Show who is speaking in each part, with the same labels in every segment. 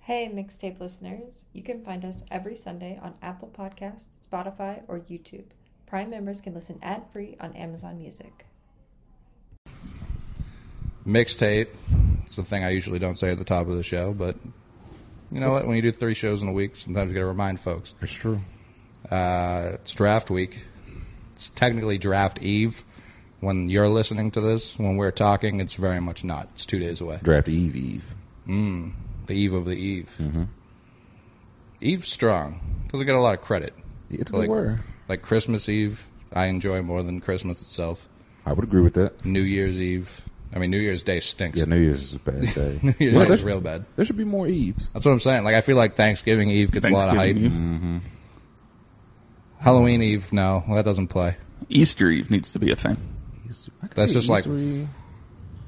Speaker 1: Hey, mixtape listeners. You can find us every Sunday on Apple Podcasts, Spotify, or YouTube. Prime members can listen ad free on Amazon Music.
Speaker 2: mixtape. It's the thing I usually don't say at the top of the show, but you know what? When you do three shows in a week, sometimes you got to remind folks.
Speaker 3: It's true.
Speaker 2: Uh, it's draft week. It's technically draft eve. When you're listening to this, when we're talking, it's very much not. It's two days away.
Speaker 3: Draft Eve Eve.
Speaker 2: The eve of the eve.
Speaker 3: Mm-hmm.
Speaker 2: Eve strong doesn't get a lot of credit.
Speaker 3: It's a good
Speaker 2: Like,
Speaker 3: word.
Speaker 2: like Christmas Eve, I enjoy more than Christmas itself.
Speaker 3: I would agree with that.
Speaker 2: New Year's Eve, I mean New Year's Day stinks.
Speaker 3: Yeah, New Year's is a bad day.
Speaker 2: New Year's
Speaker 3: Well,
Speaker 2: Day is
Speaker 3: there-
Speaker 2: real bad.
Speaker 3: There should be more Eves.
Speaker 2: That's what I'm saying. Like I feel like Thanksgiving Eve gets a lot of hype. Mm-hmm.
Speaker 4: Thanksgiving Eve.
Speaker 2: Halloween Eve, no, that doesn't play.
Speaker 4: Easter Eve needs to be a thing.
Speaker 3: I could
Speaker 2: That's
Speaker 3: see
Speaker 2: just like-
Speaker 3: E3.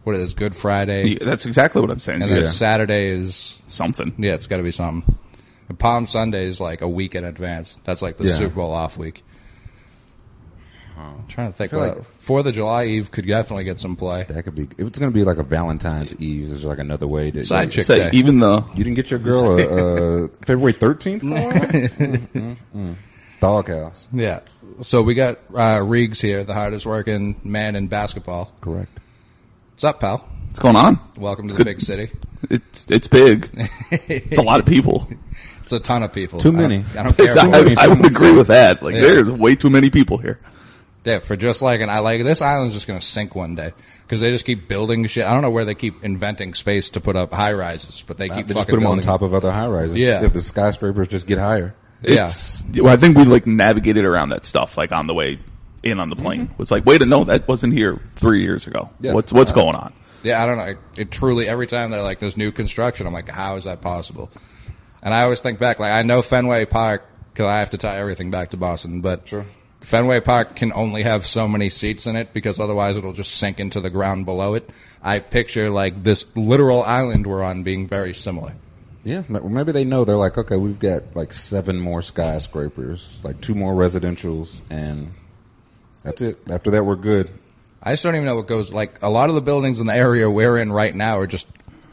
Speaker 2: What is Good Friday?
Speaker 4: Yeah, That's exactly what I'm saying.
Speaker 2: And uh, then
Speaker 4: Yeah.
Speaker 2: Saturday is
Speaker 4: Something.
Speaker 2: yeah, it's got to be something. And Palm Sunday is like a week in advance. That's like the
Speaker 3: Yeah.
Speaker 2: Super Bowl off week. I'm trying to think.
Speaker 3: feel
Speaker 2: What
Speaker 3: like-
Speaker 2: Fourth of July Eve could definitely get some play.
Speaker 3: that could be. If it's gonna be like a Valentine's Eve, there's like another way that
Speaker 2: Side chick
Speaker 4: Say,
Speaker 2: day.
Speaker 4: even though
Speaker 3: You didn't get your girl a, uh, February 13th card? Mm, mm. Doghouse.
Speaker 2: Yeah. So we got uh, Riggs here, the hardest working man in basketball.
Speaker 3: Correct.
Speaker 2: What's up, pal?
Speaker 4: what's going on?
Speaker 2: Welcome to the
Speaker 4: good.
Speaker 2: big city.
Speaker 4: It's it's big. It's a lot of people.
Speaker 2: It's a ton of people.
Speaker 3: Too
Speaker 2: I don't-
Speaker 3: many.
Speaker 2: I don't,
Speaker 4: It's,
Speaker 2: care. what-
Speaker 4: I, I would agree with that. Like there's way too many people here.
Speaker 2: Yeah, for just like an I like this island's just gonna sink one day because they just keep building shit. I don't know where they keep inventing space to put up high rises, but they keep
Speaker 3: Uh,
Speaker 2: fucking
Speaker 3: They just put them on
Speaker 2: building.
Speaker 3: top of other high rises.
Speaker 2: Yeah.
Speaker 3: If the skyscrapers just get higher.
Speaker 2: Yeah,
Speaker 4: It's, well, I think we like navigated around that stuff like on the way in on the plane.
Speaker 2: Mm-hmm.
Speaker 4: It's like, wait, no, that wasn't here three years ago.
Speaker 3: Yeah.
Speaker 4: What's
Speaker 2: Uh,
Speaker 4: what's going on?
Speaker 2: yeah. I don't know. It, it truly every time they're like, "There's new construction." I'm like, "How is that possible?" And I always think back, like I know Fenway Park because I have to tie everything back to Boston, but Fenway Park can only have so many seats in it because otherwise it'll just sink into the ground below it. I picture like this literal island we're on being very similar.
Speaker 3: Yeah. ma- Maybe they know they're like, okay, we've got like seven more skyscrapers, like two more residentials, and that's it. After that, we're good.
Speaker 2: I just don't even know what goes. Like a lot of the buildings in the area we're in right now are just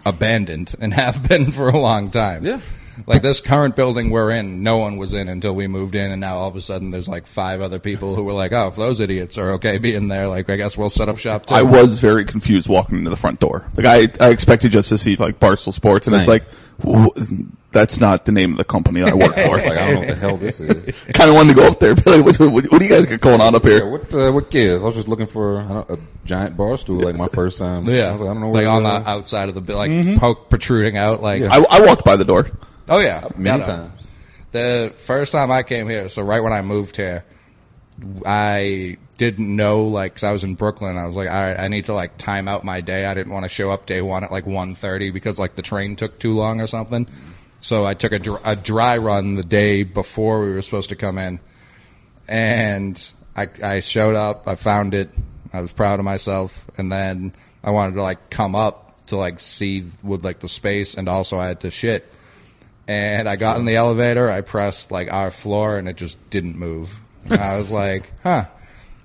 Speaker 2: abandoned and have been for a long time.
Speaker 3: Yeah.
Speaker 2: Like this current building we're in, no one was in until we moved in, and now all of a sudden there's like five other people who were like, "Oh, if those idiots are okay being there, like I guess we'll set up shop too."
Speaker 4: I was very confused walking into the front door. Like I, I expected just to see like Barstool Sports, and it's
Speaker 3: Same.
Speaker 4: like wh- that's not the name of the company I work for.
Speaker 3: Like, I don't know what the hell this is.
Speaker 4: kind of wanted to go up there, and be like, what, what, what do you guys got going on up
Speaker 3: Yeah,
Speaker 4: here?
Speaker 3: what uh, what gives? I was just looking for I don't, a giant bar stool, like my first time.
Speaker 2: yeah,
Speaker 3: I, was like, I don't know where
Speaker 2: like on the
Speaker 3: to go.
Speaker 2: outside of the bu- like poke protruding out. Like,
Speaker 3: Yeah.
Speaker 4: I, I walked by the door.
Speaker 2: oh yeah,
Speaker 3: many
Speaker 2: Gotta-
Speaker 3: times.
Speaker 2: The first time I came here, so right when I moved here, I didn't know like 'cause I was in Brooklyn. I was like, all right, I need to like time out my day. I didn't want to show up day one at like 1.30 because like the train took too long or something. So I took a, dr- a dry run the day before we were supposed to come in, and I, I showed up. I found it. I was proud of myself, and then I wanted to like come up to like see with like the space, and also I had to shit and I got in the elevator. I pressed like our floor, and it just didn't move. And I was like, huh.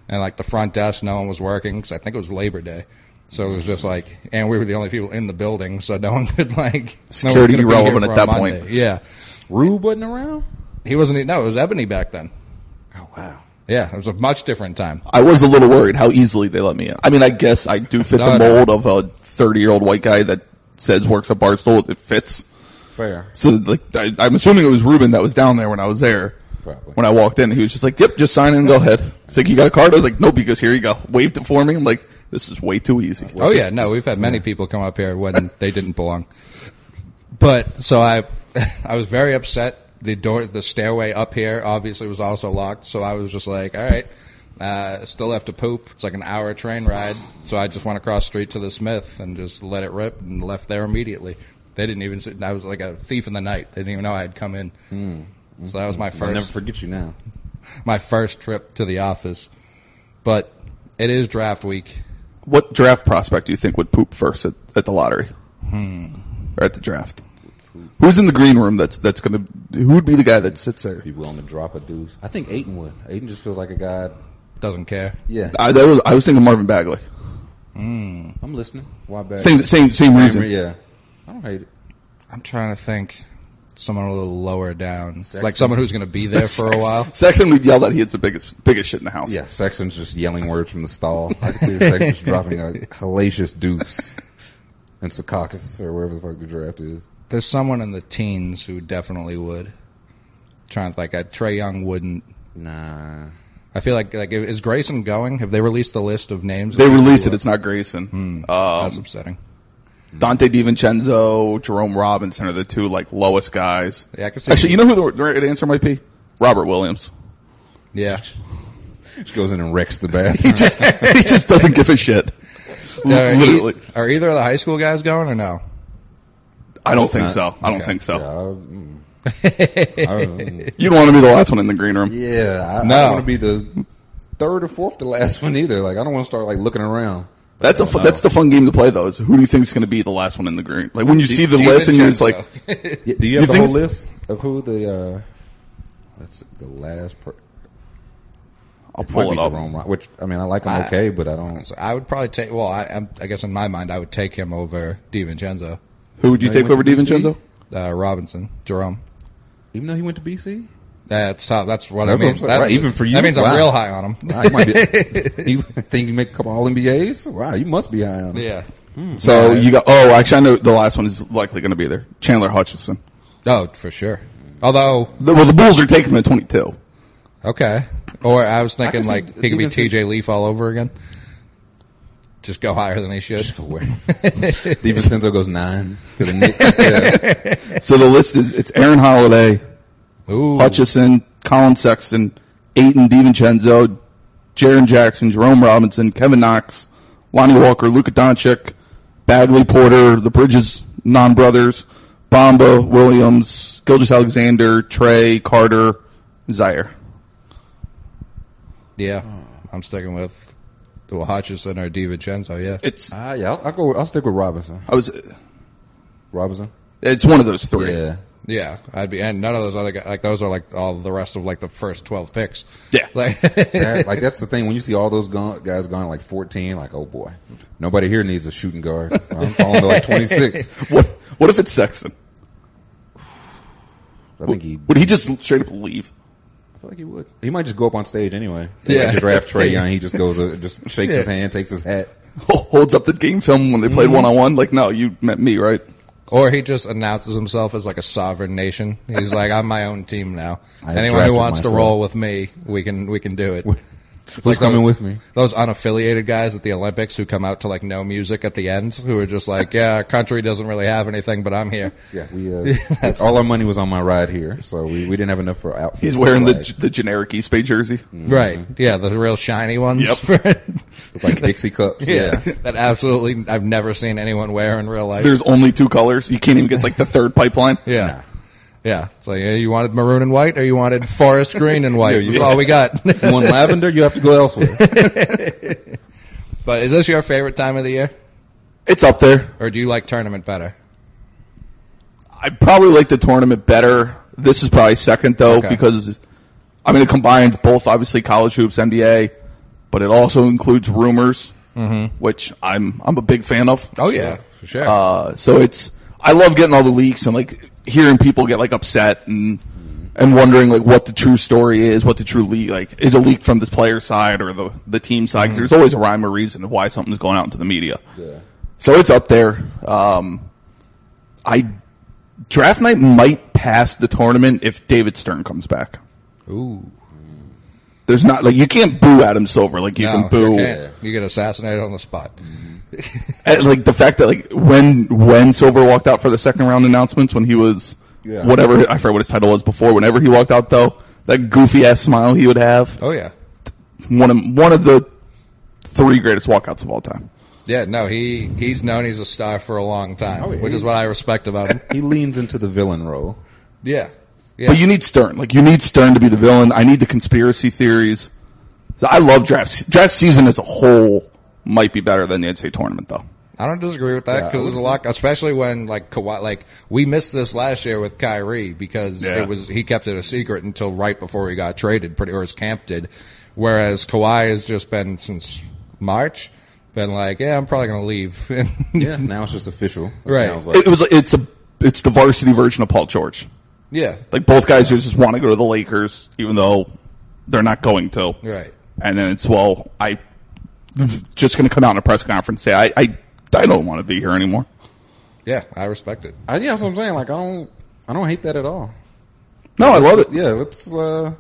Speaker 2: And like the front desk, no one was working because I think it was Labor Day. So it was just like, and we were the only people in the building, so no one could like no one was
Speaker 4: Security
Speaker 2: gonna be here
Speaker 4: irrelevant
Speaker 2: for
Speaker 4: at
Speaker 2: a
Speaker 4: that
Speaker 2: Monday.
Speaker 4: point.
Speaker 2: Yeah,
Speaker 3: Rube wasn't around.
Speaker 2: he wasn't. e- No, it was Ebony back then.
Speaker 3: Oh wow.
Speaker 2: Yeah, it was a much different time.
Speaker 4: I was a little worried how easily they let me in. I mean, I guess I do fit
Speaker 2: No,
Speaker 4: the
Speaker 2: no.
Speaker 4: mold of a 30 year old white guy that says works at Barstool. It fits.
Speaker 3: Fair.
Speaker 4: So like, I, I'm assuming it was Ruben that was down there when I was there.
Speaker 3: Probably.
Speaker 4: When I walked in, he was just like, "Yep, just sign in and go ahead." It's like, "You got a card?" I was like, "Nope." He goes, "Here you go." Waved it for me. I'm like, "This is way too easy."
Speaker 2: Oh yeah, no, we've had many people come up here when they didn't belong. But so I, I was very upset. The door, the stairway up here, obviously was also locked. So I was just like, all right, uh, still have to poop. It's like an hour train ride. So I just went across street to the Smith and just let it rip and left there immediately. They didn't even. sit- I was like a thief in the night. They didn't even know I had come in. So that was my
Speaker 3: I'll never
Speaker 2: first
Speaker 3: forget you now.
Speaker 2: my first trip to the office. But it is draft week.
Speaker 4: What draft prospect do you think would poop first at, at the lottery or at the draft? Who's in the green room? That's that's gonna. Who would be the guy that sits there?
Speaker 3: Be willing to drop a deuce. I think Aiden would. Aiden just feels like a guy.
Speaker 2: Doesn't care.
Speaker 3: Yeah,
Speaker 4: I, that was, I was thinking Marvin Bagley.
Speaker 3: I'm listening. Why bad?
Speaker 4: Same same same reason.
Speaker 3: Yeah, I don't hate it.
Speaker 2: I'm trying to think. Someone a little lower down, like
Speaker 3: Sexton.
Speaker 2: someone who's going to be there for a while.
Speaker 4: Sexton would yell that he hits the biggest biggest shit in the house.
Speaker 3: Yeah, Sexton's just yelling words from the stall. I can see Sexton's dropping a hellacious deuce in Secaucus or wherever the fuck the draft is.
Speaker 2: There's someone in the teens who definitely would. Trying to like, uh, Trey Young wouldn't.
Speaker 3: Nah.
Speaker 2: I feel like like is Grayson going? Have they released the list of names?
Speaker 4: They released it. It's not Grayson. Um,
Speaker 2: That's upsetting.
Speaker 4: Dante DiVincenzo, Jerome Robinson are the two like lowest guys.
Speaker 2: Yeah, I can see.
Speaker 4: Actually, you know who the right answer might be? Robert Williams.
Speaker 2: yeah,
Speaker 3: Just goes in and wrecks the bathroom.
Speaker 4: he just doesn't give a shit.
Speaker 2: are,
Speaker 4: Literally,
Speaker 2: e- are either of the high school guys going or no?
Speaker 4: I don't think
Speaker 3: not.
Speaker 4: so. I don't
Speaker 2: Okay.
Speaker 4: think so.
Speaker 3: Yeah, I, mm. I don't-
Speaker 4: You don't want to be the last one in the green room.
Speaker 3: yeah, I, I
Speaker 2: No.
Speaker 3: don't want to be the third or fourth to last one either. Like, I don't want to start like looking around.
Speaker 4: That's a fu- that's the fun game to play though. Is who do you think is going to be the last one in the green? Like when you see the list and you're just like,
Speaker 3: Yeah, do you have
Speaker 4: You
Speaker 3: the
Speaker 4: think
Speaker 3: whole
Speaker 4: it's-
Speaker 3: list of who the uh, that's the last per-
Speaker 4: I'll
Speaker 3: might
Speaker 4: pull
Speaker 3: be
Speaker 4: it up.
Speaker 3: Jerome, Ro- which I mean, I like him okay, but I don't.
Speaker 2: So I would probably take. Well, I, I'm- I guess in my mind, I would take him over Divincenzo,
Speaker 4: Who would you
Speaker 3: he
Speaker 4: take
Speaker 3: went
Speaker 4: over
Speaker 3: to BC?
Speaker 4: DiVincenzo?
Speaker 2: uh, Robinson, Jerome.
Speaker 3: Even though he went to BC,
Speaker 2: That's top. That's what
Speaker 3: That's
Speaker 2: I
Speaker 3: what
Speaker 2: mean.
Speaker 3: I'm saying.
Speaker 2: That-
Speaker 3: Right, even for you?
Speaker 2: that means I'm
Speaker 3: Wow.
Speaker 2: real high on him.
Speaker 3: wow, Ah, you, might be, you think you make a couple All NBAs? Wow, you must be high on him.
Speaker 2: yeah.
Speaker 4: So you got oh, actually, I know the last one is likely going to be there. Chandler Hutchinson.
Speaker 2: Oh, for sure. Although,
Speaker 4: The- well, the Bulls are taking him at 22.
Speaker 2: okay. Or I was thinking
Speaker 3: see
Speaker 2: like he could be
Speaker 3: Divincenzo-
Speaker 2: T.J. Leaf all over again. Just go higher than he should.
Speaker 3: DiVincenzo goes nine to the Knicks. Yeah.
Speaker 4: So the list is it's Aaron Holiday,
Speaker 2: Ooh,
Speaker 4: Hutchison, Colin Sexton, Aiton DiVincenzo, Jaron Jackson, Jerome Robinson, Kevin Knox, Lonnie Walker, Luka Doncic, Bagley Porter, the Bridges non brothers, Bomba, Williams, Gilgis Alexander, Trey, Carter, Zaire.
Speaker 2: yeah.
Speaker 3: Oh.
Speaker 2: I'm sticking with well, Hutchison or DiVincenzo. Yeah.
Speaker 4: It's
Speaker 3: Ah, yeah, I'll, I'll go. I'll stick with Robinson.
Speaker 4: I was
Speaker 3: Robinson.
Speaker 4: it's one of those three.
Speaker 3: Yeah.
Speaker 2: Yeah, I'd be, and none of those other guys, like those are like all the rest of like the first 12 picks.
Speaker 4: Yeah.
Speaker 2: Like,
Speaker 3: That- like that's the thing when you see all those gone, guys gone at, like 14 like oh boy nobody here needs a shooting guard i'm falling to like 26
Speaker 4: What what if it's Sexton?
Speaker 3: i think he
Speaker 4: Would he just straight up leave?
Speaker 3: I feel like he would he might just go up on stage anyway
Speaker 2: Yeah.
Speaker 3: yeah like draft trey young he just goes uh, just shakes his
Speaker 2: Yeah.
Speaker 3: hand takes his hat
Speaker 4: Holds up the game film when they played
Speaker 3: Mm-hmm.
Speaker 4: one on one. Like, no, you met me, right?
Speaker 2: or he just announces himself as like a sovereign nation. He's like, I'm my own team now.
Speaker 3: I have
Speaker 2: Anyone who
Speaker 3: drafted
Speaker 2: wants to
Speaker 3: myself."
Speaker 2: roll with me, we can, we can do it.
Speaker 3: who's coming with me
Speaker 2: Those unaffiliated guys at the Olympics who come out to like no music at the end, who are just like, yeah, our country doesn't really have anything, but I'm here.
Speaker 3: yeah we uh, all our money was on my ride here so we, we didn't have enough for outfits
Speaker 4: He's wearing the
Speaker 3: Like,
Speaker 4: the generic East Bay jersey.
Speaker 2: Right. Yeah. The real shiny ones.
Speaker 3: like dixie cups
Speaker 2: yeah.
Speaker 3: yeah,
Speaker 2: That absolutely, I've never seen anyone wear in real life.
Speaker 4: There's only two colors. You can't even get like the third pipeline.
Speaker 2: Yeah. Yeah. It's like, yeah, you wanted maroon and white or you wanted forest green and white.
Speaker 3: you-
Speaker 2: That's all we got.
Speaker 3: You want lavender you have to go elsewhere
Speaker 2: but is this your favorite time of the year?
Speaker 4: It's up there.
Speaker 2: Or do you like tournament better?
Speaker 4: I probably like the tournament better. This is probably second though
Speaker 2: Okay.
Speaker 4: because I mean it combines both obviously college hoops, NBA, but it also includes rumors, which I'm I'm a big fan of.
Speaker 2: Oh, yeah. For sure.
Speaker 4: Uh, so it's I love getting all the leaks and like hearing people get like upset and and wondering like what the true story is, what the true leak like is a leak from the player side or the the team side. 'cause there's always a rhyme or reason of why something's going out into the media.
Speaker 3: yeah.
Speaker 4: So it's up there. Um, I draft night might pass the tournament if David Stern comes back.
Speaker 2: Ooh.
Speaker 4: There's not like you can't boo Adam Silver like you
Speaker 2: No,
Speaker 4: can boo
Speaker 2: sure can't. You get assassinated on the spot.
Speaker 4: And, like the fact that like when when Silver walked out for the second round announcements when he was
Speaker 3: Yeah.
Speaker 4: whatever I forget what his title was before. Whenever he walked out though, that goofy ass smile he would have
Speaker 2: Oh, yeah.
Speaker 4: one of one of the three greatest walkouts of all time.
Speaker 2: Yeah, no, he, he's known he's a star for a long time,
Speaker 3: Oh, yeah.
Speaker 2: which is what I respect about him.
Speaker 3: he leans into the villain role
Speaker 2: yeah. Yeah.
Speaker 4: But you need Stern. Like you need Stern to be the villain. I need the conspiracy theories. So I love draft draft season as a whole might be better than the NCAA tournament though.
Speaker 2: I don't disagree with that because there's a lot, especially when like Kawhi, like we missed this last year with Kyrie because
Speaker 4: Yeah.
Speaker 2: it was he kept it a secret until right before he got traded, pretty or his camp did. Whereas Kawhi has just been since March, been like, yeah, I'm probably gonna leave.
Speaker 3: yeah now it's just official it
Speaker 2: Right.
Speaker 3: sounds like.
Speaker 4: It, it was it's a it's the varsity version of Paul George.
Speaker 2: Yeah.
Speaker 4: Like both guys who just want to go to the Lakers, even though they're not going to.
Speaker 2: Right.
Speaker 4: And then it's well, I just going to come out in a press conference and say I I, I don't want to be here anymore.
Speaker 2: Yeah, I respect it.
Speaker 3: I, yeah, that's what I'm saying. Like I don't, I don't hate that at all.
Speaker 4: No, I love it.
Speaker 3: Yeah, let's uh,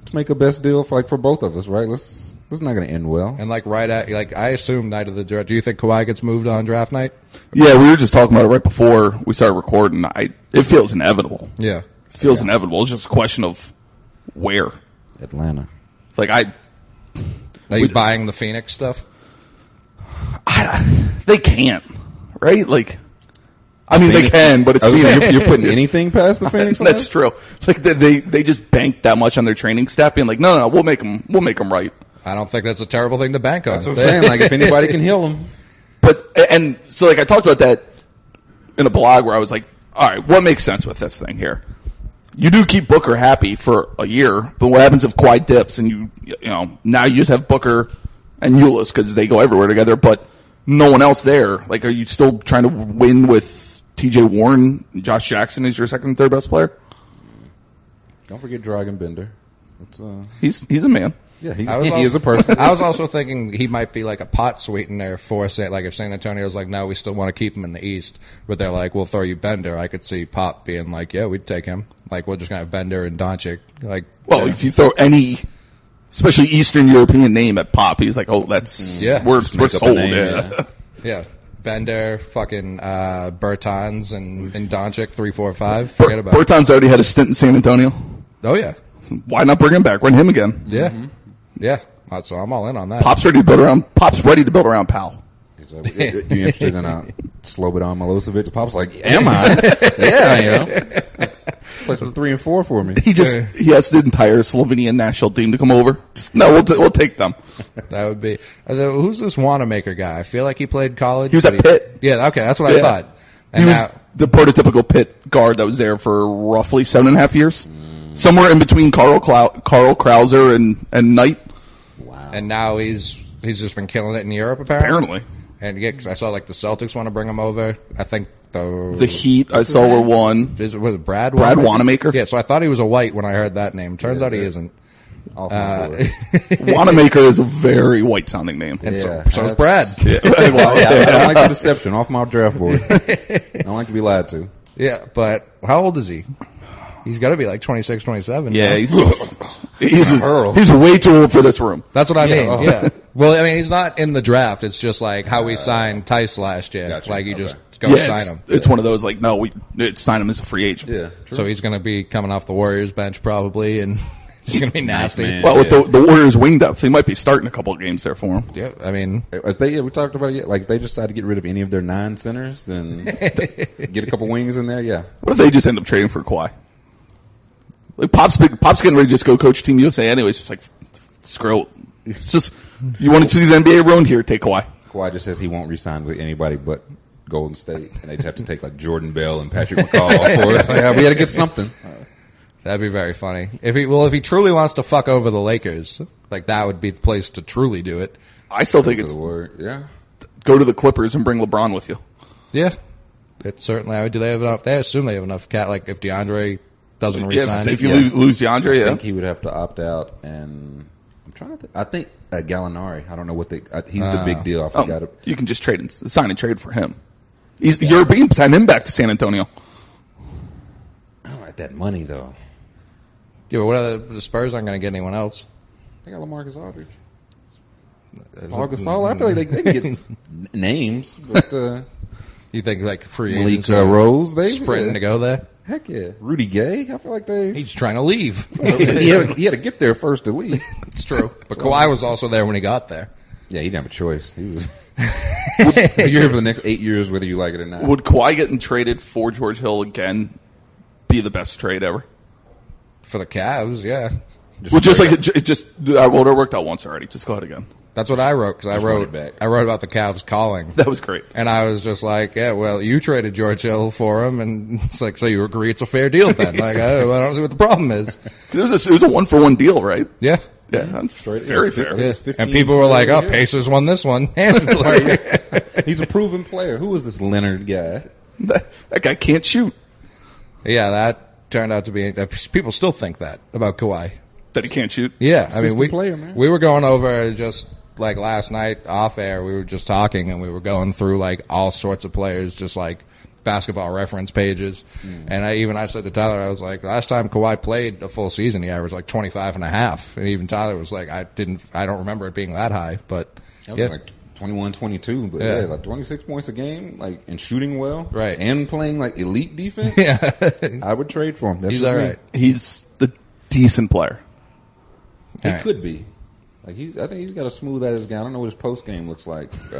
Speaker 3: let's make a best deal for like for both of us, right? Let's. This is not going to end well.
Speaker 2: And like right at like I assume night of the draft. Do you think Kawhi gets moved on draft night?
Speaker 4: Yeah, we were just talking about it right before we started recording. I it feels inevitable.
Speaker 2: Yeah.
Speaker 4: It feels inevitable. It's just a question of where.
Speaker 3: Atlanta.
Speaker 4: It's like I,
Speaker 2: Are you buying the Phoenix stuff?
Speaker 4: I they can't, right? Like I mean they
Speaker 3: Phoenix-
Speaker 4: can, but it's
Speaker 3: I was
Speaker 4: Phoenix.
Speaker 3: saying, Oh, you're, you're putting anything past the Phoenix.
Speaker 4: That's true. Like they, they they just banked that much on their training staff being like, "No, no, no, we'll make them we'll make them right."
Speaker 2: I don't think that's a terrible thing to bank on.
Speaker 3: I'm saying like if anybody can heal them,
Speaker 4: But and so like I talked about that in a blog where I was like, all right, what makes sense with this thing here? You do keep Booker happy for a year, but what happens if Kawhi dips and you you know now you just have Booker and Euless because they go everywhere together, but no one else there. Like, are you still trying to win with T.J. Warren, and Josh Jackson is your second and third best player?
Speaker 3: don't forget Dragon Bender. It's, uh,
Speaker 4: He's he's a man.
Speaker 3: yeah, he's,
Speaker 2: I was
Speaker 3: he
Speaker 2: al-
Speaker 3: is a person.
Speaker 2: I was also thinking he might be like a pot sweetener for San, like if San Antonio's like, no, we still want to keep him in the East, but they're like, we'll throw you Bender. I could see Pop being like, yeah, we'd take him. Like we're just gonna have Bender and Doncic. Like,
Speaker 4: Well, if you throw any, especially Eastern European name at Pop, he's like, oh, that's
Speaker 2: Yeah.
Speaker 4: we're
Speaker 2: Just
Speaker 4: we're
Speaker 3: make up a
Speaker 4: sold.
Speaker 3: name,
Speaker 4: yeah.
Speaker 3: yeah.
Speaker 2: yeah, Bender, fucking uh, Bertans and and Doncic, three, four, five. Forget about it.
Speaker 4: Berton's already had a stint in San Antonio.
Speaker 2: Oh yeah,
Speaker 4: Why not bring him back? Run him again.
Speaker 2: yeah, yeah. Uh, So I'm all in on that.
Speaker 4: Pop's ready to build around. Pop's ready to build around Powell.
Speaker 3: He's like, you you interested in uh, Slobodan Milosevic? Pop's like, am I? yeah, you know. Play some three and four for me.
Speaker 4: He just he asked the entire Slovenian national team to come over. Just, no, we'll t- we'll take them.
Speaker 2: That would be. although, Who's this Wanamaker guy? I feel like he played college.
Speaker 4: He was
Speaker 2: but
Speaker 4: at Pitt.
Speaker 2: Yeah, okay, that's what I
Speaker 4: Yeah.
Speaker 2: thought.
Speaker 4: he
Speaker 2: And
Speaker 4: was
Speaker 2: now-
Speaker 4: the prototypical pit guard that was there for roughly seven and a half years, somewhere in between Carl Clou- Carl Krauser and and Knight.
Speaker 3: Wow.
Speaker 2: and now he's he's just been killing it in Europe apparently.
Speaker 4: Apparently,
Speaker 2: And yeah, 'cause I saw like the Celtics want to bring him over. I think the
Speaker 4: the Heat I saw were one.
Speaker 2: is, was it Brad
Speaker 4: Brad Wanamaker?
Speaker 2: Yeah, so I thought he was a white when I heard that name. Turns out he
Speaker 3: yeah.
Speaker 2: isn't.
Speaker 3: Off
Speaker 2: Uh,
Speaker 3: my board.
Speaker 4: Wanamaker is a very white sounding name.
Speaker 3: Yeah,
Speaker 2: So is
Speaker 3: that's-
Speaker 2: Brad.
Speaker 4: Yeah. Well,
Speaker 3: Yeah, I don't like the deception off my draft board. I don't like to be lied to.
Speaker 2: Yeah, but how old is he? He's got to be like 26, 27.
Speaker 4: Yeah,
Speaker 2: no?
Speaker 4: he's he's,
Speaker 3: Earl.
Speaker 4: he's way too old for this room.
Speaker 2: That's what I mean. Yeah. oh. Well, I mean, he's not in the draft. It's just like how we signed Tice last year.
Speaker 3: Gotcha.
Speaker 2: Like you just go
Speaker 4: yeah, it's,
Speaker 2: sign him.
Speaker 4: it's one of those like no, we it's sign him as a free agent.
Speaker 3: Yeah, true.
Speaker 2: So he's going to be coming off the Warriors bench probably, and he's going to be nasty.
Speaker 5: man.
Speaker 4: Well, with the, the Warriors wing depth, he might be starting a couple of games there for him.
Speaker 2: Yeah, I mean,
Speaker 3: If they, yeah, we talked about it. yeah, Like, if they decide to get rid of any of their nine centers, then get a couple wings in there. Yeah,
Speaker 4: What if they just end up trading for Kawhi? Like Pop's big, Pop's getting ready to just go coach Team USA anyways. Just like screw it. It's just you want to see the NBA ruined here. Take Kawhi.
Speaker 3: Kawhi just says he won't resign with anybody but Golden State, and they just have to take like Jordan Bell and Patrick McCall. Of course, yeah, we had to get something.
Speaker 2: that'd be very funny. If he well, if he truly wants to fuck over the Lakers, like that would be the place to truly do it.
Speaker 4: I still think
Speaker 3: To
Speaker 4: it's
Speaker 3: the word, yeah.
Speaker 4: go to the Clippers and bring LeBron with you.
Speaker 2: Yeah, it certainly. I would. Do they have enough? They assume they have enough cat. Like if DeAndre doesn't
Speaker 4: Yeah,
Speaker 2: resign,
Speaker 4: if, if you lose, lose DeAndre, yeah.
Speaker 3: I think he would have to opt out, and I'm trying to. think. I think uh, Gallinari. I don't know what they. Uh, he's the big deal. I
Speaker 4: Oh,
Speaker 3: forgot. it.
Speaker 4: you can just trade and s- sign and trade for him. He's, You're being sign him back to San Antonio.
Speaker 3: I don't like that money though.
Speaker 2: yeah, but what are the, the Spurs aren't going to get anyone else.
Speaker 3: They got Lamarcus Aldridge. Paul Gasol. I feel like they, they can get n- names, but uh,
Speaker 2: You think like free
Speaker 3: Malik
Speaker 2: agents
Speaker 3: uh,
Speaker 2: are
Speaker 3: Rose. They
Speaker 2: sprinting
Speaker 3: yeah.
Speaker 2: to go there?
Speaker 3: Heck yeah, Rudy Gay. I feel like they.
Speaker 2: He's trying to leave.
Speaker 3: he, had, he had to get there first to leave.
Speaker 2: it's true, but Kawhi was also there when he got there.
Speaker 3: Yeah, he didn't have a choice. He was. You're here for the next eight years, whether you like it or not.
Speaker 4: Would Kawhi getting traded for George Hill again be the best trade ever?
Speaker 2: For the Cavs, yeah.
Speaker 4: Well, just like it, ju- it just, I well, it worked out once already. Just go ahead again.
Speaker 2: That's what I wrote because I
Speaker 3: run
Speaker 2: wrote
Speaker 3: it back.
Speaker 2: I wrote about the Cavs calling.
Speaker 4: That was great.
Speaker 2: And I was just like, yeah, well, you traded George Hill for him. And it's like, so you agree it's a fair deal then? like, I, I don't see what the problem is.
Speaker 4: 'Cause It was a, it was a one for one deal, right?
Speaker 2: Yeah.
Speaker 4: Yeah, that's very
Speaker 3: It was
Speaker 4: fair.
Speaker 3: fif- it was 15
Speaker 2: And people were like, oh,
Speaker 3: years.
Speaker 2: Pacers won this one. And it's like,
Speaker 3: He's a proven player. Who is this Leonard guy?
Speaker 4: That, that guy can't shoot.
Speaker 2: Yeah, that turned out to be. uh, People still think that about Kawhi.
Speaker 4: That he can't shoot.
Speaker 2: Yeah, I mean, we
Speaker 3: player, man.
Speaker 2: we were going over just like last night off air. We were just talking and we were going through like all sorts of players, just like basketball reference pages.
Speaker 3: Mm.
Speaker 2: And I even I said to Tyler, I was like, last time Kawhi played a full season, he averaged like 25 and a half. And even Tyler was like, I didn't, I don't remember it being that high, but
Speaker 3: That was
Speaker 2: yeah,
Speaker 3: like 21, 22, but
Speaker 2: Yeah.
Speaker 3: yeah. like 26 points a game, like, and shooting well.
Speaker 2: Right.
Speaker 3: And playing, like, elite defense.
Speaker 2: yeah,
Speaker 3: I would trade for him. That's
Speaker 2: he's
Speaker 3: just
Speaker 2: all
Speaker 3: me.
Speaker 2: right.
Speaker 4: He's the decent player.
Speaker 3: He
Speaker 2: All right.
Speaker 3: could be. Like he's, I think he's got a smooth as guy. I don't know what his post game looks like. Um, I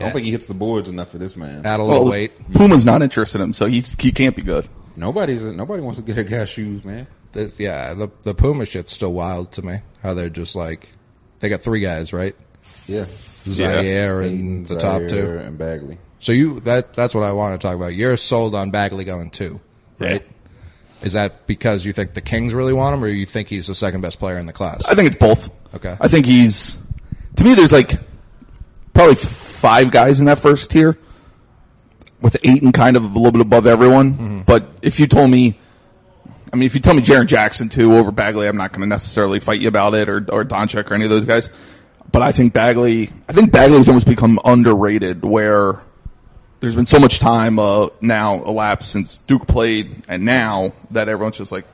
Speaker 2: Yeah.
Speaker 3: don't think he hits the boards enough for this man.
Speaker 2: Add a little
Speaker 4: Well,
Speaker 2: weight.
Speaker 4: Puma's not interested in him, so he's, he can't be good.
Speaker 3: Nobody's nobody wants to get a guy's shoes, man.
Speaker 2: The- yeah, the the Puma shit's still wild to me. How they're just like, they got three guys, right?
Speaker 3: Yeah,
Speaker 2: Zaire and the top
Speaker 3: Zaire
Speaker 2: two.
Speaker 3: and Bagley.
Speaker 2: So you that that's what I want to talk about. You're sold on Bagley going two, right? Is that because you think the Kings really want him, or you think he's the second best player in the class?
Speaker 4: I think it's both.
Speaker 2: Okay.
Speaker 4: I think he's to me. There's like probably five guys in that first tier, with Aiton kind of a little bit above everyone. But if you told me, I mean, if you tell me Jaron Jackson too over Bagley, I'm not going to necessarily fight you about it or or Doncic or any of those guys. But I think Bagley, I think Bagley's almost become underrated. Where there's been so much time uh, now elapsed since Duke played, and now that everyone's just like.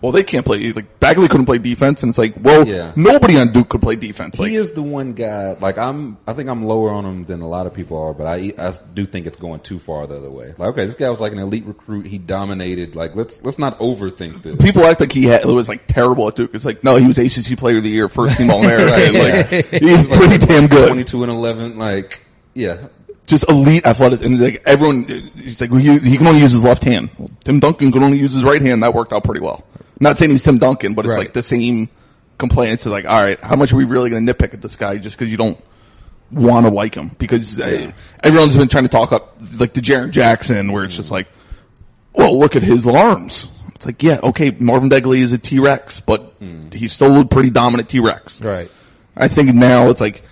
Speaker 4: Well, they can't play. Like Bagley couldn't play defense, and it's like, well,
Speaker 3: Yeah.
Speaker 4: nobody on Duke could play defense. Like,
Speaker 3: he is the one guy. Like I'm, I think I'm lower on him than a lot of people are, but I, I do think it's going too far the other way. Like okay, this guy was like an elite recruit. He dominated. Like let's let's not overthink this.
Speaker 4: people act like he had, was like terrible at Duke. It's like no, he was ACC Player of the Year, first team All American.
Speaker 3: Right,
Speaker 4: Like
Speaker 3: yeah.
Speaker 4: he's pretty damn good.
Speaker 3: Twenty-two and eleven. Like yeah,
Speaker 4: Just elite athleticism. And like everyone, he's like he, he can only use his left hand. Tim Duncan could only use his right hand. That worked out pretty well. Not saying he's Tim Duncan, but it's
Speaker 2: Right.
Speaker 4: like the same complaints. It's like all right, how much are we really going to nitpick at this guy just because you don't want to like him? Because uh, everyone's been trying to talk up like the Jaron Jackson, where it's just like well, look at his arms. It's like, yeah, okay, Marvin Bagley is a T Rex, but he's still a pretty dominant T Rex.
Speaker 2: Hmm. right.
Speaker 4: I think now it's like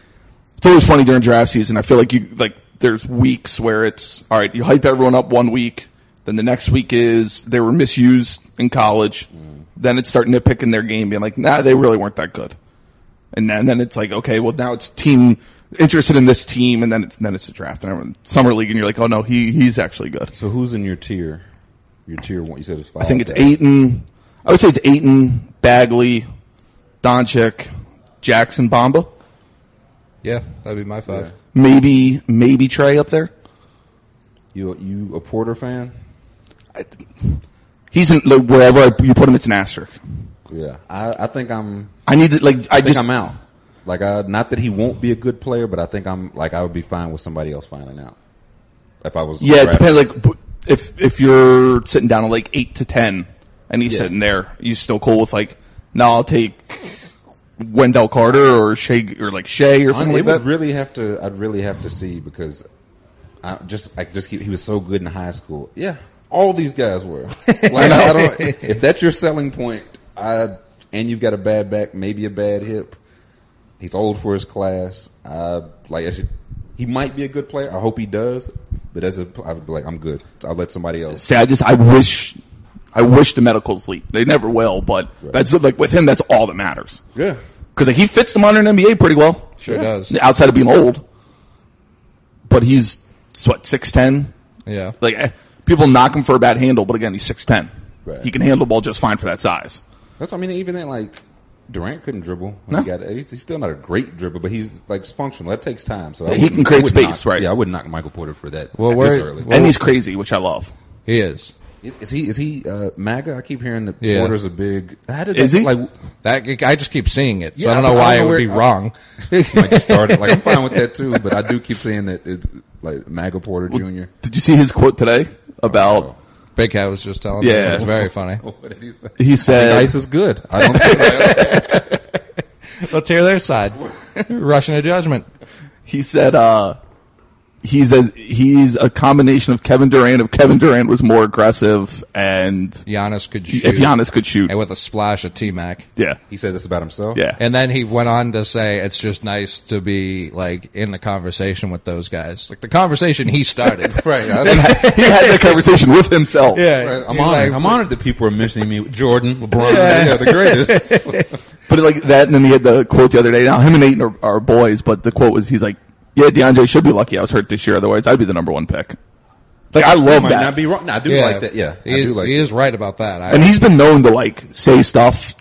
Speaker 4: it's always funny during draft season. I feel like you like there's weeks where it's all right. You hype everyone up one week, then the next week is they were misused in college. Then it's starting to pick in their game, being like, nah, they really weren't that good. And then, then it's like, okay, well now it's team interested in this team, and then it's then it's the draft and everyone, summer league, and you're like, oh no, he he's actually good.
Speaker 3: So who's in your tier? Your tier one. You said it's five.
Speaker 4: I think it's Aiton. I would say it's Aiton, Bagley, Doncic, Jackson, Bamba.
Speaker 2: Yeah, that'd be my five.
Speaker 4: Maybe maybe Trey up there.
Speaker 3: You you a Porter fan?
Speaker 4: I, he's in like, wherever I, you put him, it's an asterisk.
Speaker 3: Yeah. I, I think I'm.
Speaker 4: I need to like
Speaker 3: I
Speaker 4: I,
Speaker 3: think
Speaker 4: just
Speaker 3: I'm out. Like I, not that he won't be a good player, but I think I'm like I would be fine with somebody else finding out. If I was
Speaker 4: yeah. It
Speaker 3: drafted.
Speaker 4: depends like b- if if you're sitting down at like eight to ten and he's
Speaker 3: Yeah.
Speaker 4: sitting there, you still cool with like no, I'll take Wendell Carter or Shea or like Shea or something
Speaker 3: Honestly,
Speaker 4: like that.
Speaker 3: would really have to. I'd really have to see because I just I just keep, he was so good in high school. Yeah, all these guys were. Like, I don't, if that's your selling point, I and you've got a bad back, maybe a bad hip. He's old for his class. I like. I should, he might be a good player. I hope he does. But as a, I would be like, I'm good. I'll let somebody else.
Speaker 4: See, I just I wish I wish the medicals leak. They never will, but that's like with him, that's all that matters.
Speaker 3: Yeah.
Speaker 4: Because like, he fits the modern NBA pretty well,
Speaker 2: Sure does.
Speaker 4: outside of being old. But he's so what six ten.
Speaker 2: Yeah.
Speaker 4: Like eh, people knock him for a bad handle, but again, he's six ten.
Speaker 3: Right.
Speaker 4: He can handle the ball just fine for that size.
Speaker 3: That's I mean even then like Durant couldn't dribble. When he
Speaker 4: No.
Speaker 3: got, he's he's still not a great dribbler, but he's like functional. That takes time. So I
Speaker 4: He can
Speaker 3: wouldn't- I
Speaker 4: create
Speaker 3: would
Speaker 4: space,
Speaker 3: knock-
Speaker 4: right.
Speaker 3: Yeah, I would knock Michael Porter for that.
Speaker 2: Well,
Speaker 3: Well,
Speaker 2: where-
Speaker 3: this early.
Speaker 2: well-
Speaker 4: and he's crazy, which I love.
Speaker 2: He is.
Speaker 3: is, is he is he uh, MAGA? I keep hearing that
Speaker 2: Yeah.
Speaker 3: Porter's a big. How did
Speaker 4: Is
Speaker 3: that,
Speaker 4: he?
Speaker 3: Like,
Speaker 2: That I just keep seeing it, so
Speaker 3: Yeah,
Speaker 2: I don't
Speaker 3: I
Speaker 2: know
Speaker 3: don't
Speaker 2: why
Speaker 3: know
Speaker 2: it would
Speaker 3: where-
Speaker 2: be
Speaker 3: I-
Speaker 2: wrong.
Speaker 3: like it started. Like I'm fine with that too, but I do keep saying that it's like MAGA Porter Jr.
Speaker 4: Did you see his quote today about?
Speaker 3: Oh.
Speaker 2: Big Cat was just telling. me.
Speaker 4: Yeah.
Speaker 2: it's very funny.
Speaker 3: What did he say?
Speaker 4: He said,
Speaker 3: Ice is good. I don't. think
Speaker 2: Let's hear their side. Rushing a judgment.
Speaker 4: he said, uh, he's a he's a combination of Kevin Durant. If Kevin Durant was more aggressive, and
Speaker 2: Giannis could shoot.
Speaker 4: if Giannis could shoot,
Speaker 2: and with a splash of T Mac.
Speaker 4: yeah,
Speaker 3: He said this about himself.
Speaker 4: yeah,
Speaker 2: And then he went on to say it's just nice to be like in the conversation with those guys. Like the conversation he started.
Speaker 3: Right. I mean, I-
Speaker 4: he had that conversation with himself.
Speaker 3: right, I'm
Speaker 2: He's
Speaker 3: honored.
Speaker 2: like,
Speaker 3: I'm honored that people are mentioning me. with Jordan, LeBron, yeah, the greatest.
Speaker 4: But like that, and then he had the quote the other day. Now him and Aiton are, are boys, but the quote was he's like, "Yeah, DeAndre should be lucky. I was hurt this year. Otherwise, I'd be the number one pick." Like I love
Speaker 3: might
Speaker 4: that.
Speaker 3: not be wrong. No, I do like that. Yeah,
Speaker 2: He
Speaker 3: I do
Speaker 2: is,
Speaker 3: like
Speaker 2: he
Speaker 3: that.
Speaker 2: is right about that. I,
Speaker 4: and he's been known to like say stuff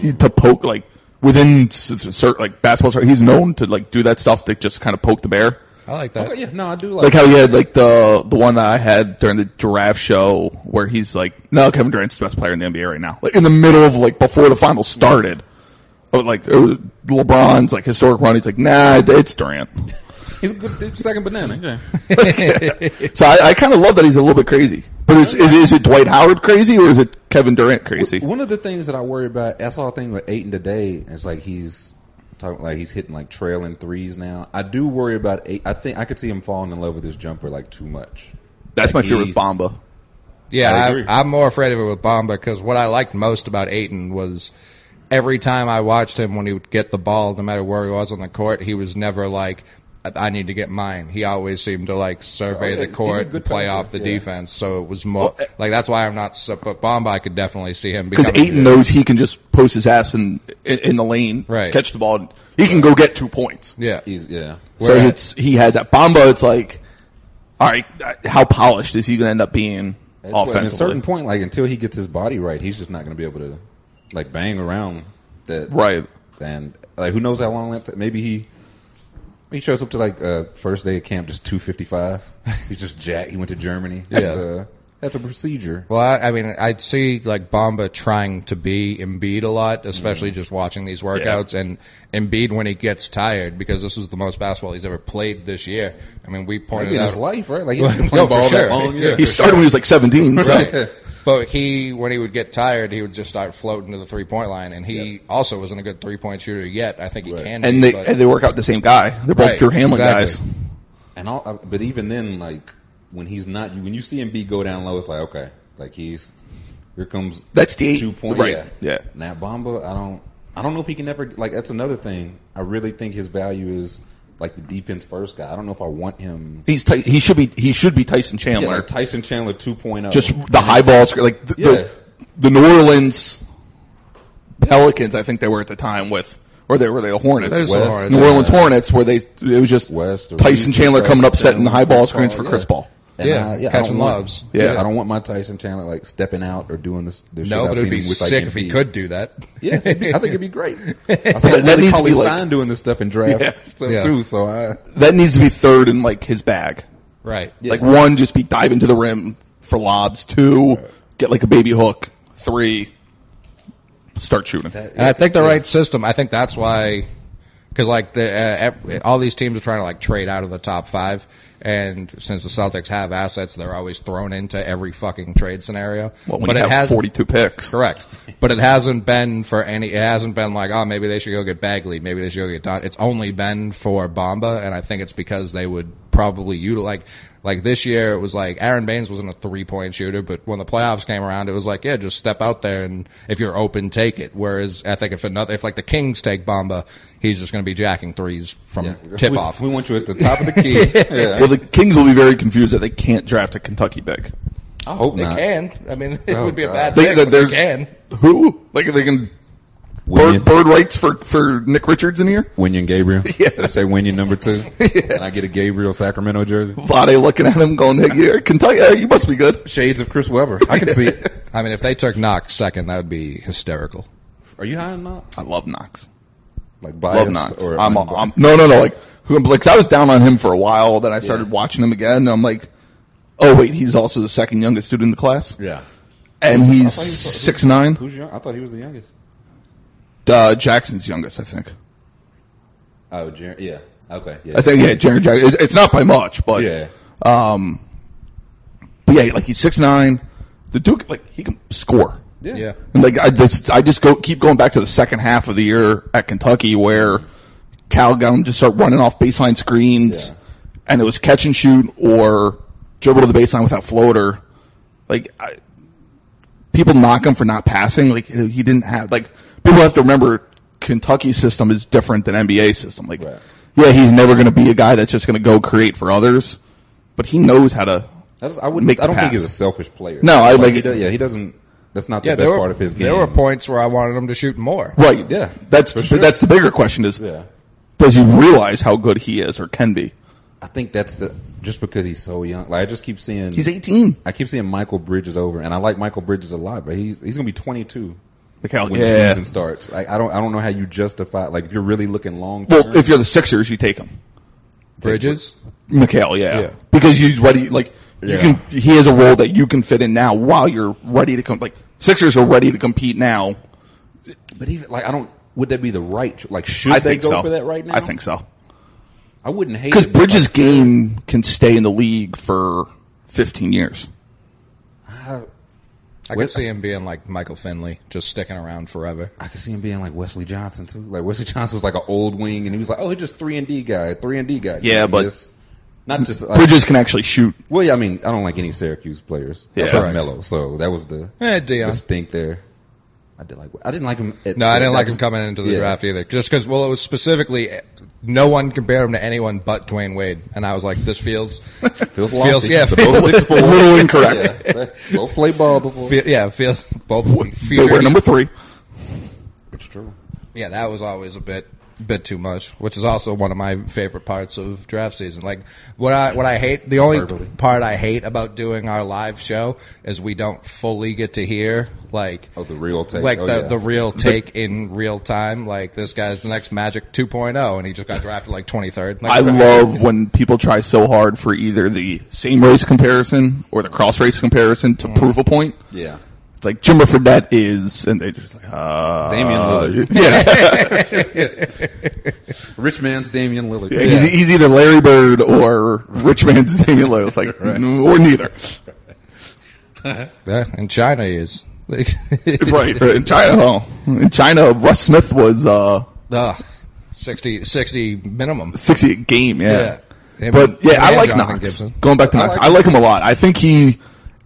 Speaker 4: to poke like within certain like basketball. cir- He's known to like do that stuff to just kind of poke the bear.
Speaker 2: I like
Speaker 3: Oh,
Speaker 2: that.
Speaker 3: yeah, no, I do like.
Speaker 4: Like how he had like the the one that I had during the giraffe show where he's like, "No, Kevin Durant's the best player in the NBA right now." Like in the middle of like before the finals started. Oh, like uh, LeBron's like historic run. He's like, nah, it's Durant.
Speaker 3: He's a good dude, second banana. Yeah.
Speaker 4: So I, I kind of love that he's a little bit crazy. But it's, is, is it Dwight Howard crazy or is it Kevin Durant crazy?
Speaker 3: One of the things that I worry about, I saw a thing with Aiton today. and It's like he's talking like he's hitting like trailing threes now. I do worry about. Aiton. I think I could see him falling in love with his jumper like too much.
Speaker 4: That's my fear with
Speaker 3: He's-
Speaker 4: Bomba.
Speaker 3: I
Speaker 2: Yeah,
Speaker 3: agree.
Speaker 2: I I, am more afraid of it with Bomba because what I liked most about Aiton was every time I watched him when he would get the ball, no matter where he was on the court, he was never like, I I need to get mine. He always seemed to like survey
Speaker 3: Oh, yeah,
Speaker 2: the
Speaker 3: he's a
Speaker 2: court,
Speaker 3: good
Speaker 2: and play
Speaker 3: passer,
Speaker 2: off the
Speaker 3: yeah.
Speaker 2: defense. So it was more like that's why I'm not. So, but Bomba, I could definitely see him
Speaker 4: Because
Speaker 2: becoming-
Speaker 4: Aiton knows he can just post his ass in, in, in the lane,
Speaker 2: Right.
Speaker 4: catch the ball, and he can go get two points.
Speaker 2: Yeah,
Speaker 3: He's yeah.
Speaker 4: So
Speaker 2: Whereas-
Speaker 4: it's he has that Bamba. It's like, all right, uh, how polished is he going to end up being
Speaker 3: Well, At a
Speaker 4: offensively?
Speaker 3: certain point, like until he gets his body right, he's just not going to be able to like bang around that.
Speaker 4: right?
Speaker 3: And like, who knows how long that? Maybe he he shows up to like uh, first day of camp just two fifty five. He's just jack. He went to Germany.
Speaker 2: Yeah.
Speaker 3: And, uh, that's a procedure.
Speaker 2: Well, I, I mean, I'd see like Bamba trying to be Embiid a lot, especially
Speaker 3: Mm-hmm.
Speaker 2: just watching these workouts and Embiid when he gets tired because this is the most basketball he's ever played this year. I mean, we pointed
Speaker 3: Maybe in
Speaker 2: out
Speaker 3: his life, right? Like he's been
Speaker 2: No,
Speaker 3: playing
Speaker 2: for
Speaker 3: ball
Speaker 2: sure.
Speaker 3: that long.
Speaker 2: Yeah.
Speaker 3: Yeah.
Speaker 4: He started when he was like seventeen. So.
Speaker 2: Right. But he, when he would get tired, he would just start floating to the three point line, and he also wasn't a good three point shooter yet. I think he can,
Speaker 4: And
Speaker 2: be,
Speaker 4: they
Speaker 2: but-
Speaker 4: and they work out the same guy. They're both
Speaker 2: Right,
Speaker 4: Drew Hamlin
Speaker 2: exactly.
Speaker 4: guys.
Speaker 3: And all, uh, but even then, like when he's not, when you see him be go down low, it's like okay, like he's here comes
Speaker 4: That's the eight.
Speaker 3: two point,
Speaker 4: Right.
Speaker 3: yeah,
Speaker 4: Yeah.
Speaker 3: Now Bamba, I don't, I don't know if he can ever like. That's another thing. I really think his value is like the defense first guy. I don't know if I want him.
Speaker 4: He's Ty- he should be he should be Tyson
Speaker 3: Yeah,
Speaker 4: Chandler.
Speaker 3: like Tyson Chandler oh. 2.0.
Speaker 4: just the high ball screen, like the,
Speaker 3: Yeah.
Speaker 4: the, the New Orleans Pelicans. I think they were at the time with, or they were they the Hornets,
Speaker 2: Those
Speaker 3: were the Hornets,
Speaker 4: New
Speaker 3: yeah.
Speaker 4: Orleans Hornets, where they it was just
Speaker 3: West,
Speaker 4: Tyson
Speaker 3: Reeves,
Speaker 4: Chandler
Speaker 3: Tyson
Speaker 4: coming up, setting
Speaker 3: Chandler,
Speaker 4: the high ball
Speaker 3: Chris
Speaker 4: screens
Speaker 3: Paul,
Speaker 4: for
Speaker 3: yeah.
Speaker 4: Chris Paul.
Speaker 3: And
Speaker 2: Yeah,
Speaker 3: I- I
Speaker 2: catching
Speaker 3: don't want-
Speaker 2: lobs.
Speaker 4: Yeah.
Speaker 3: I don't want my Tyson Chandler like stepping out or doing this. this shit
Speaker 2: no,
Speaker 3: I've
Speaker 2: but it'd
Speaker 3: seen
Speaker 2: be
Speaker 3: him with, like,
Speaker 2: sick if he
Speaker 3: Embiid.
Speaker 2: could do that.
Speaker 3: Yeah, it'd be- I think it'd be great. I saw
Speaker 4: that
Speaker 3: Willie
Speaker 4: needs to be
Speaker 3: Cauley
Speaker 4: like-
Speaker 3: Stein doing this stuff in draft
Speaker 4: Yeah.
Speaker 3: stuff
Speaker 2: Yeah.
Speaker 3: too. So I
Speaker 4: That needs to be third in like his bag.
Speaker 2: right.
Speaker 4: Like one, just be diving to the rim for lobs. Two, get like a baby hook. Three, start shooting.
Speaker 2: And I think the right system. I think that's why, because like the uh, ev- all these teams are trying to like trade out of the top five, and since the Celtics have assets, they're always thrown into every fucking trade scenario.
Speaker 4: well, when you have forty-two picks.
Speaker 2: correct, but it hasn't been for any. It hasn't been like oh maybe they should go get Bagley, maybe they should go get Don. It's only been for Bomba, and I think it's because they would probably utilize like. Like this year, it was like Aaron Baines wasn't a three point shooter, but when the playoffs came around, it was like, yeah, just step out there and if you're open, take it. Whereas I think if another, if like the Kings take Bomba, he's just going to be jacking threes from tip
Speaker 3: we,
Speaker 2: off.
Speaker 3: We want you at the top of the key. yeah.
Speaker 4: Well, the Kings will be very confused that they can't draft a Kentucky pick.
Speaker 3: I hope
Speaker 2: they
Speaker 3: not.
Speaker 2: can. I mean, it
Speaker 3: Oh,
Speaker 2: would be a
Speaker 3: God.
Speaker 2: bad
Speaker 4: They-
Speaker 2: thing.
Speaker 4: they're-
Speaker 2: but They,
Speaker 4: they're-
Speaker 2: can.
Speaker 4: Who? Like, are they going
Speaker 3: Winion,
Speaker 4: bird, bird rights for, for Nick Richards in here?
Speaker 3: Winion Gabriel. Yeah. They say Winion number two. And I get a Gabriel Sacramento jersey.
Speaker 4: Vlade looking at him going, hey, you're Kentucky, uh, you must be good.
Speaker 3: Shades of Chris Webber. I can see it.
Speaker 2: I mean, if they took Knox second, that would be hysterical.
Speaker 3: Are you high on Knox?
Speaker 4: I love Knox.
Speaker 3: Like
Speaker 4: Love
Speaker 3: biased
Speaker 4: Knox.
Speaker 3: or
Speaker 4: I'm, I'm, no, no, no. Like, who, like, 'cause I was down on him for a while, then I started
Speaker 3: Yeah.
Speaker 4: watching him again, and I'm like, oh, wait, he's also the second youngest student in the class.
Speaker 3: yeah.
Speaker 4: And he's
Speaker 3: thought he was-
Speaker 4: six nine.
Speaker 3: Who's young? I thought he was the youngest.
Speaker 4: Uh, Jackson's youngest, I think.
Speaker 3: Oh, Jer- yeah. Okay. Yeah.
Speaker 4: I think, yeah, Jaron Jackson. It, it's not by much, but.
Speaker 3: yeah.
Speaker 4: Um, but yeah, like he's six nine. The Duke, like he can score.
Speaker 3: Yeah.
Speaker 2: Yeah.
Speaker 4: And like I just, I just go keep going back to the second half of the year at Kentucky where Cal got him to start running off baseline screens, and it was catch and shoot or dribble to the baseline without floater, like I, people knock him for not passing. Like he didn't have like people have to remember Kentucky system is different than NBA system. Like
Speaker 3: Right.
Speaker 4: yeah, he's never going to be a guy that's just going to go create for others, but he knows how to.
Speaker 3: I, just, I wouldn't.
Speaker 4: Make the
Speaker 3: I don't think
Speaker 4: pass.
Speaker 3: he's a selfish player.
Speaker 4: No, I like-
Speaker 3: he does, yeah, he doesn't. That's not the
Speaker 2: Yeah,
Speaker 3: best
Speaker 2: there were,
Speaker 3: part of his game.
Speaker 2: there were points where I wanted him to shoot more.
Speaker 4: Right.
Speaker 3: Yeah,
Speaker 4: That's
Speaker 3: for
Speaker 4: but
Speaker 3: sure.
Speaker 4: that's the bigger question is
Speaker 3: yeah,
Speaker 4: does he realize how good he is or can be?
Speaker 3: I think that's the just because he's so young. Like I just keep seeing
Speaker 4: He's 18.
Speaker 3: I keep seeing Michael Bridges over, and I like Michael Bridges a lot, but he's he's gonna be 22
Speaker 4: Like how,
Speaker 3: when the season starts. Like I don't I don't know how you justify like if you're really looking long.
Speaker 4: Well, if you're the Sixers, you take him.
Speaker 2: Bridges,
Speaker 4: Mikhail, yeah.
Speaker 2: Yeah.
Speaker 4: Because he's ready, like, you
Speaker 3: Yeah.
Speaker 4: can, he has a role that you can fit in now while you're ready to come, like, Sixers are ready to compete now.
Speaker 3: but even like I don't would that be the right cho- like should
Speaker 4: I
Speaker 3: they
Speaker 4: think
Speaker 3: go
Speaker 4: so.
Speaker 3: for that right now?
Speaker 4: I think so.
Speaker 3: I wouldn't hate
Speaker 4: Because
Speaker 3: it, but,
Speaker 4: Bridges' game can stay in the league for 15 years.
Speaker 2: I could see him being like Michael Finley, just sticking around forever.
Speaker 3: I could see him being like Wesley Johnson too. Like Wesley Johnson was like an old wing, and he was like, oh, he's just three and D guy, three and D guy.
Speaker 4: Yeah,
Speaker 3: Like,
Speaker 4: but-
Speaker 3: just- not just like,
Speaker 4: Bridges can actually shoot.
Speaker 3: Well, yeah, I mean, I don't like any Syracuse players.
Speaker 4: Yeah.
Speaker 3: except
Speaker 2: Correct.
Speaker 3: Melo. So that was the
Speaker 2: Eh, Deion.
Speaker 3: the stink there. I did like. I didn't like him. At
Speaker 2: No, I didn't like him
Speaker 3: Syracuse.
Speaker 2: coming into the
Speaker 3: Yeah.
Speaker 2: draft either. Just because, well, it was specifically eh, no one compared him to anyone but Dwayne Wade, and I was like, this feels,
Speaker 3: Feels lofty.
Speaker 2: feels, yeah,
Speaker 3: But
Speaker 2: feels,
Speaker 3: both Oh, six
Speaker 4: A
Speaker 3: four.
Speaker 4: little incorrect.
Speaker 3: Yeah, both play ball before.
Speaker 2: fe- yeah, feels both
Speaker 4: They were
Speaker 2: future.
Speaker 4: number three.
Speaker 3: It's true.
Speaker 2: yeah, that was always a bit, bit too much, which is also one of my favorite parts of draft season. Like what I, what I hate, the only
Speaker 3: Verbally.
Speaker 2: part I hate about doing our live show is we don't fully get to hear like
Speaker 3: Oh, the real take.
Speaker 2: like
Speaker 3: Oh,
Speaker 2: the,
Speaker 3: yeah.
Speaker 2: the real take in real time. Like this guy's the next Magic 2.0, and he just got drafted like 23rd. Like,
Speaker 4: I love when people try so hard for either the same race comparison or the cross race comparison to prove a point.
Speaker 3: Yeah.
Speaker 4: It's like Jimbo Fredette is, and they just like, uh,
Speaker 3: Damian Lillard.
Speaker 4: yeah,
Speaker 3: Rich man's Damian Lillard.
Speaker 4: Yeah, He's, he's either Larry Bird or rich man's Damian Lillard. It's like, mm, or neither.
Speaker 2: Yeah, and China is. Like,
Speaker 4: Right. In China, oh, in China, Russ Smith was, uh,
Speaker 2: Ugh, 60, 60 minimum.
Speaker 4: 60 a game. Yeah.
Speaker 2: Yeah.
Speaker 4: But yeah, I
Speaker 2: And
Speaker 4: like
Speaker 2: Jonathan
Speaker 4: Knox.
Speaker 2: Gibson.
Speaker 4: Going back to Knox, I like him a lot. I think he,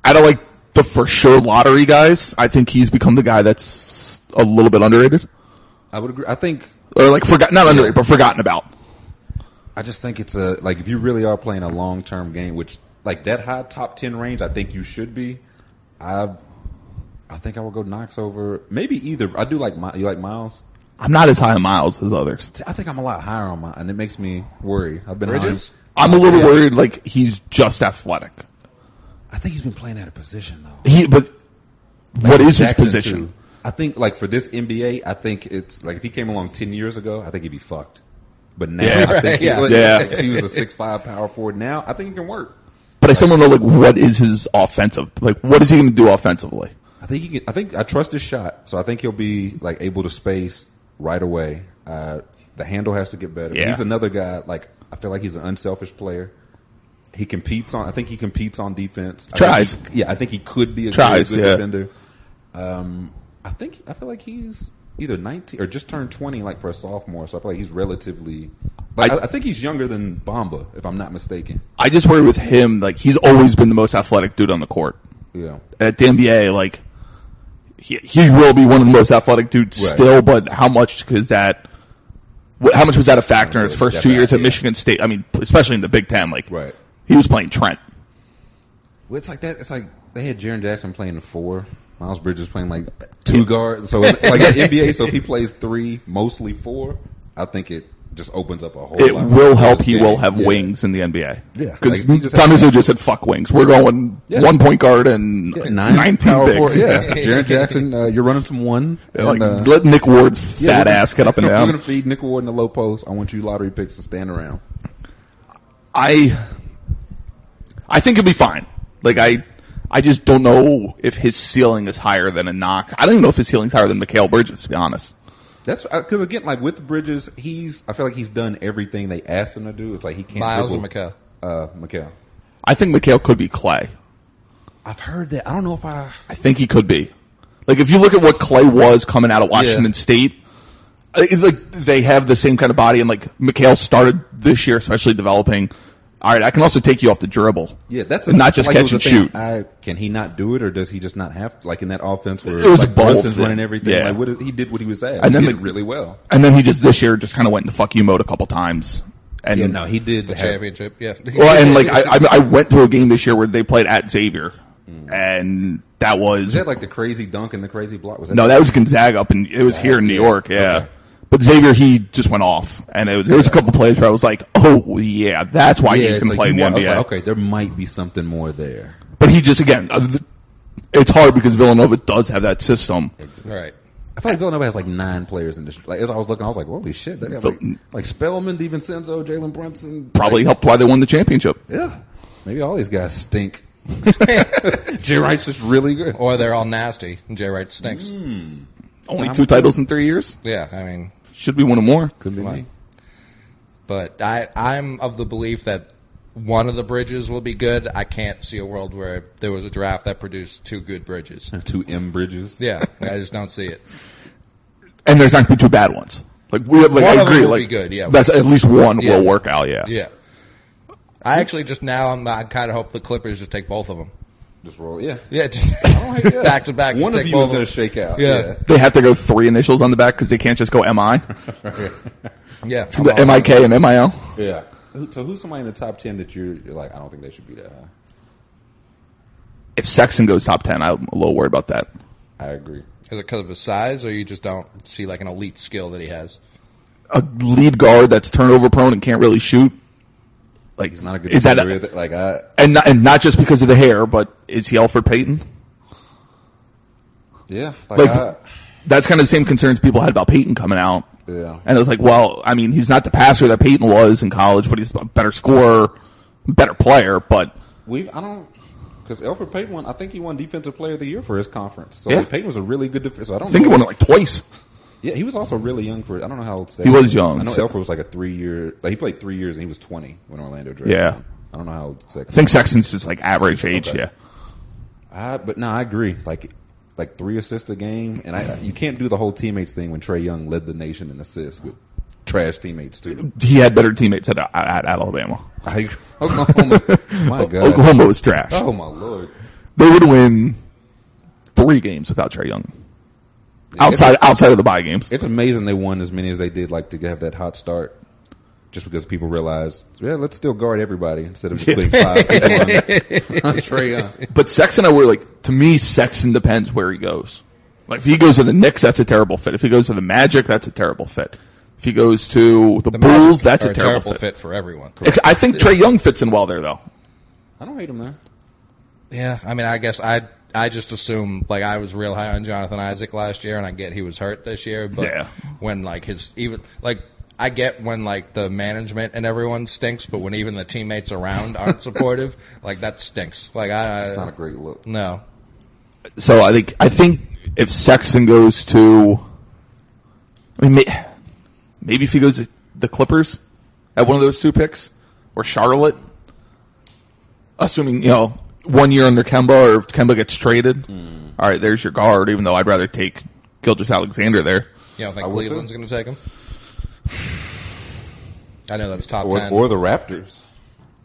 Speaker 4: out of like the for sure lottery guys, I think he's become the guy that's a little bit underrated
Speaker 3: I would agree. I think.
Speaker 4: or like forgotten, not underrated, but forgotten about.
Speaker 3: I just think it's a like if you really are playing a long term game, which like that high top ten range, I think you should be. I. I think I will go Knox over maybe either. I do like my, you like Miles.
Speaker 4: I'm not as high on Miles as others.
Speaker 3: See, I think I'm a lot higher on my, and it makes me worry. I've been
Speaker 2: Bridges?
Speaker 4: I'm a little worried, like he's just athletic.
Speaker 3: I think he's been playing at a position though.
Speaker 4: He, but what is his
Speaker 3: Jackson,
Speaker 4: position?
Speaker 3: too. I think like for this NBA, I think it's like if he came along ten years ago, I think he'd be fucked. But now,
Speaker 4: Yeah.
Speaker 3: I think he,
Speaker 2: Yeah.
Speaker 3: like,
Speaker 4: Yeah.
Speaker 3: if he was a six five power forward. Now, I think he can work.
Speaker 4: But I still want to know, like, what is his offensive? Like, what is he going to do offensively?
Speaker 3: I think he can. I think I trust his shot, so I think he'll be like able to space right away. Uh, the handle has to get better.
Speaker 4: Yeah.
Speaker 3: He's another guy. Like I feel like he's an unselfish player. He competes on. I think he competes on defense. I
Speaker 4: Tries.
Speaker 3: think he- yeah, I think he could be a
Speaker 4: Tries,
Speaker 3: good,
Speaker 4: yeah.
Speaker 3: defender. Um, I think I feel like he's either nineteen or just turned twenty, like for a sophomore. So I feel like he's relatively. But
Speaker 4: I-
Speaker 3: I, I think he's younger than Bamba, if I'm not mistaken.
Speaker 4: I just worry with him. Like, he's always been the most athletic dude on the court.
Speaker 3: Yeah.
Speaker 4: At the NBA, like, he, he will be one of the most athletic dudes
Speaker 3: Right.
Speaker 4: still. But how much is that? wh- How much was that a factor in his
Speaker 3: Really
Speaker 4: first
Speaker 3: step
Speaker 4: two
Speaker 3: back,
Speaker 4: years at
Speaker 3: yeah.
Speaker 4: Michigan State? I mean, especially in the Big Ten, like,
Speaker 3: Right.
Speaker 4: he was playing Trent.
Speaker 3: Well, it's like that. It's like they had Jaron Jackson playing the four. Miles Bridges playing like two guards. So it's like at NBA, so if he plays three, mostly four, I think it just opens up a whole.
Speaker 4: It
Speaker 3: lot
Speaker 4: will
Speaker 3: of
Speaker 4: help. He
Speaker 3: game.
Speaker 4: will have
Speaker 3: Yeah.
Speaker 4: wings in the NBA.
Speaker 3: Yeah.
Speaker 4: because
Speaker 3: Like, he just
Speaker 4: Tommy
Speaker 3: has-
Speaker 4: Zoo just said "fuck wings." We're going
Speaker 3: Yeah.
Speaker 4: one point guard and
Speaker 3: Yeah,
Speaker 4: nine,
Speaker 3: Nine,
Speaker 4: nineteen
Speaker 3: power
Speaker 4: bigs.
Speaker 3: forward. Yeah, Jaron Jackson, uh, you're running some one.
Speaker 4: Yeah, Like,
Speaker 3: and, uh,
Speaker 4: let Nick Ward's
Speaker 3: yeah,
Speaker 4: fat
Speaker 3: we're gonna-
Speaker 4: ass get up and
Speaker 3: We're gonna
Speaker 4: down.
Speaker 3: feed Nick Ward in the low post. I want you lottery picks to stand around.
Speaker 4: I, I think it'll be fine. Like I, I just don't know if his ceiling is higher than a knock. I don't even know if his ceiling's higher than Mikhail Bridges. To be honest,
Speaker 3: That's because again, like with Bridges, he's I feel like he's done everything they asked him to do. It's like he can't.
Speaker 2: Miles or
Speaker 3: dribble.
Speaker 2: Mikal.
Speaker 3: Uh, Mikal.
Speaker 4: I think Mikhail could be Clay.
Speaker 3: I've heard that. I don't know if I.
Speaker 4: I think he could be. Like if you look at what Clay was coming out of Washington State, uh, it's like they have the same kind of body, and like Mikhail started this year, especially developing. All right, I can also take you off the dribble.
Speaker 3: Yeah, that's
Speaker 4: And not just
Speaker 3: it
Speaker 4: catch
Speaker 3: was a
Speaker 4: and
Speaker 3: thing. I, can he not do it, or does he just not have like in that offense where
Speaker 4: It was
Speaker 3: like,
Speaker 4: a ball
Speaker 3: Brunson's
Speaker 4: thing.
Speaker 3: running everything?
Speaker 4: Yeah.
Speaker 3: Like, what, he did what he was asked.
Speaker 4: And
Speaker 3: And
Speaker 4: then
Speaker 3: he did
Speaker 4: the-
Speaker 3: it really well.
Speaker 4: And then he just this year just kind of went into fuck you mode a couple times. And
Speaker 3: Yeah, no, he did.
Speaker 2: The
Speaker 3: have-
Speaker 2: championship, yeah.
Speaker 4: well, and like I, I, I went to a game this year where they played at Xavier, and that was
Speaker 3: Is that like the crazy dunk and the crazy block? Was that
Speaker 4: no, that was Gonzaga up, and it was here in New York. Yeah. But Xavier, he just went off, and it, there was a couple plays where I was like, "Oh yeah, that's why
Speaker 3: Yeah,
Speaker 4: he's
Speaker 3: it's like
Speaker 4: going to play
Speaker 3: you
Speaker 4: in the
Speaker 3: want- I
Speaker 4: NBA."
Speaker 3: was like, okay, there might be something more there.
Speaker 4: But he just again, uh, th- it's hard because Villanova does have that system.
Speaker 2: right.
Speaker 3: I feel like Villanova has like nine players in this. Like as I was looking, I was like, "Holy shit!" They have like, like Spellman, DiVincenzo, Jalen Brunson.
Speaker 4: Probably helped why they won the championship.
Speaker 3: Yeah, maybe all these guys stink. Jay Wright's just really good.
Speaker 2: Or they're all nasty. and Jay Wright stinks.
Speaker 4: Mm. Only two titles in three years.
Speaker 2: Yeah, I mean,
Speaker 4: Should be winning more.
Speaker 3: Could be me.
Speaker 2: but I I'm of the belief that one of the bridges will be good. I can't see a world where there was a draft that produced two good bridges.
Speaker 3: Two M Bridges.
Speaker 2: Yeah, I just don't see it.
Speaker 4: And there's not going to be two bad ones. Like we, like
Speaker 2: One
Speaker 4: I
Speaker 2: of them
Speaker 4: agree.
Speaker 2: will be
Speaker 4: like
Speaker 2: good, yeah.
Speaker 4: that's at least one
Speaker 2: Yeah.
Speaker 4: will work out. Yeah.
Speaker 2: Yeah. I actually just now I'm I kind of hope the Clippers just take both of them.
Speaker 3: Just roll. Yeah.
Speaker 2: Yeah, just
Speaker 4: Oh
Speaker 3: yeah.
Speaker 2: back to back.
Speaker 3: One
Speaker 2: just
Speaker 3: of
Speaker 2: take
Speaker 3: you
Speaker 2: both
Speaker 3: is going
Speaker 2: them.
Speaker 3: to shake out.
Speaker 2: Yeah.
Speaker 4: They have to go three initials on the back because they can't just go MI,
Speaker 2: Yeah, I'm
Speaker 3: Uh-huh.
Speaker 2: all-
Speaker 4: The MIK and MIL.
Speaker 3: Yeah. Who- So who's somebody in the top ten that you're, you're like? I don't think they should be uh, that high.
Speaker 4: If Sexton goes top ten, I'm a little worried about that.
Speaker 3: I agree.
Speaker 2: Is it because of his size, or you just don't see like an elite skill that he has?
Speaker 4: A lead guard that's turnover prone and can't really shoot. Like
Speaker 3: He's not a good.
Speaker 4: Is that
Speaker 3: shooter either. like I?
Speaker 4: and not, and not just because of the hair, but is he Alfred Payton?
Speaker 3: Yeah. Like,
Speaker 4: Like
Speaker 3: I,
Speaker 4: that's kind of the same concerns people had about Payton coming out.
Speaker 3: yeah.
Speaker 4: And it was like, well, I mean, he's not the passer that Peyton was in college, but he's a better scorer, better player. But
Speaker 3: We've I don't because Alfred Payton won. I think he won Defensive Player of the Year for his conference. So
Speaker 4: Yeah.
Speaker 3: like, Payton was a really good defense. So I don't
Speaker 4: I think he
Speaker 3: know.
Speaker 4: won it like twice.
Speaker 3: yeah, he was also really young for. I don't know how old Sexton
Speaker 4: He was young.
Speaker 3: I know
Speaker 4: So-
Speaker 3: Alfred was like a three year. Like he played three years and he was twenty when Orlando drafted
Speaker 4: Yeah.
Speaker 3: him. I don't know how old
Speaker 4: I
Speaker 3: Sexton.
Speaker 4: think Sexton's just like average age.
Speaker 3: Okay.
Speaker 4: Yeah.
Speaker 3: I, but no, I agree. Like like three assists a game, and I you can't do the whole teammates thing when Trey Young led the nation in assists with trash teammates too.
Speaker 4: He had better teammates at, at, at Alabama.
Speaker 3: I agree. Oklahoma, my god,
Speaker 4: Uh, Oklahoma was trash.
Speaker 3: oh my lord.
Speaker 4: They would win three games without Trey Young. Outside, outside of the bye games.
Speaker 3: It's amazing they won as many as they did, like to have that hot start. Just because people realized, yeah, let's still guard everybody instead of just putting five people on, on Trae Young.
Speaker 4: But Sexton, I worry, like, to me, Sexton depends where he goes. Like, if he goes to the Knicks, that's a terrible fit. If he goes to the Magic, that's a terrible fit. If he goes to the,
Speaker 2: Magic
Speaker 4: Bulls, that's
Speaker 2: are
Speaker 4: a terrible, fit.
Speaker 2: for everyone.
Speaker 4: Ex- I think Trey Young fits in well there, though.
Speaker 3: I don't hate him there.
Speaker 2: Yeah, I mean, I guess I I just assume like I was real high on Jonathan Isaac last year, and I get he was hurt this year, but
Speaker 4: Yeah.
Speaker 2: when like his even like. I get when like the management and everyone stinks, but when even the teammates around aren't supportive, like that stinks. Like I,
Speaker 3: It's not a great look.
Speaker 2: no,
Speaker 4: So I think I think if Sexton goes to, I mean, may, maybe if he goes to the Clippers at one of those two picks or Charlotte, assuming you know one year under Kemba or if Kemba gets traded, all right, there's your guard. Even though I'd rather take Gilgis Alexander there.
Speaker 2: you don't think
Speaker 3: would
Speaker 2: Cleveland's going to take him? I know that was top
Speaker 3: Or,
Speaker 2: ten.
Speaker 3: or the Raptors.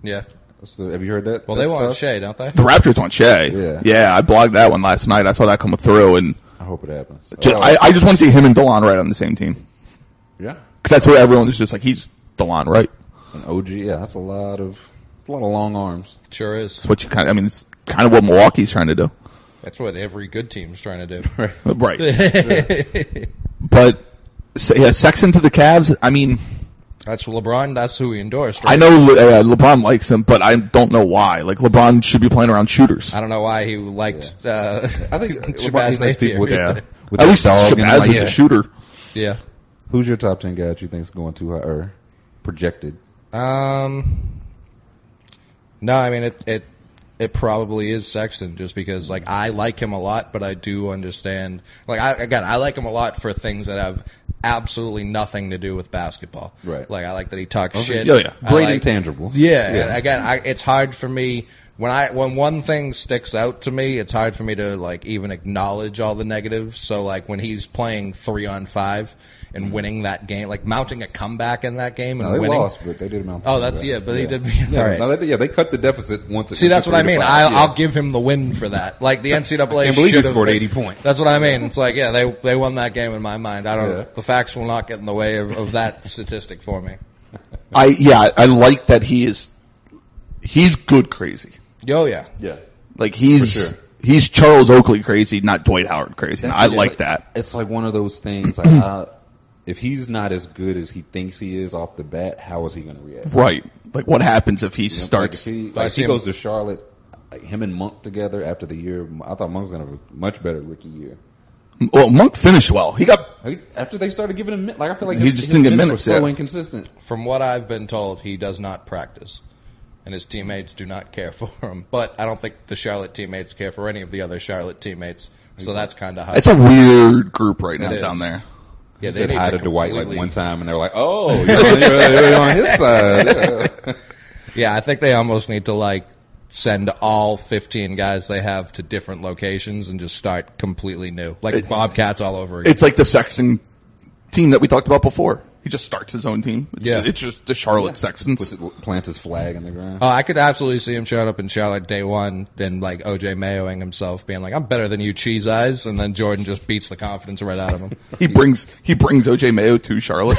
Speaker 2: yeah,
Speaker 3: That's the- have you heard that?
Speaker 2: well,
Speaker 3: that
Speaker 2: they want
Speaker 3: stuff?
Speaker 2: Shea, don't they?
Speaker 4: The Raptors on Shea.
Speaker 3: Yeah.
Speaker 4: I blogged that one last night. I saw that coming through, and
Speaker 3: I hope it happens.
Speaker 4: ju-
Speaker 3: Oh,
Speaker 4: I, I just want to see him and Delon right on the same team.
Speaker 3: yeah,
Speaker 4: Because that's where everyone is just like, he's Delon, right?
Speaker 3: an OG. Yeah, that's a lot of that's a lot of long arms.
Speaker 2: Sure is.
Speaker 4: It's what you kind of, I mean, it's kind of what Milwaukee's trying to do.
Speaker 2: That's what every good team's trying to do.
Speaker 4: Right. but, so, yeah, Sexton to the Cavs, I mean,
Speaker 2: That's LeBron. That's who he endorsed.
Speaker 4: I
Speaker 2: Right?
Speaker 4: know Le- uh, LeBron likes him, but I don't know why. Like, LeBron should be playing around shooters.
Speaker 2: I, don't know why he liked. Uh,
Speaker 3: I think
Speaker 2: Shabazz
Speaker 3: Shabazz likes people with
Speaker 2: Napier.
Speaker 4: Yeah.
Speaker 3: their- with
Speaker 4: At
Speaker 3: their
Speaker 4: least
Speaker 3: dog and
Speaker 4: Shabazz
Speaker 3: like-
Speaker 4: was
Speaker 2: yeah.
Speaker 4: a shooter.
Speaker 2: yeah.
Speaker 3: Who's your top ten guy that you think is going too high or projected?
Speaker 2: Um. No, I mean it. It it probably is Sexton just because like I like him a lot, but I do understand. Like I again, I like him a lot for things that have absolutely nothing to do with basketball.
Speaker 3: Right.
Speaker 2: Like I like that he talks shit.
Speaker 4: yeah, yeah.
Speaker 2: I
Speaker 3: Great
Speaker 2: like-
Speaker 3: intangible.
Speaker 2: Yeah, and again, I, it's hard for me when I when one thing sticks out to me, it's hard for me to like even acknowledge all the negatives. So like when he's playing three on five and winning that game, like mounting a comeback in that game and
Speaker 3: No, they
Speaker 2: winning.
Speaker 3: lost, but they did amount.
Speaker 2: Oh, that's yeah, but he did beat-
Speaker 3: Yeah,
Speaker 2: all right.
Speaker 3: no, they, yeah, they cut the deficit once. it
Speaker 2: See,
Speaker 3: went
Speaker 2: that's
Speaker 3: to
Speaker 2: what I
Speaker 3: three to
Speaker 2: mean.
Speaker 3: five,
Speaker 2: I'll,
Speaker 3: yeah.
Speaker 2: I'll give him the win for that. Like the NCAA
Speaker 3: I can't believe you
Speaker 2: should've-
Speaker 3: scored 80 points.
Speaker 2: That's what I mean. It's like yeah, they they won that game in my mind. I don't.
Speaker 3: Yeah.
Speaker 2: The facts will not get in the way of, of that statistic for me.
Speaker 4: I yeah, I- I like that he is. He's good crazy.
Speaker 2: Oh yeah,
Speaker 3: yeah.
Speaker 4: Like he's
Speaker 3: For sure.
Speaker 4: he's Charles Oakley crazy, not Dwight Howard crazy. And I
Speaker 3: It's
Speaker 4: like that.
Speaker 3: It's like one of those things. Like, uh, if he's not as good as he thinks he is off the bat, how is he going to react?
Speaker 4: Right. Like what happens if he starts?
Speaker 3: Like if he, like,
Speaker 2: I
Speaker 3: if he
Speaker 2: see him-
Speaker 3: goes to Charlotte, like him and Monk together after the year. I thought Monk was going to have a much better rookie year.
Speaker 4: well, Monk finished well. He got
Speaker 3: Like, After they started giving him, min- like I feel like
Speaker 4: He
Speaker 3: his-
Speaker 4: just
Speaker 3: his
Speaker 4: didn't get
Speaker 3: minutes
Speaker 4: minutes,
Speaker 3: were so
Speaker 4: yeah.
Speaker 3: inconsistent.
Speaker 2: from what I've been told, he does not practice, and his teammates do not care for him. But I don't think the Charlotte teammates care for any of the other Charlotte teammates.
Speaker 3: Mm-hmm.
Speaker 2: So that's kind of hot.
Speaker 4: It's a weird group right now
Speaker 2: It is.
Speaker 4: down there.
Speaker 2: yeah, they
Speaker 3: They said
Speaker 2: need
Speaker 3: hi to
Speaker 2: to
Speaker 3: Dwight like
Speaker 2: completely-
Speaker 3: one time, and they were like, "Oh, you're on, you're- you're on his side." Yeah.
Speaker 2: Yeah, I think they almost need to like send all 15 guys they have to different locations and just start completely new, like Bobcats all over again.
Speaker 4: It's like the Sexton team that we talked about before. He just starts his own team. It's,
Speaker 2: Yeah.
Speaker 4: it's just the Charlotte
Speaker 3: Puts
Speaker 4: Sextons.
Speaker 3: it- Plants his flag in the ground.
Speaker 2: Oh, I could absolutely see him showing up in Charlotte day one and like OJ Mayoing himself, being like, "I'm better than you, cheese eyes," and then Jordan just beats the confidence right out of him.
Speaker 4: He brings he brings OJ Mayo to Charlotte.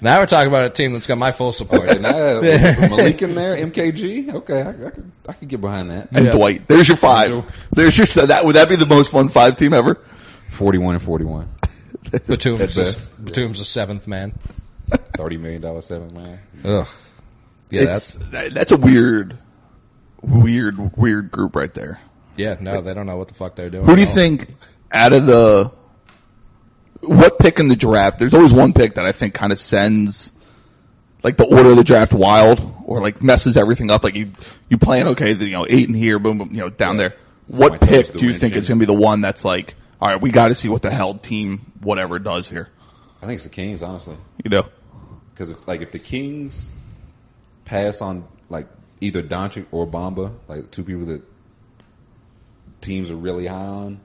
Speaker 2: now we're talking about a team that's got my full support.
Speaker 3: And I- with Malik in there, MKG. Okay, I, I could I could get behind that.
Speaker 4: and Dwight. There's your five. There's your that would that be the most fun five team ever?
Speaker 3: Forty-one and forty-one.
Speaker 2: Batum's,
Speaker 3: At
Speaker 2: is,
Speaker 3: best.
Speaker 2: Batum's the seventh man.
Speaker 3: Thirty million dollar seven man.
Speaker 2: Ugh. Yeah,
Speaker 4: It's
Speaker 2: that's,
Speaker 4: that, that's a weird, weird, weird group right there.
Speaker 2: yeah. No, they don't know what the fuck they're doing.
Speaker 4: Who do you
Speaker 2: at all.
Speaker 4: think out of the what pick in the draft? There's always one pick that I think kind of sends like the order of the draft wild or like messes everything up. Like you you plan okay, you know eight in here, boom, boom you know down there.
Speaker 3: my
Speaker 4: What
Speaker 3: toes
Speaker 4: pick
Speaker 3: to
Speaker 4: do you
Speaker 3: win,
Speaker 4: think is
Speaker 3: Jimmy.
Speaker 4: going to be the one that's like, all right, we got to see what the hell team whatever does here?
Speaker 3: I think it's the Kings, honestly,
Speaker 4: You know,
Speaker 3: because if like if the Kings pass on like either Doncic or Bamba, like two people that teams are really high on.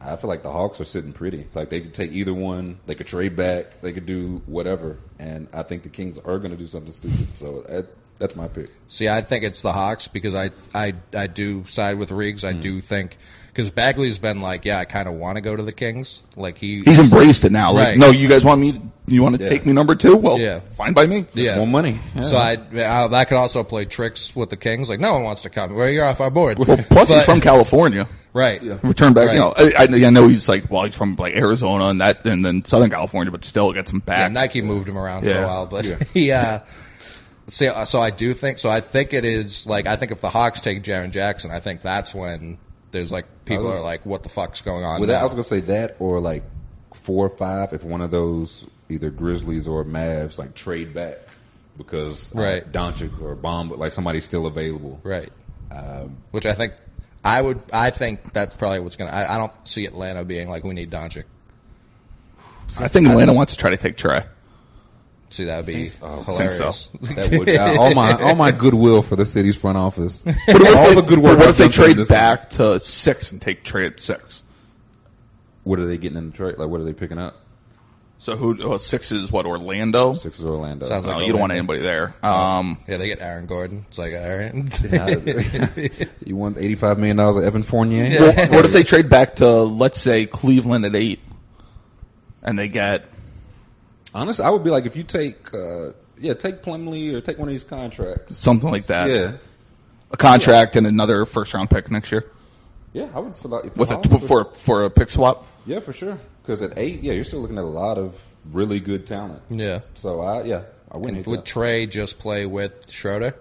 Speaker 3: I feel like the Hawks are sitting pretty. Like they could take either one. They could trade back. They could do whatever. And I think the Kings are going to do something stupid. So that, that's my pick.
Speaker 2: See, I think it's the Hawks because I I I do side with Riggs. I do think because Bagley's been like, yeah, I kind of want to go to the Kings. Like he,
Speaker 4: he's embraced it now. Like,
Speaker 2: Right.
Speaker 4: no, you guys want me? You want to
Speaker 3: Yeah.
Speaker 4: take me number two? Well,
Speaker 2: Yeah.
Speaker 4: fine by me.
Speaker 2: yeah.
Speaker 3: More money.
Speaker 2: So I, I that could also play tricks with the Kings. Like no one wants to come. Well, you're off our board.
Speaker 4: Well, plus he's
Speaker 2: But-
Speaker 4: from California.
Speaker 2: right.
Speaker 4: Return back,
Speaker 2: Right.
Speaker 4: you know. I, I, I know he's like, well, he's from like Arizona and that, and then Southern California, but still gets him
Speaker 2: Yeah,
Speaker 4: back.
Speaker 2: Nike moved him around for
Speaker 4: Yeah.
Speaker 2: a while, but he. Uh, see, uh, so I do think so. I think it is like I think if the Hawks take Jaron Jackson, I think that's when there's like people
Speaker 3: was-
Speaker 2: are like, what the fuck's going on?
Speaker 3: Well, that, I
Speaker 2: now?
Speaker 3: was gonna say that or like four or five. If one of those either Grizzlies or Mavs like trade back because uh,
Speaker 2: Right.
Speaker 3: Doncic or Bomb, like somebody's still available.
Speaker 2: Right.
Speaker 3: Um,
Speaker 2: Which I think I would. I think that's probably what's going to. I I don't see Atlanta being like we need Doncic.
Speaker 4: I think Atlanta wants to try to take Trey.
Speaker 2: See, that would be
Speaker 3: Oh, so.
Speaker 2: hilarious.
Speaker 3: That would uh, all my all my goodwill for the city's front office. What
Speaker 4: if
Speaker 3: all
Speaker 4: they,
Speaker 3: the good work.
Speaker 4: but what if
Speaker 3: I've
Speaker 4: they
Speaker 3: done for
Speaker 4: trade
Speaker 3: this-
Speaker 4: back to six and take Trey at six?
Speaker 3: What are they getting in the trade? Like, what are they picking up?
Speaker 4: So who? Oh, six is what Orlando.
Speaker 3: Sixers, or Orlando.
Speaker 2: Sounds
Speaker 4: No,
Speaker 2: like
Speaker 4: you don't want
Speaker 2: Orlando.
Speaker 4: anybody there. Um,
Speaker 2: Yeah, they get Aaron Gordon. It's like all right.
Speaker 3: you want eighty five million dollars of Evan Fournier?
Speaker 4: well, what if they trade back to let's say Cleveland at eight, and they get
Speaker 3: Honestly, I would be like, if you take uh, yeah, take Plumlee or take one of these contracts.
Speaker 4: something like that,
Speaker 3: Yeah,
Speaker 4: a contract and another first round pick next year
Speaker 3: yeah, I would feel like if
Speaker 4: with a
Speaker 3: I was-
Speaker 4: for for a pick swap?
Speaker 3: Yeah, for sure. Because at eight, yeah, you're still looking at a lot of really good talent.
Speaker 2: yeah.
Speaker 3: So I, yeah, I wouldn't.
Speaker 2: Would
Speaker 3: Hate that.
Speaker 2: Trey just play with Schroeder?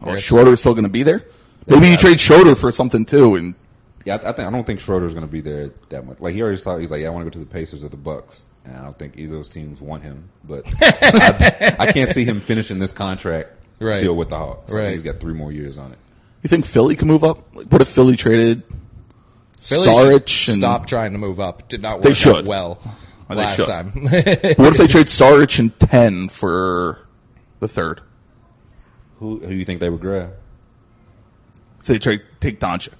Speaker 4: Or Schroeder's still going to be there. Maybe you trade Schroeder for something too, and
Speaker 3: Yeah, I, I think I don't think Schroeder's going to be there that much. Like he already thought he's like, yeah, I want to go to the Pacers or the Bucks, and I don't think either of those teams want him. But I, I can't see him finishing this contract
Speaker 2: Right.
Speaker 3: still with the Hawks. I think
Speaker 2: Right.
Speaker 3: he's got three more years on it.
Speaker 4: you think Philly can move up? Like, what if Philly traded
Speaker 2: Philly
Speaker 4: Saric?
Speaker 2: should
Speaker 4: And,
Speaker 2: stop trying to move up. Did not work
Speaker 4: They
Speaker 2: out
Speaker 4: should.
Speaker 2: well
Speaker 4: They
Speaker 2: last
Speaker 4: should.
Speaker 2: time.
Speaker 4: What if they trade Saric and ten for the third?
Speaker 3: Who who you think they would grab?
Speaker 4: If they try, take Doncic.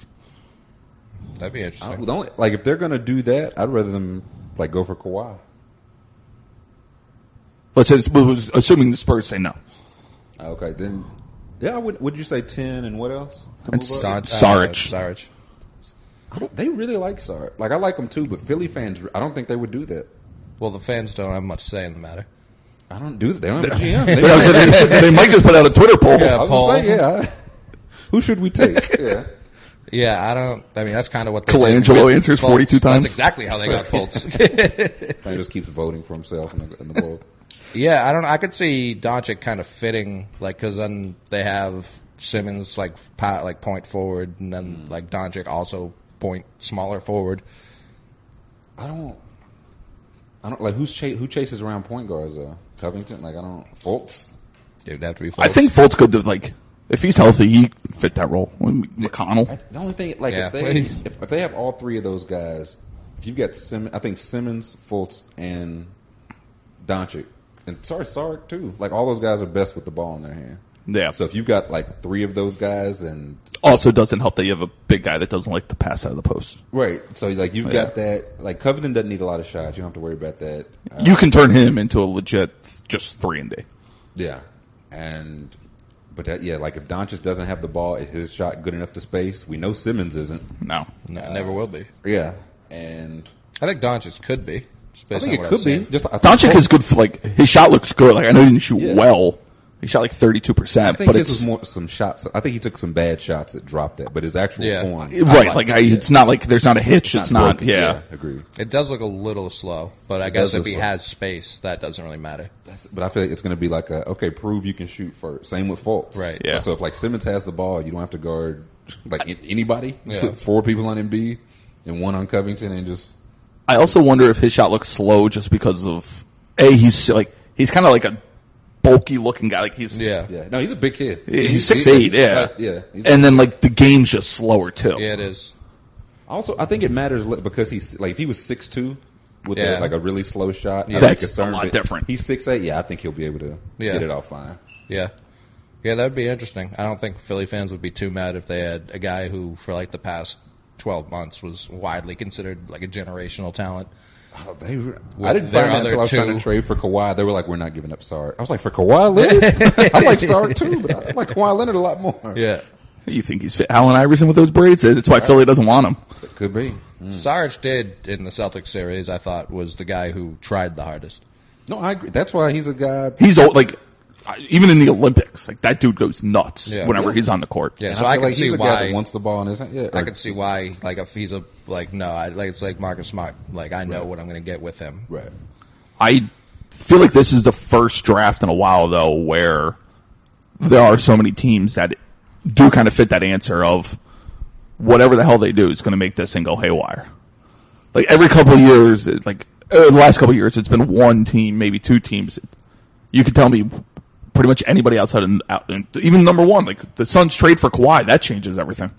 Speaker 2: That'd be
Speaker 3: I
Speaker 2: interesting.
Speaker 3: would only- like if they're gonna do that, I'd rather them like go for Kawhi.
Speaker 4: Let's say, assuming the Spurs say no.
Speaker 3: Okay, then yeah, I would. Would you say ten and what else? to
Speaker 4: It's
Speaker 3: move up?
Speaker 2: Sarge.
Speaker 4: Sarge.
Speaker 2: Sarge.
Speaker 3: I don't- They really like Sarge. Like I like him too, but Philly fans, I don't think they would do that.
Speaker 2: Well, the fans don't have much say in the matter.
Speaker 3: I don't do that. They don't have a GM. They,
Speaker 4: Yeah, I said, they, they might just put out a Twitter poll.
Speaker 2: Yeah.
Speaker 3: I was
Speaker 2: Paul.
Speaker 3: gonna say, yeah. Who should we take? yeah.
Speaker 2: Yeah, I don't. I mean, that's kind of what they
Speaker 4: Colangelo
Speaker 2: did with
Speaker 4: answers
Speaker 2: Fultz.
Speaker 4: 42 times.
Speaker 2: That's exactly how they got Fultz.
Speaker 3: He just keeps voting for himself in the, in the bowl.
Speaker 2: Yeah, I don't. I could see Doncic kind of fitting, like, because then they have Simmons like pot, like point forward, and then
Speaker 3: Hmm.
Speaker 2: like Doncic also point smaller forward.
Speaker 3: I don't. I don't like who's cha- who chases around point guards though. Covington, like I don't. Fultz.
Speaker 2: It would have to be. Fultz.
Speaker 4: I think Fultz could, do, like, if he's healthy, he could fit that role. McConnell.
Speaker 3: The only thing, like
Speaker 2: Yeah.
Speaker 3: if they if, if they have all three of those guys, if you've got Sim, I think Simmons, Fultz, and Doncic, and sorry, Sark too. Like all those guys are best with the ball in their hand.
Speaker 4: Yeah.
Speaker 3: So if you've got like three of those guys, and
Speaker 4: Also doesn't help that you have a big guy that doesn't like to pass out of the post.
Speaker 3: right, Oh, so like you've
Speaker 4: Yeah.
Speaker 3: got that. Like Covington doesn't need a lot of shots. You don't have to worry about that. Uh,
Speaker 4: You can turn him into a legit just three and D.
Speaker 3: yeah, and. But that, yeah, like if Doncic doesn't have the ball, is his shot good enough to space? We know Simmons isn't.
Speaker 4: No.
Speaker 2: no, it never will be.
Speaker 3: Yeah, and
Speaker 2: I think Doncic could be. just
Speaker 3: I
Speaker 2: based
Speaker 3: think
Speaker 2: on what
Speaker 3: it could
Speaker 2: I've
Speaker 3: be.
Speaker 2: seen.
Speaker 3: Just I think
Speaker 4: Doncic
Speaker 3: Fultz-
Speaker 4: is good for like his shot looks good. Like I know he didn't shoot
Speaker 3: Yeah.
Speaker 4: well. He shot like thirty two
Speaker 3: I
Speaker 4: percent,
Speaker 3: think
Speaker 4: but
Speaker 3: this
Speaker 4: it's
Speaker 3: is more some shots. I think he took some bad shots that dropped that, but his actual
Speaker 2: Yeah.
Speaker 3: form, I
Speaker 4: right. Like I, it's not like there's not a hitch. It's not.
Speaker 3: broken.
Speaker 4: yeah.
Speaker 3: agree.
Speaker 2: It does look a little slow, but I
Speaker 3: does
Speaker 2: guess if
Speaker 3: look
Speaker 2: he
Speaker 3: slow.
Speaker 2: has space, that doesn't really matter.
Speaker 3: That's, but I feel like it's going to be like a okay, prove you can shoot first. Same with Fultz,
Speaker 2: Right.
Speaker 4: Yeah.
Speaker 3: So if like Simmons has the ball, you don't have to guard like an- anybody.
Speaker 2: Yeah.
Speaker 3: Four people on MB and one on Covington, and just
Speaker 4: I also wonder if his shot looks slow just because of a he's like he's kind of like a bulky looking guy. Like he's
Speaker 2: Yeah, yeah,
Speaker 3: yeah. No, he's a big kid.
Speaker 4: he's six eight. Yeah.
Speaker 3: yeah. He's-
Speaker 4: and then like the game's just slower too.
Speaker 2: it is.
Speaker 3: also, I think it matters li- because he's like if he was six two. With a-
Speaker 2: Yeah.
Speaker 3: like a really slow shot, I
Speaker 4: That's
Speaker 3: think it's turned,
Speaker 4: a lot
Speaker 3: but
Speaker 4: different.
Speaker 3: He's six eight. Yeah, I think he'll be able to
Speaker 2: Yeah.
Speaker 3: get it off fine.
Speaker 2: Yeah. Yeah, that would be interesting. I don't think Philly fans would be too mad if they had a guy who, for like the past 12 months, was widely considered like a generational talent.
Speaker 3: Oh, they were,
Speaker 2: With
Speaker 3: I didn't
Speaker 2: their
Speaker 3: find out
Speaker 2: other
Speaker 3: until I was trying
Speaker 2: two.
Speaker 3: to trade for Kawhi. They were like, "We're not giving up Sark." I was like, "For Kawhi Leonard, I like Sark too, but I like Kawhi Leonard a lot more."
Speaker 2: Yeah.
Speaker 4: You think he's fit? Allen Iverson with those braids? That's why Philly doesn't want him.
Speaker 3: it could be.
Speaker 2: Mm. Sarge did in the Celtics series, I thought, was the guy who tried the hardest.
Speaker 3: No, I agree. That's why he's a guy.
Speaker 4: He's old. Like I- even in the Olympics, like that dude goes nuts
Speaker 2: Yeah.
Speaker 4: whenever he's on the court.
Speaker 2: Yeah,
Speaker 3: and
Speaker 2: so
Speaker 3: feel
Speaker 2: I, can
Speaker 3: like
Speaker 2: see
Speaker 3: he's a guy
Speaker 2: why.
Speaker 3: that wants the ball in his hand. Yeah,
Speaker 2: I
Speaker 3: or-
Speaker 2: can see why, like, if he's a, like, no, I, like, it's like Marcus Smart. Like, I know what I'm going to get with him.
Speaker 3: right.
Speaker 4: I feel like this is the first draft in a while, though, where there are so many teams that do kind of fit that answer of whatever the hell they do is going to make this thing go haywire. Like every couple of years, it- like uh, the last couple of years, it's been one team, maybe two teams. You could tell me pretty much anybody outside of out, and even number one, like the Suns trade for Kawhi, that changes everything.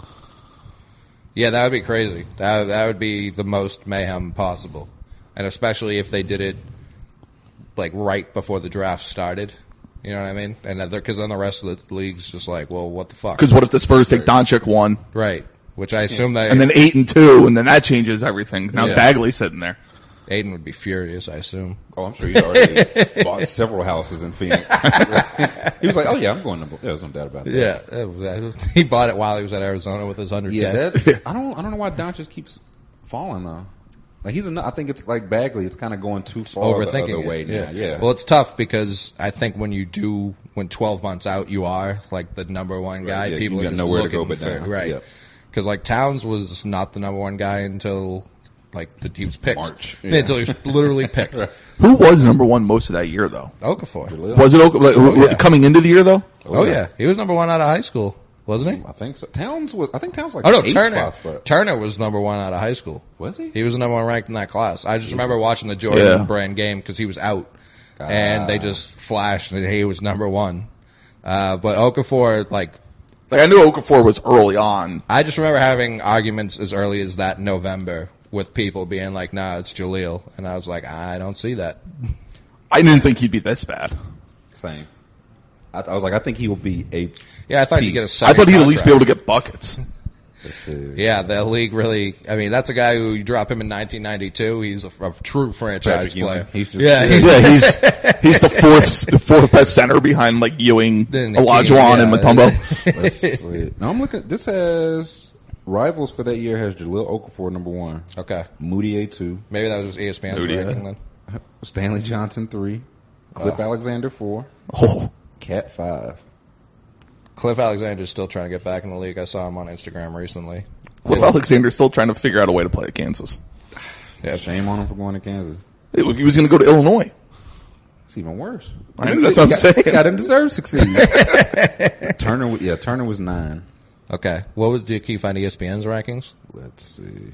Speaker 2: Yeah, that would be crazy. That that would be the most mayhem possible, and especially if they did it like right before the draft started. You know what I mean? And because then the rest of the league's just like, well, what the fuck?
Speaker 4: Because what if the Spurs take Doncic one
Speaker 2: Right. Which I assume they
Speaker 4: and then eight and two, and then that changes everything? Now
Speaker 2: Yeah.
Speaker 4: Bagley's sitting there.
Speaker 2: Aiden would be furious. I assume.
Speaker 3: Oh, I'm sure he's already bought several houses in Phoenix. he was like, "Oh yeah, I'm going to." Bo-" There's no doubt about that.
Speaker 2: Yeah, that was- that- he bought it while he was at Arizona with his hundred.
Speaker 3: Yeah,
Speaker 2: K.
Speaker 3: that's, I don't. I don't know why Doncic keeps falling though. Like he's. Another, I think it's like Bagley. It's kind of going too far
Speaker 2: overthinking
Speaker 3: the
Speaker 2: it.
Speaker 3: other way now. Yeah.
Speaker 2: Well, it's tough because I think when you do, when 12 months out, you are like the number one guy.
Speaker 3: yeah,
Speaker 2: people
Speaker 3: you
Speaker 2: are
Speaker 3: got
Speaker 2: just
Speaker 3: nowhere to
Speaker 2: looking
Speaker 3: go but
Speaker 2: for,
Speaker 3: down.
Speaker 2: right?
Speaker 3: Yep.
Speaker 2: Because like Towns was not the number one guy until like the, he was picked.
Speaker 3: March.
Speaker 2: Until he was literally picked. Oh,
Speaker 4: Who was number one most of that year, though?
Speaker 2: Okafor.
Speaker 4: Was it Oka- like, who- coming into the year though?
Speaker 2: Oh yeah, he was number one out of high school, wasn't he?
Speaker 3: I think so. Towns was. I think Towns like.
Speaker 2: Oh no,
Speaker 3: eighth
Speaker 2: Turner.
Speaker 3: prospect.
Speaker 2: Turner was number one out of high school.
Speaker 3: Was he?
Speaker 2: He was the number one ranked in that class. I just remember watching the Jordan
Speaker 4: Yeah.
Speaker 2: brand game because he was out,
Speaker 3: Ah.
Speaker 2: and they just flashed and he was number one. Uh, but Okafor, like,
Speaker 4: Like I knew Okafor was early on.
Speaker 2: I just remember having arguments as early as that November with people being like, "Nah, it's Jaleel," and I was like, "I don't see that."
Speaker 4: I didn't think he'd be this bad.
Speaker 3: Same. I, I was like, I think he will be a.
Speaker 2: Yeah, I thought you
Speaker 3: piece.
Speaker 2: get a
Speaker 4: I
Speaker 2: second
Speaker 4: thought he'd at least
Speaker 2: contract.
Speaker 4: be able to get buckets.
Speaker 3: Let's see.
Speaker 2: Yeah, the league really. I mean, that's a guy who you drop him in 1992. He's a, a true franchise
Speaker 3: Patrick Ewing.
Speaker 2: player.
Speaker 3: He's just-
Speaker 2: yeah, he's
Speaker 4: yeah, he's he's the fourth fourth best center behind like Ewing,
Speaker 2: Then
Speaker 4: Olajuwon,
Speaker 2: Akeem,
Speaker 4: and
Speaker 2: yeah.
Speaker 4: Matumbo.
Speaker 3: Let's see. Now I'm looking. This has rivals for that year has Jaleel Okafor number one,
Speaker 2: okay.
Speaker 3: Moody a two,
Speaker 2: Maybe that was just E ESPN's
Speaker 4: Moody,
Speaker 2: ranking
Speaker 4: yeah.
Speaker 2: then.
Speaker 3: Stanley Johnson three, Cliff Alexander four,
Speaker 4: oh,
Speaker 3: Cat five.
Speaker 2: Cliff Alexander's still trying to get back in the league. I saw him on Instagram recently.
Speaker 4: Cliff Alexander's still trying to figure out a way to play at Kansas.
Speaker 2: Yeah,
Speaker 3: Shame on him for going to Kansas.
Speaker 4: He was going to go to Illinois.
Speaker 3: It's even worse.
Speaker 4: I know, that's what I'm
Speaker 3: He
Speaker 4: saying.
Speaker 3: got him deserve to succeed. Turner, wa- yeah, Turner was nine.
Speaker 2: Okay. What was, did you E find ESPN's rankings?
Speaker 3: Let's see.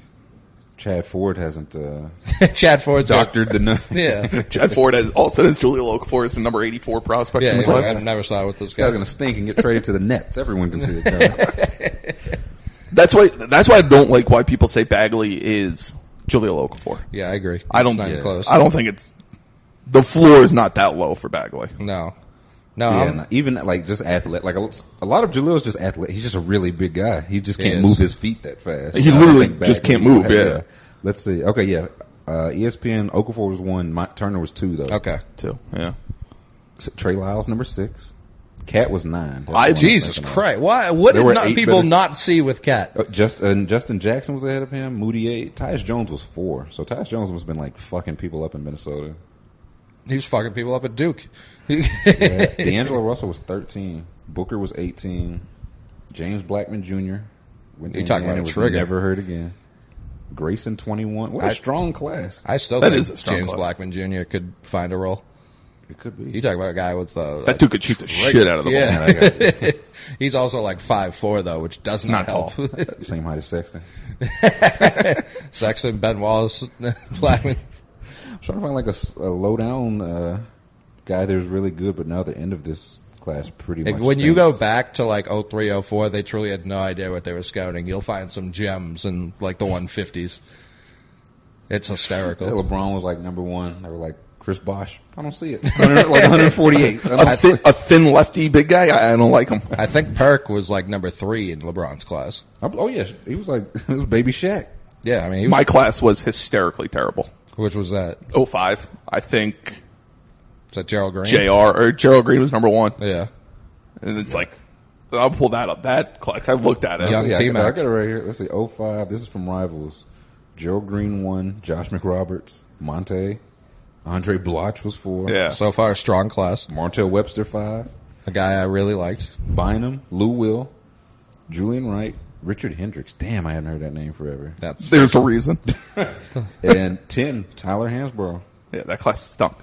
Speaker 3: Chad Ford hasn't uh,
Speaker 2: Chad Ford's got-
Speaker 3: doctored the number.
Speaker 2: Yeah. yeah.
Speaker 4: Chad Ford has also has Julio Okafor as the number 84 prospect in the
Speaker 2: he's like,
Speaker 4: class.
Speaker 2: I never saw what this
Speaker 3: This
Speaker 2: guy.
Speaker 3: guy's gonna stink and get traded to the Nets. Everyone can see it.
Speaker 4: That's why. That's why I don't like why people say Bagley is Julio Okafor.
Speaker 2: Yeah, I agree.
Speaker 4: I don't
Speaker 2: It's not
Speaker 4: yeah.
Speaker 2: close.
Speaker 4: I don't think it's the floor is not that low for Bagley.
Speaker 2: No. No.
Speaker 3: Yeah,
Speaker 2: I'm-
Speaker 3: and even like just athletic. Like a, a lot of Jaleel's just athletic. He's just a really big guy. He just
Speaker 2: He
Speaker 3: can't
Speaker 2: is.
Speaker 3: move his feet that fast.
Speaker 4: He
Speaker 3: I don't
Speaker 4: literally
Speaker 3: think
Speaker 4: just
Speaker 3: Bagley
Speaker 4: can't move,
Speaker 3: would have-
Speaker 4: yeah.
Speaker 3: uh, Let's see. Okay. Yeah. Uh, ESPN Okafor was one. Mike Turner was two though.
Speaker 2: okay.
Speaker 4: Too. Yeah.
Speaker 3: S- Trey Lyles number six. Cat was nine. That's
Speaker 4: I-
Speaker 3: the one
Speaker 2: Jesus
Speaker 3: thinking of.
Speaker 2: Christ! Why? What
Speaker 3: There
Speaker 2: did
Speaker 3: were
Speaker 2: not
Speaker 3: eight
Speaker 2: people
Speaker 3: better-
Speaker 2: not see with Cat?
Speaker 3: Oh, Just uh, Justin Jackson was ahead of him. Moody eight. Tyus Jones was four. So Tyus Jones must have been like fucking people up in Minnesota.
Speaker 2: He's fucking people up at Duke.
Speaker 3: Yeah. D'Angelo Russell was thirteen. Booker was eighteen. James Blackman Jr. went to
Speaker 2: You talking
Speaker 3: Indiana,
Speaker 2: about a
Speaker 3: was
Speaker 2: trigger.
Speaker 3: Never heard again. Grayson twenty one. What a strong class.
Speaker 2: I still
Speaker 4: That
Speaker 2: think
Speaker 4: is a strong
Speaker 2: James
Speaker 4: class.
Speaker 2: Blackman Jr. could find a role.
Speaker 3: it could
Speaker 2: You
Speaker 3: be.
Speaker 2: talk about a guy with uh,
Speaker 4: That dude could shoot the shit out of the ball.
Speaker 2: yeah.
Speaker 3: I got
Speaker 2: He's also like five four though, which does not,
Speaker 4: Not tall.
Speaker 2: help.
Speaker 3: you. Same height as Sexton.
Speaker 2: Sexton, Ben Wallace, Blackman.
Speaker 3: I'm trying to find like a, s- a low down uh, guy that's really good, but now the end of this class pretty
Speaker 2: If,
Speaker 3: much.
Speaker 2: when you go
Speaker 3: stinks.
Speaker 2: back to like 03, 04, they truly had no idea what they were scouting. You'll find some gems in like the 150s. It's
Speaker 3: Yeah,
Speaker 2: hysterical.
Speaker 3: LeBron was like number one. They were like Chris Bosh. I don't see it. 100 like 148.
Speaker 4: A thin, a thin lefty big guy. I, I don't like him.
Speaker 2: I think Perk was like number three in LeBron's class.
Speaker 3: I'm- oh yeah, he was like it was baby Shaq.
Speaker 2: Yeah, I mean, he was,
Speaker 4: My class was hysterically terrible.
Speaker 2: which was that? Is
Speaker 4: 05, I think
Speaker 2: that Gerald Green?
Speaker 4: JR or Gerald Green was number one.
Speaker 2: Yeah.
Speaker 4: And it's like, I'll pull that up. That collection, I looked at it.
Speaker 2: Young
Speaker 3: yeah, I, got,
Speaker 2: T-Mac.
Speaker 3: I got it right here. Let's see. 05. This is from Rivals. Gerald Green one. Josh McRoberts. Monte. Andre Bloch was four.
Speaker 4: Yeah.
Speaker 2: So far, strong class.
Speaker 3: Martell Webster five.
Speaker 2: A guy I really liked.
Speaker 3: Bynum. Lou Will. Julian Wright. Richard Hendricks. Damn, I hadn't heard that name forever.
Speaker 2: That's
Speaker 4: There's a reason.
Speaker 3: And ten. Tyler Hansborough.
Speaker 4: Yeah, that class stunk.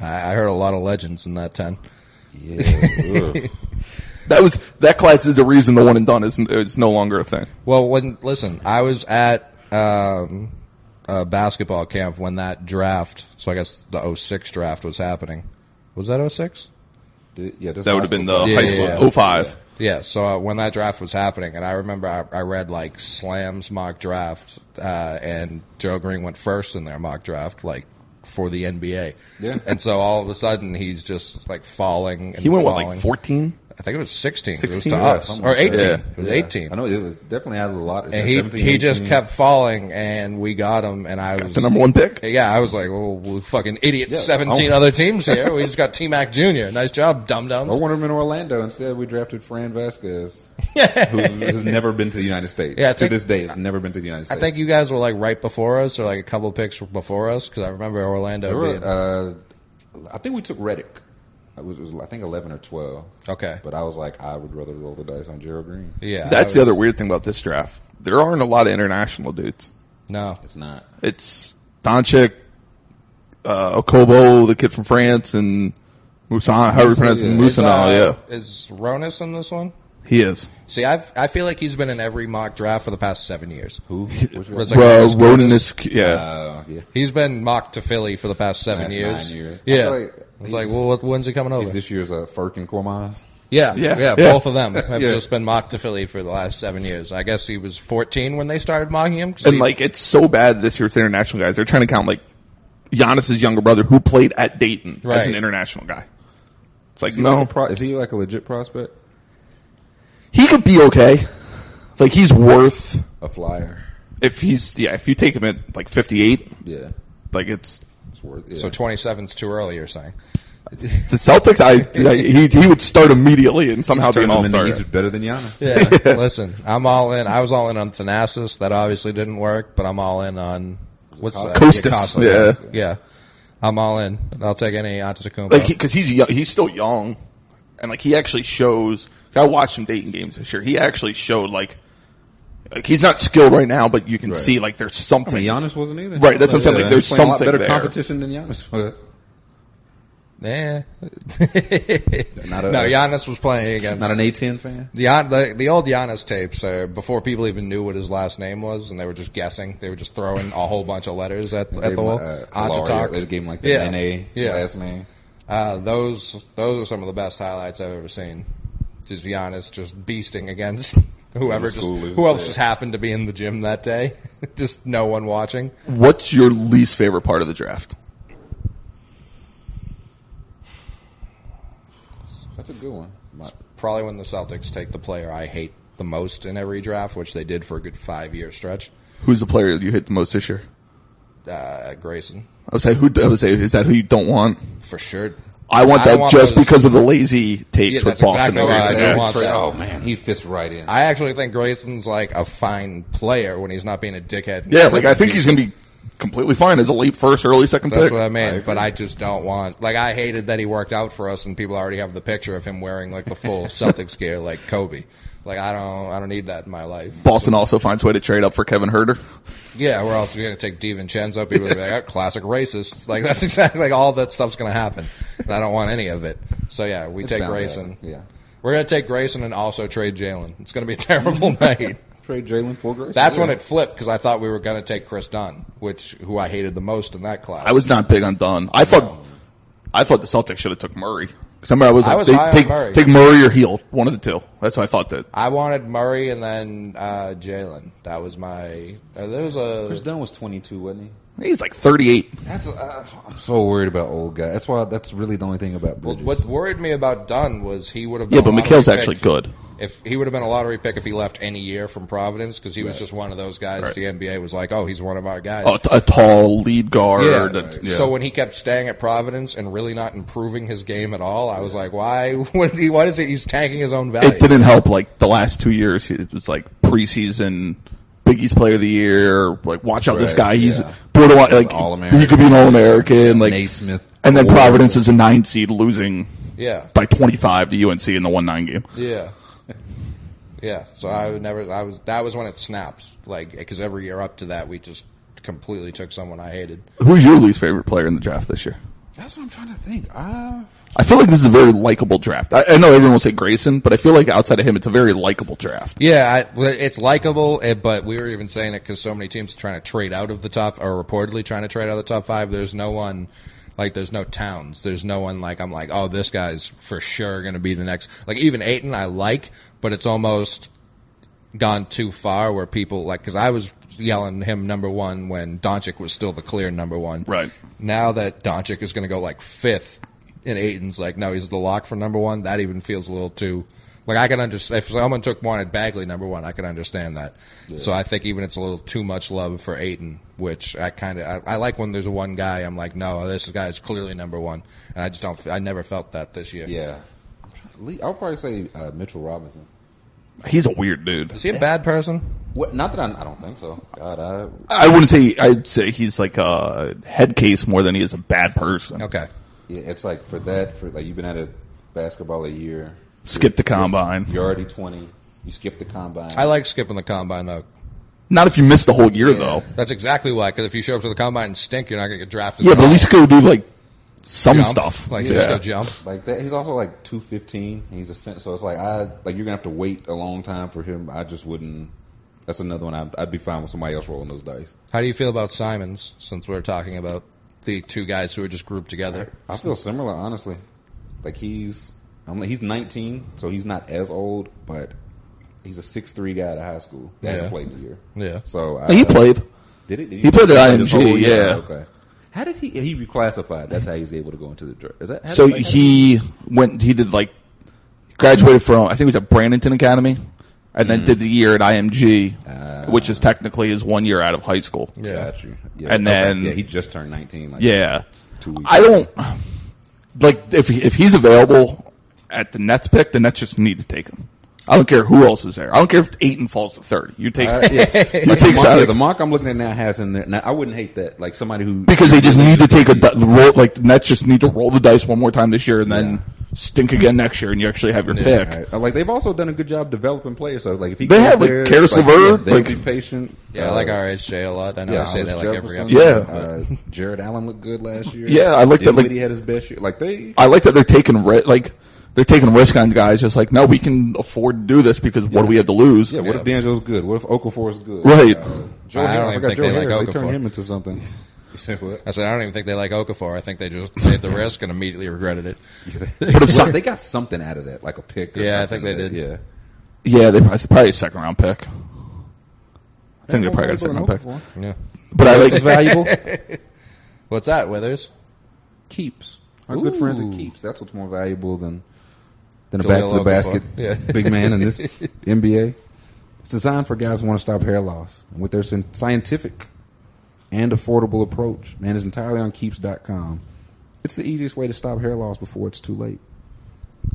Speaker 2: I, I heard a lot of legends in that ten.
Speaker 3: Yeah. ugh.
Speaker 4: That was that class is the reason the one and done is is no longer a thing.
Speaker 2: Well, when listen, I was at um, a basketball camp when that draft. So I guess the 06 draft was happening. Was that 06?
Speaker 3: Th- yeah.
Speaker 4: That would have been the
Speaker 2: Yeah,
Speaker 4: high
Speaker 2: yeah,
Speaker 4: school
Speaker 2: yeah.
Speaker 4: oh five.
Speaker 2: Yeah. So uh, when that draft was happening, and I remember I, I read like Slam's mock draft, uh, and Joe Green went first in their mock draft, like for the NBA.
Speaker 3: Yeah.
Speaker 2: And so all of a sudden he's just like falling. And
Speaker 4: He went what
Speaker 2: falling.
Speaker 4: like fourteen.
Speaker 2: I think it was 16. 'cause it
Speaker 4: 16, yeah,
Speaker 2: was to us
Speaker 3: something
Speaker 2: or
Speaker 3: like
Speaker 2: 18.
Speaker 3: that.
Speaker 2: It was
Speaker 3: Oh Yeah.
Speaker 2: 18.
Speaker 3: I know it was definitely out of the lot. It's
Speaker 2: And
Speaker 3: just
Speaker 2: he
Speaker 3: 17,
Speaker 2: he just
Speaker 3: 18.
Speaker 2: kept falling, and we got him. And I was
Speaker 4: The number one pick.
Speaker 2: Yeah, I was like, oh, well, we fucking idiot.
Speaker 3: Yeah.
Speaker 2: Seventeen
Speaker 3: Oh.
Speaker 2: other teams here. We just got T Mac Jr. Nice job, dum
Speaker 3: I
Speaker 2: dums.
Speaker 3: wanted him in Orlando. Instead, we drafted Fran Vasquez, who has never been to the United States.
Speaker 2: Yeah, I
Speaker 3: to
Speaker 2: think-
Speaker 3: this day, has never been to the
Speaker 2: I
Speaker 3: United States.
Speaker 2: think you guys were like right before us, or like a couple picks before us, because I remember Orlando
Speaker 3: We were,
Speaker 2: being
Speaker 3: uh, I think we took Reddick. It was, it was, I think eleven or twelve.
Speaker 2: okay.
Speaker 3: But I was like, I would rather roll the dice on Gerald Green.
Speaker 2: yeah, I
Speaker 4: That's
Speaker 2: was-
Speaker 4: the other weird thing about this draft. There aren't a lot of international dudes.
Speaker 2: No,
Speaker 3: It's not.
Speaker 4: It's Doncic, uh, Okobo, the kid from France, and Musan, however you pronounce it,
Speaker 3: yeah.
Speaker 2: Is,
Speaker 4: Musanal,
Speaker 2: uh, is Ronis in this one?
Speaker 4: yeah. He is.
Speaker 2: See, I've I feel like he's been in every mock draft for the past seven years.
Speaker 3: Who? Which one?
Speaker 2: Was like-
Speaker 4: Bro,
Speaker 2: Chris
Speaker 4: Roden is, yeah.
Speaker 3: Uh, yeah.
Speaker 2: He's been mocked to Philly for the past seven
Speaker 3: Last
Speaker 2: years.
Speaker 3: nine years. I
Speaker 2: Yeah,
Speaker 3: feel like
Speaker 2: I was like, well, what, when's he coming over?
Speaker 3: This year's uh, Furk and Cormaz.
Speaker 2: Yeah, yeah,
Speaker 4: Yeah, yeah.
Speaker 2: both of them have
Speaker 4: Yeah.
Speaker 2: just been mocked to Philly for the last seven years. I guess he was 14 when they started mocking him. 'cause
Speaker 4: and
Speaker 2: he-
Speaker 4: like, it's so bad this year with international guys. They're trying to count like Giannis's younger brother who played at Dayton as
Speaker 2: Right.
Speaker 4: an international guy. It's like
Speaker 3: Is he
Speaker 4: no,
Speaker 3: like a pro- is he like a legit prospect?
Speaker 4: he could be okay. Like he's worth
Speaker 3: A flyer?
Speaker 4: if he's yeah. If you take him at like fifty eight,
Speaker 3: Yeah,
Speaker 4: like it's
Speaker 3: it's worth. Yeah.
Speaker 2: So 27's too early, you're saying?
Speaker 4: the Celtics. I, I he he would start immediately and somehow be
Speaker 3: Turn
Speaker 4: an
Speaker 3: him
Speaker 4: all
Speaker 3: into-
Speaker 4: star.
Speaker 3: He's better than Giannis.
Speaker 2: Yeah. Listen, I'm all in. I was all in on Thanasis. That obviously didn't work, but I'm all in on what's that?
Speaker 4: Kostas,
Speaker 2: Kostas, Yeah. Yeah. I'm all in. I'll take any Antetokounmpo.
Speaker 4: Like because he's young, he's still young, and like he actually shows. I watched some Dayton games this year. He actually showed like like he's not skilled right now, but you can
Speaker 3: Right.
Speaker 4: see like there's
Speaker 3: I
Speaker 4: something.
Speaker 3: mean, Giannis wasn't either.
Speaker 4: Right, that's what I'm saying, like,
Speaker 3: he's
Speaker 4: there's
Speaker 3: playing a lot
Speaker 4: something
Speaker 3: better
Speaker 4: there.
Speaker 3: competition than Giannis was.
Speaker 2: yeah.
Speaker 3: Not a-
Speaker 2: Eh. no, Giannis was playing against
Speaker 3: Not an A10 fan.
Speaker 2: The, Gian- the the old Giannis tapes are before people even knew what his last name was, and they were just guessing. They were just throwing a whole bunch of letters at, at
Speaker 3: Gave
Speaker 2: the
Speaker 3: him,
Speaker 2: wall.
Speaker 3: uh, Hilario. They
Speaker 2: Antetokounmpo.
Speaker 3: just gave him like the
Speaker 2: Yeah.
Speaker 3: NA
Speaker 2: Yeah.
Speaker 3: last name.
Speaker 2: Uh, those those are some of the best highlights I've ever seen. Just Giannis just beasting against whoever just
Speaker 3: schoolers,
Speaker 2: who else
Speaker 3: yeah.
Speaker 2: just happened to be in the gym that day. just no one watching.
Speaker 4: What's your least favorite part of the draft?
Speaker 3: That's a good one. My-
Speaker 2: Probably when the Celtics take the player I hate the most in every draft, which they did for a good five year stretch.
Speaker 4: Who's the player you hate the most this year?
Speaker 2: Uh, Grayson
Speaker 4: I would say who I would say is that who you don't want?
Speaker 2: for sure.
Speaker 4: I want
Speaker 2: I
Speaker 4: that
Speaker 2: don't want
Speaker 4: just
Speaker 2: those-
Speaker 4: because of the lazy takes
Speaker 2: Yeah,
Speaker 4: with
Speaker 2: that's
Speaker 4: Boston.
Speaker 2: exactly why I
Speaker 4: Grayson.
Speaker 2: don't
Speaker 4: Yeah.
Speaker 2: want that.
Speaker 3: Oh man, he fits right in.
Speaker 2: I actually think Grayson's like a fine player when he's not being a dickhead. and
Speaker 4: Yeah, like I think he's going to be completely fine as a late first, early second
Speaker 2: That's
Speaker 4: pick.
Speaker 2: what I mean. but I just don't want. Like, I hated that he worked out for us, and people already have the picture of him wearing like the full Celtics gear, like Kobe. Like, I don't, I don't need that in my life.
Speaker 4: Boston also finds a way to trade up for Kevin Herter.
Speaker 2: Yeah, we're also going to take DiVincenzo. People are like, "Oh, classic racists. Like, that's exactly like all that stuff's going to happen, and I don't want any of it. So yeah, we take
Speaker 3: bound to
Speaker 2: Grayson.
Speaker 3: happen, yeah.
Speaker 2: we're going to take Grayson and also trade Jalen. It's going to be a terrible night.
Speaker 3: Trade Jalen for Grayson.
Speaker 2: That's when
Speaker 3: Yeah.
Speaker 2: it flipped because I thought we were going to take Chris Dunn, which who I hated the most in that class.
Speaker 4: I was not big on Dunn. I thought I thought the Celtics should have took Murray because I remember I was like,
Speaker 2: was
Speaker 4: they-
Speaker 2: high on
Speaker 4: take,
Speaker 2: Murray.
Speaker 4: take Murray or Heal, one of the two. That's what I thought that.
Speaker 2: I wanted Murray and then uh, Jalen. That was my. Uh, there was
Speaker 3: Chris
Speaker 2: a.
Speaker 3: Dunn was 22, wasn't he?
Speaker 4: He's like 38.
Speaker 3: That's uh, I'm so worried about old guys. That's why. That's really the only thing about Bridges.
Speaker 2: What worried me about Dunn was he would have. Been
Speaker 4: Yeah,
Speaker 2: a
Speaker 4: but
Speaker 2: lottery
Speaker 4: McHale's
Speaker 2: pick
Speaker 4: actually good.
Speaker 2: If he would have been a lottery pick if he left any year from Providence because he was just one of those guys.
Speaker 4: Right.
Speaker 2: The NBA was like, oh, he's one of our guys.
Speaker 4: A, a tall lead guard.
Speaker 2: Yeah.
Speaker 4: and- yeah.
Speaker 2: So when he kept staying at Providence and really not improving his game at all, I was like, why? What, he, what is it? He's tanking his own value.
Speaker 4: it didn't help. Like the last two years, it was like preseason Biggie's Player of the Year. Like, watch out, this
Speaker 3: Right,
Speaker 4: guy. He's
Speaker 3: yeah.
Speaker 4: borderline like
Speaker 3: All-American.
Speaker 4: He could be an All American. Like
Speaker 3: Naismith
Speaker 4: and then
Speaker 3: Award.
Speaker 4: Providence is a nine seed, losing
Speaker 2: Yeah.
Speaker 4: by twenty five to UNC in the one nine game.
Speaker 2: Yeah. Yeah. So I would never. I was. That was when it snaps. Like because every year up to that, we just completely took someone I hated.
Speaker 4: Who's your least favorite player in the draft this year?
Speaker 3: That's what I'm trying to think. Uh,
Speaker 4: I feel like this is a very likable draft. I, I know everyone will say Grayson, but I feel like outside of him, it's a very likable draft.
Speaker 2: Yeah, I, well, it's likable, eh, but we were even saying it because so many teams are trying to trade out of the top, or reportedly trying to trade out of the top five. There's no one, like, there's no towns. There's no one, like, I'm like, oh, this guy's for sure going to be the next. Like, even Ayton, I like, but it's almost gone too far where people, like, because I was yelling him number one when Doncic was still the clear number one.
Speaker 4: Right.
Speaker 2: Now that Doncic is going to go, like, fifth, and Ayton's like, no, he's the lock for number one, that even feels a little too. Like I can understand if someone took Warren Bagley number one, I can understand that. So I think even it's a little too much love for Aiton, which I kind of I, I like when there's one guy I'm like, no, this guy is clearly number one, and I just don't. I never felt that this year.
Speaker 3: yeah. Le- I'll probably say uh, Mitchell Robinson.
Speaker 4: He's a weird dude.
Speaker 2: Is he a bad person?
Speaker 3: What? Not that I'm, I don't think so. God, I,
Speaker 4: I wouldn't say I'd say he's like a head case more than he is a bad person.
Speaker 2: Okay.
Speaker 3: yeah, it's like for that. For like, you've been at a basketball a year.
Speaker 4: Skip the combine.
Speaker 3: You're already 20. You skip the combine.
Speaker 2: I like skipping the combine though.
Speaker 4: Not if you miss the whole year though.
Speaker 2: That's exactly why. Because if you show up to the combine and stink, you're not going to get drafted.
Speaker 4: Yeah,
Speaker 2: at
Speaker 4: but
Speaker 2: all.
Speaker 4: at least go do like some
Speaker 2: Jump.
Speaker 4: stuff.
Speaker 2: Like
Speaker 4: yeah.
Speaker 2: just go jump.
Speaker 3: like that. He's also like 215. He's a cent, so it's like I like you're gonna have to wait a long time for him. I just wouldn't. That's another one. I'd, I'd be fine with somebody else rolling those dice.
Speaker 2: How do you feel about Simons? Since we're talking about the two guys who are just grouped together.
Speaker 3: I feel similar, honestly. Like he's, I'm like, he's 19, so he's not as old, but he's a six three guy out of high school. He hasn't
Speaker 2: Yeah.
Speaker 3: played in a year.
Speaker 2: Yeah.
Speaker 3: So I,
Speaker 4: he played.
Speaker 3: Did it? Did
Speaker 4: He played at
Speaker 3: this
Speaker 4: IMG,
Speaker 3: whole year?
Speaker 4: yeah.
Speaker 3: oh, Okay. How did he? He reclassified. That's how he's able to go into the draft. Is that how
Speaker 4: So
Speaker 3: did-
Speaker 4: he went. He did like graduated from. I think it was at Brandonton Academy, and
Speaker 2: Mm.
Speaker 4: then did the year at
Speaker 2: Uh.
Speaker 4: IMG, which is technically his one year out of high school.
Speaker 3: Got you. Yeah,
Speaker 4: And then-
Speaker 3: yeah, he just turned nineteen. Like
Speaker 4: Yeah,
Speaker 3: two weeks.
Speaker 4: I don't like if if he's available at the Nets pick, the Nets just need to take him. I don't care who else is there. I don't care if Aiton falls to thirty. You take you
Speaker 3: The
Speaker 4: take
Speaker 3: mock- yeah,
Speaker 4: Saddick
Speaker 3: the mock I'm looking at now has in there. Now, I wouldn't hate that. Like somebody who
Speaker 4: because they just need to take a di- roll. Like the Nets just need to roll the dice one more time this year, and then stink again next year, and you actually have your pick.
Speaker 3: Right. Uh, Like they've also done a good job developing players. So like if he
Speaker 4: They
Speaker 3: goes
Speaker 4: have, like,
Speaker 3: there,
Speaker 4: Karis
Speaker 3: like,
Speaker 4: LeVert,
Speaker 3: yeah, they'd
Speaker 4: like-
Speaker 3: be patient.
Speaker 2: Yeah, I like RHJ a lot. I know I say that like every episode.
Speaker 4: Yeah.
Speaker 3: Uh, Jared Allen looked good last year.
Speaker 4: Yeah, I like that, like-
Speaker 3: Dinwiddie had his best year. Like they,
Speaker 4: I like that they're taking ri- like they're taking risk on guys. Just like no, we can afford to do this because what do we have to lose?
Speaker 3: yeah. What if D'Angelo's good? What if Okafor's good?
Speaker 4: Right.
Speaker 3: Uh, Joe
Speaker 2: I don't
Speaker 3: Harris-
Speaker 2: even
Speaker 3: forgot
Speaker 2: think
Speaker 3: Joe
Speaker 2: they like
Speaker 3: Harris. They turned
Speaker 2: Okafor.
Speaker 3: him into something. You said what?
Speaker 2: I said I don't even think they like Okafor. I think they just made the risk and immediately regretted it.
Speaker 4: But if
Speaker 3: Well,
Speaker 4: some,
Speaker 3: they got something out of that, like a pick. Or
Speaker 2: Yeah, I
Speaker 3: something
Speaker 2: think they
Speaker 3: that-
Speaker 2: did.
Speaker 3: Yeah.
Speaker 4: yeah, they probably, probably a second round pick. I think they probably got a second round pick.
Speaker 2: Yeah.
Speaker 4: But I like
Speaker 3: valuable.
Speaker 2: What's that, Withers?
Speaker 3: keeps. Our good friends at
Speaker 2: Ooh.
Speaker 3: keeps. That's what's more valuable than than a
Speaker 2: Jaleel
Speaker 3: back to the
Speaker 2: Okafor.
Speaker 3: basket
Speaker 2: Yeah.
Speaker 3: big man in this NBA. It's designed for guys who want to stop hair loss with their sci- scientific and affordable approach. Man, it's entirely on keeps.com. It's the easiest way to stop hair loss before it's too late.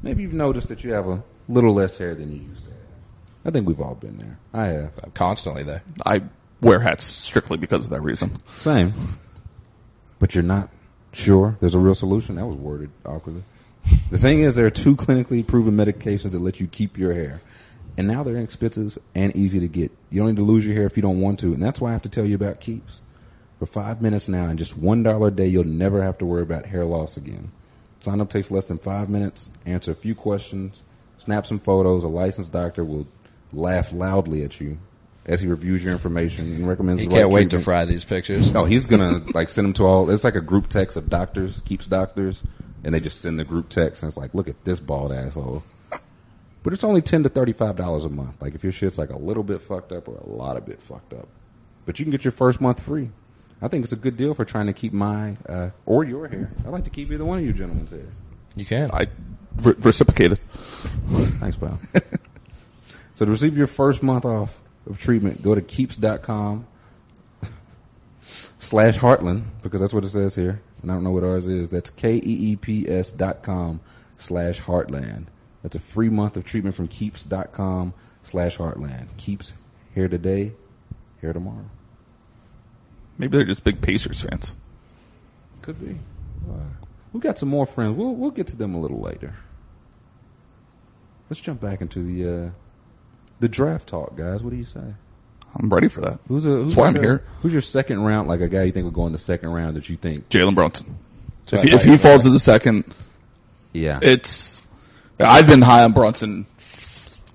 Speaker 3: Maybe you've noticed that you have a little less hair than you used to have. I think we've all been there. I have.
Speaker 2: I'm constantly there.
Speaker 4: I wear hats strictly because of that reason.
Speaker 3: Same. But you're not sure there's a real solution. That was worded awkwardly. The thing is, there are two clinically proven medications that let you keep your hair. And now they're inexpensive and easy to get. You don't need to lose your hair if you don't want to. And that's why I have to tell you about Keeps. For five minutes now and just $1 a day, you'll never have to worry about hair loss again. Sign up takes less than five minutes, answer a few questions, snap some photos. A licensed doctor will laugh loudly at you as he reviews your information and recommends
Speaker 2: You
Speaker 3: the right
Speaker 2: can't wait to
Speaker 3: treatment.
Speaker 2: fry these pictures.
Speaker 3: No, he's gonna like send them to all. It's like a group text of doctors, keeps doctors, and they just send the group text, and it's like, look at this bald asshole. But it's only ten to thirty-five dollars a month. Like if your shit's like a little bit fucked up or a lot of bit fucked up, but you can get your first month free. I think it's a good deal for trying to keep my uh, or your hair. I like to keep either one of you gentlemen's hair.
Speaker 2: You can.
Speaker 4: I re- reciprocated.
Speaker 3: Thanks, pal. so to receive your first month off of treatment, go to keeps.com slash heartland, because that's what it says here. And I don't know what ours is. That's E K-E-E-P-S dot com slash heartland. That's a free month of treatment from keeps.com slash heartland. Keeps here today, here tomorrow.
Speaker 4: Maybe they're just big Pacers fans.
Speaker 3: Could be. we got some more friends. We'll we'll get to them a little later. Let's jump back into the uh, the draft talk, guys. What do you say?
Speaker 4: I'm ready for that.
Speaker 3: Who's a who's
Speaker 4: That's why I'm
Speaker 3: like a-
Speaker 4: here.
Speaker 3: Who's your second round? Like a guy you think will go in the second round that you think?
Speaker 4: Jalen Brunson.
Speaker 2: So
Speaker 4: if he,
Speaker 2: I-
Speaker 4: if he falls to the second,
Speaker 3: Yeah,
Speaker 4: it's I've been high on Brunson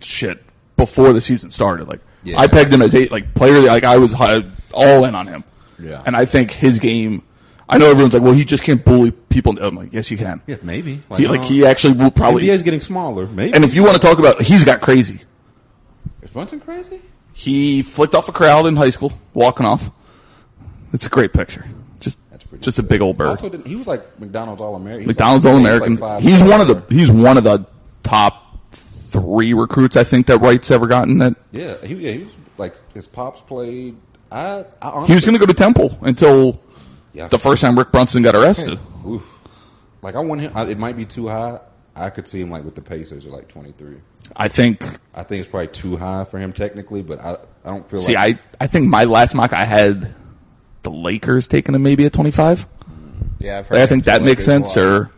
Speaker 4: shit before the season started. Like
Speaker 3: Yeah.
Speaker 4: I pegged him as eight like player like I was high, all in on him.
Speaker 3: Yeah.
Speaker 4: And I think his game I know everyone's like, well, he just can't bully people. I'm like, yes, you can.
Speaker 3: yeah, Uh, maybe.
Speaker 4: He like he actually will probably.
Speaker 3: NBA's getting smaller. Maybe
Speaker 4: And if you want to talk about, he's got crazy.
Speaker 3: is Brunson crazy?
Speaker 4: He flicked off a crowd in high school, walking off. It's a great picture. Just
Speaker 3: pretty
Speaker 4: just a big old bird.
Speaker 3: Also, didn't, he was like McDonald's All American.
Speaker 4: McDonald's All American. he's one of the he's one of the top three recruits I think that Wright's ever gotten. That
Speaker 3: yeah. He, yeah, he was like his pops played. I, I honestly,
Speaker 4: he was going to go to Temple until
Speaker 3: Yeah.
Speaker 4: the first time Rick Brunson got arrested.
Speaker 3: Oof. Like I want him. I, it might be too high. I could see him like with the Pacers at like twenty three.
Speaker 4: I think.
Speaker 3: I think it's probably too high for him technically, but I I don't feel
Speaker 4: See,
Speaker 3: like
Speaker 4: I I think my last mock I had the Lakers taking him maybe at twenty five.
Speaker 2: yeah, I've heard
Speaker 4: Like, I think that makes sense, or,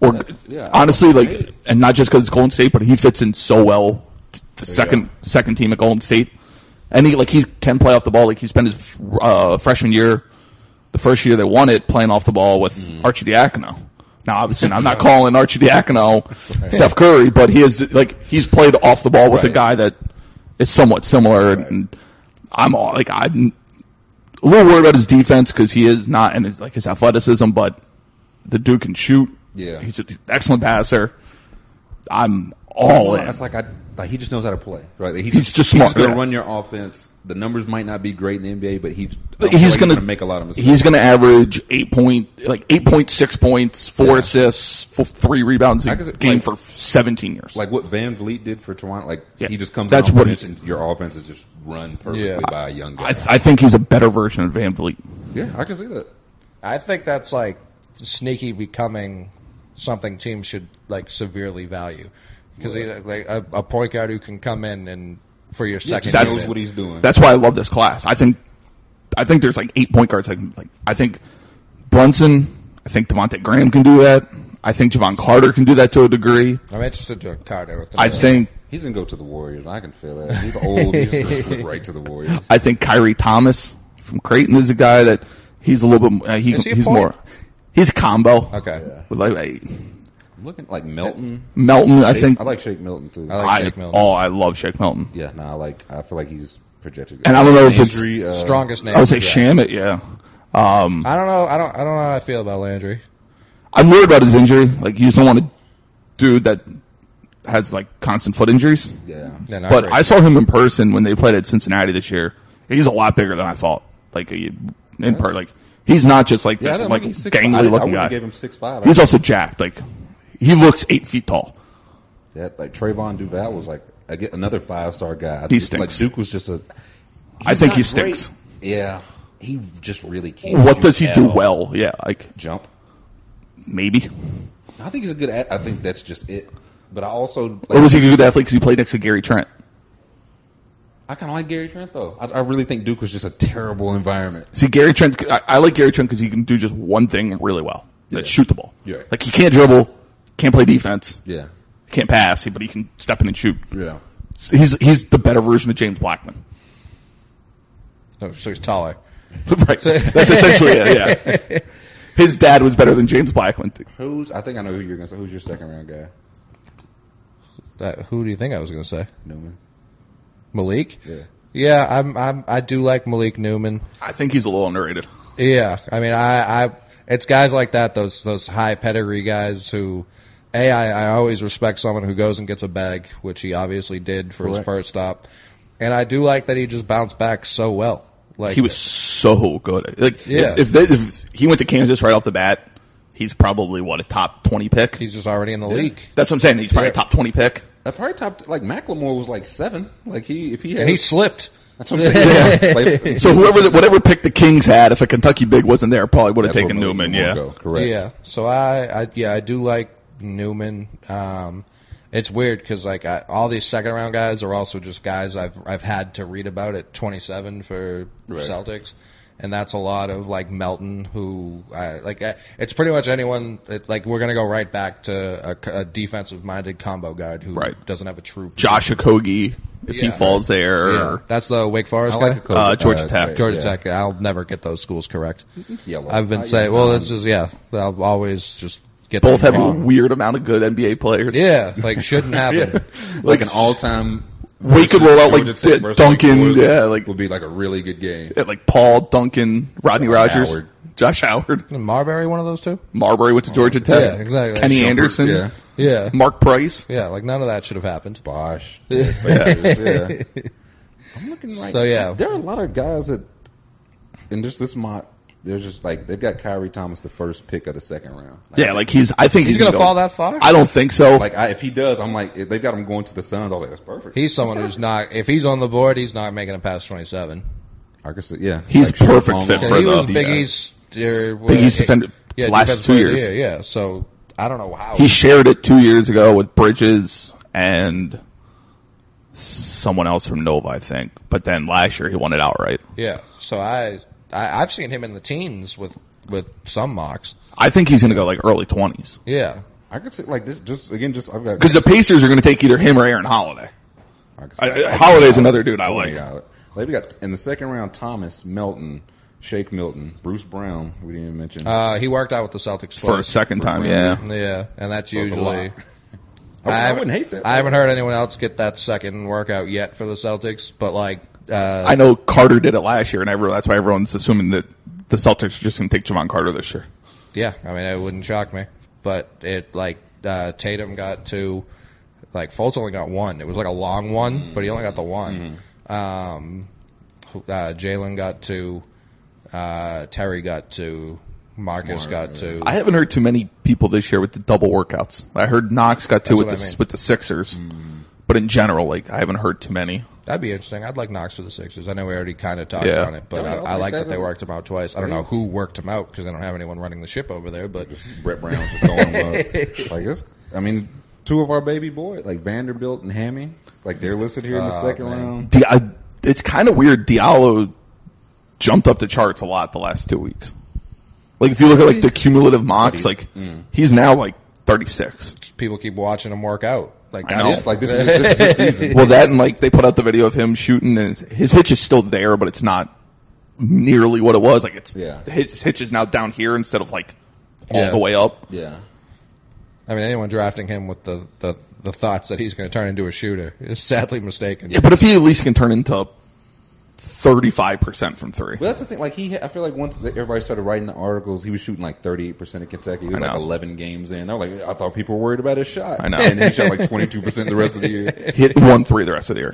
Speaker 4: or
Speaker 3: yeah.
Speaker 4: honestly, like, and not just because it's Golden State, but he fits in so well. to The second second team at Golden State, and he like he can play off the ball. Like he spent his uh, freshman year, the first year they won it, playing off the ball with
Speaker 3: Mm-hmm.
Speaker 4: Archie Diacono. Now, obviously, I'm not calling Archie Diacono Steph Curry, but he is like he's played off the ball with a
Speaker 3: Right.
Speaker 4: guy that is somewhat similar. And I'm all like I'm a little worried about his defense because he is not and his like his athleticism, but the dude can shoot.
Speaker 3: Yeah.
Speaker 4: he's an excellent passer. I'm all in.
Speaker 3: That's like I like he just knows how to play. Right? Like, he
Speaker 4: He's just
Speaker 3: He's
Speaker 4: smart,
Speaker 3: going
Speaker 4: yeah.
Speaker 3: to run your offense. The numbers might not be great in the NBA, but he
Speaker 4: he's
Speaker 3: going
Speaker 4: gonna
Speaker 3: to make a lot of mistakes.
Speaker 4: He's gonna average eight point like eight point six points, four assists, four, three rebounds a
Speaker 3: I guess it-
Speaker 4: game
Speaker 3: like-
Speaker 4: for seventeen years.
Speaker 3: like what Van Vliet did for Toronto. Like
Speaker 4: Yeah.
Speaker 3: he just comes
Speaker 4: That's
Speaker 3: off
Speaker 4: what
Speaker 3: bench
Speaker 4: he-
Speaker 3: and your offense is just run perfectly
Speaker 2: Yeah.
Speaker 3: by a young guy.
Speaker 4: I, th- I think he's a better version of Van Vliet.
Speaker 3: yeah, I can see that.
Speaker 2: I think that's like sneaky becoming something teams should like severely value because like a, a point guard who can come in and for your second.
Speaker 3: He
Speaker 4: That's-
Speaker 3: knows what he's doing.
Speaker 4: That's why I love this class. I think I think there's like eight point guards I can like I think Brunson, I think Devontae Graham can do that. I think Javon Carter can do that to a degree.
Speaker 2: I'm interested to Carter. With the
Speaker 4: I think
Speaker 3: he's gonna go to the Warriors. I can feel that. He's old. he's gonna slip right to the Warriors.
Speaker 4: I think Kyrie Thomas from Creighton is a guy that he's a little bit uh, he,
Speaker 2: Is he a
Speaker 4: he's
Speaker 2: point?
Speaker 4: more he's combo.
Speaker 2: okay.
Speaker 4: With like, like
Speaker 3: I'm looking like Melton.
Speaker 4: Melton, I think
Speaker 3: I like Shake Milton too.
Speaker 2: I like
Speaker 4: I,
Speaker 2: Shake Milton.
Speaker 4: oh, I love Shake Milton.
Speaker 3: yeah, no, I like. I feel like he's projected.
Speaker 4: And I don't know if it's-
Speaker 3: Injury, uh,
Speaker 2: Strongest name.
Speaker 4: I would say
Speaker 2: Yeah.
Speaker 4: Shamit, yeah. Um,
Speaker 2: I don't know. I don't. I don't know how I feel about Landry.
Speaker 4: I'm worried about his injury. Like, you just don't want a dude that has, like, constant foot injuries.
Speaker 3: Yeah,
Speaker 2: Yeah, not
Speaker 4: But
Speaker 2: great.
Speaker 4: I saw him in person when they played at Cincinnati this year. He's a lot bigger than I thought. Like, he- in part, like, he's not just like
Speaker 3: yeah. I
Speaker 4: this,
Speaker 3: don't
Speaker 4: like,
Speaker 3: think he's six, I,
Speaker 4: gangly
Speaker 3: I
Speaker 4: looking
Speaker 3: would've
Speaker 4: guy.
Speaker 3: gave him six five.
Speaker 4: he's also jacked. Like, he looks eight feet tall.
Speaker 3: that like Trayvon Duval was like again, another five star guy.
Speaker 4: He
Speaker 3: Like
Speaker 4: stinks.
Speaker 3: Duke was just a.
Speaker 4: I think he
Speaker 3: not great.
Speaker 4: stinks.
Speaker 3: Yeah, he just really can't.
Speaker 4: What
Speaker 3: shoot
Speaker 4: does he
Speaker 3: at
Speaker 4: do
Speaker 3: all.
Speaker 4: well? Yeah, like,
Speaker 3: Jump.
Speaker 4: maybe.
Speaker 3: I think he's a good. At, I think that's just it. But I also
Speaker 4: Or was he a good athlete because he played next to Gary Trent?
Speaker 3: I kind of like Gary Trent though. I, I really think Duke was just a terrible environment.
Speaker 4: See, Gary Trent, I, I like Gary Trent because he can do just one thing really well. That's shoot the ball.
Speaker 3: Yeah.
Speaker 4: Like, he can't dribble, can't play defense,
Speaker 3: Yeah,
Speaker 4: can't pass, but he can step in and shoot.
Speaker 3: yeah.
Speaker 4: So he's, he's the better version of James Blackman.
Speaker 2: Oh, so he's taller.
Speaker 4: right. That's essentially it, yeah. His dad was better than James Blackman. too.
Speaker 3: Who's? I think I know who you're gonna say. Who's your second round guy?
Speaker 2: That, who do you think I was going to say?
Speaker 3: Newman.
Speaker 2: Malik.
Speaker 3: Yeah.
Speaker 2: Yeah, I'm. I'm. I do like Malik Newman.
Speaker 4: I think he's a little underrated.
Speaker 2: Yeah, I mean, I, I, it's guys like that, those those high pedigree guys who, a, I, I always respect someone who goes and gets a bag, which he obviously did for his
Speaker 3: Correct.
Speaker 2: first stop, and I do like that he just bounced back so well. Like
Speaker 4: He was so good. Like,
Speaker 2: Yeah.
Speaker 4: if, if, they, if he went to Kansas right off the bat, he's probably, what, a top 20 pick?
Speaker 2: he's just already in the league,
Speaker 4: That's what I'm saying. He's probably a
Speaker 2: Yeah.
Speaker 4: top 20 pick.
Speaker 3: I probably topped like Macklemore was like seven. Like he if he had
Speaker 2: and he slipped.
Speaker 3: that's what I'm saying. Like,
Speaker 4: So whoever, the, whatever pick the Kings had, if a Kentucky big wasn't there, probably would have
Speaker 3: that's where
Speaker 4: taken
Speaker 3: Malik
Speaker 4: Newman.
Speaker 3: will
Speaker 4: Yeah.
Speaker 3: go, correct.
Speaker 2: Yeah. So I, I yeah, I do like Newman. Um, it's weird because like I, all these second round guys are also just guys I've I've had to read about at 27 for
Speaker 3: Right.
Speaker 2: Celtics, and that's a lot of like Melton, who I, like I, it's pretty much anyone. That, like we're gonna go right back to a c- a, defensive minded combo guard who
Speaker 4: Right.
Speaker 2: doesn't have a true.
Speaker 4: Josh Okogie, if he
Speaker 2: Yeah.
Speaker 4: falls there,
Speaker 2: Yeah,
Speaker 4: or
Speaker 2: that's the Wake Forest
Speaker 3: I
Speaker 2: guy.
Speaker 3: like a coach,
Speaker 4: Uh, Georgia Tech.
Speaker 3: yeah.
Speaker 2: Georgia Tech. I'll never get those schools correct.
Speaker 3: yellow.
Speaker 2: I've been
Speaker 3: Not
Speaker 2: saying,
Speaker 3: yellow.
Speaker 2: well, this is yeah. I'll always just get
Speaker 4: both
Speaker 2: them
Speaker 4: have a
Speaker 2: wrong.
Speaker 4: weird amount of good NBA players.
Speaker 2: Yeah, like shouldn't happen.
Speaker 3: like an all time.
Speaker 4: We could roll out, like, D- Duncan, yeah, like-
Speaker 3: would be like a really good game.
Speaker 4: Yeah, like Paul Duncan, Rodney Rogers,
Speaker 3: Howard.
Speaker 4: Josh Howard,
Speaker 2: Marbury, one of those two.
Speaker 4: Marbury went to Georgia Tech,
Speaker 2: Oh, Yeah, exactly.
Speaker 4: Kenny
Speaker 2: Shumpert,
Speaker 4: Anderson,
Speaker 3: yeah.
Speaker 2: Yeah,
Speaker 4: Mark Price.
Speaker 2: yeah, like none of that should have happened.
Speaker 3: Bosh. yeah. I'm looking right.
Speaker 2: So, yeah.
Speaker 3: there are a lot of guys that, and just this mock, they're just like they've got Kyrie Thomas the first pick of the second round. Like,
Speaker 4: Yeah, like he's. I think
Speaker 2: He's
Speaker 4: he's,
Speaker 2: gonna fall that far?
Speaker 4: I don't think so.
Speaker 3: Like I, if he does, I'm like if they've got him going to the Suns. I was like that's perfect.
Speaker 2: He's someone who's not. If he's on the board, he's not making a past twenty-seven.
Speaker 3: I guess, yeah,
Speaker 4: He's
Speaker 3: short,
Speaker 4: perfect
Speaker 3: long
Speaker 4: fit
Speaker 3: arm.
Speaker 4: For
Speaker 2: he
Speaker 4: the-
Speaker 2: was
Speaker 4: the,
Speaker 2: Big
Speaker 3: uh,
Speaker 2: East. er,
Speaker 4: Big East
Speaker 2: eh,
Speaker 4: defender the last
Speaker 2: defensive
Speaker 4: two
Speaker 2: player of the
Speaker 4: years.
Speaker 2: year, Yeah, so I don't know how
Speaker 4: he shared it two years ago with Bridges and someone else from Nova, I think. But then last year he won it outright.
Speaker 2: Yeah, so I, I I've seen him in the teens with with some mocks.
Speaker 4: I think he's going to go like early twenties
Speaker 2: Yeah,
Speaker 3: I could say like this, just again, just I've got
Speaker 4: because the Pacers are going to take either him or Aaron Holiday.
Speaker 3: I could
Speaker 4: I,
Speaker 3: say-
Speaker 4: I- Holiday's another dude I
Speaker 3: Like,
Speaker 4: like.
Speaker 3: they've got in the second round Thomas Melton, Shake Milton, Bruce Brown. We didn't even mention.
Speaker 2: uh, he worked out with the Celtics
Speaker 4: for a
Speaker 2: twice.
Speaker 4: second time. Yeah,
Speaker 2: Yeah, and that's
Speaker 3: it's a
Speaker 2: usually.
Speaker 3: lot. Oh, I, wouldn't- I
Speaker 2: haven't-
Speaker 3: wouldn't hate that.
Speaker 2: I haven't heard anyone else get that second workout yet for the Celtics, but like, uh,
Speaker 4: I know Carter did it last year, and everyone, that's why everyone's assuming that the Celtics are just going to take Javon Carter this year.
Speaker 2: yeah, I mean, it wouldn't shock me. But it like uh, Tatum got two, Like Fultz only got one. It was like a long one, but he only got the one.
Speaker 3: Mm-hmm.
Speaker 2: Um, uh, Jalen got two. Uh, Terry got two. Marcus got two.
Speaker 4: I haven't heard too many people this year with the double workouts. I heard Knox got two with
Speaker 2: what
Speaker 4: the
Speaker 2: I mean. Hmm.
Speaker 4: with the Sixers, but in general, like I haven't heard too many.
Speaker 2: That'd be interesting. I'd like Knox for the Sixers. I know we already kind of talked
Speaker 4: Yeah.
Speaker 2: on it, but
Speaker 3: Yeah, I'll
Speaker 2: I, I
Speaker 3: take
Speaker 2: like
Speaker 3: that
Speaker 2: that they
Speaker 3: over.
Speaker 2: worked him out twice. I don't know who worked him out because I don't have anyone running the ship over there, but
Speaker 3: Brett Brown's just going up. like this. I mean, two of our baby boys, like Vanderbilt and Hammy, like they're listed here in
Speaker 2: Oh,
Speaker 3: the second round.
Speaker 4: Di- I- it's kind of weird. Diallo jumped up the charts a lot the last two weeks. Like if you look at like the cumulative mocks, like he's now like thirty six.
Speaker 2: people keep watching him work out. Like
Speaker 4: I
Speaker 2: that's,
Speaker 4: know.
Speaker 3: Yeah, like this is this is the season.
Speaker 4: Well, that and like they put out the video of him shooting, and his- his hitch is still there, but it's not nearly what it was. Like it's
Speaker 3: Yeah.
Speaker 4: the hitch, his hitch is now down here instead of like all
Speaker 2: Yeah.
Speaker 4: the way up.
Speaker 3: Yeah.
Speaker 2: I mean, anyone drafting him with the, the, the thoughts that he's going to turn into a shooter is sadly mistaken.
Speaker 4: Yeah, but if he at least can turn into thirty five percent from three,
Speaker 3: But that's the thing. Like he, I feel like once the, everybody started writing the articles, he was shooting like thirty eight percent of Kentucky. It was
Speaker 4: I
Speaker 3: like
Speaker 4: know.
Speaker 3: eleven games in. I was like, I thought people were worried about his shot.
Speaker 4: I know.
Speaker 3: And then he shot like twenty two percent the rest of the year.
Speaker 4: hit one three the rest of the year.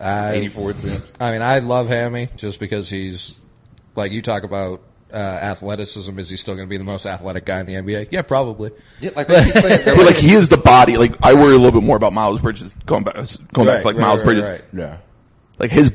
Speaker 3: Eighty four attempts.
Speaker 2: I mean, I love Hammy just because he's like you talk about uh, athleticism. Is he still going to be the most athletic guy in the NBA? Yeah, probably.
Speaker 3: Yeah, like they keep saying, they're
Speaker 4: But like he is the body. Like I worry a little bit more about Miles Bridges going back, going back
Speaker 2: Right,
Speaker 4: to
Speaker 2: right,
Speaker 4: like Miles
Speaker 2: right,
Speaker 4: Bridges.
Speaker 2: right.
Speaker 3: yeah.
Speaker 4: Like his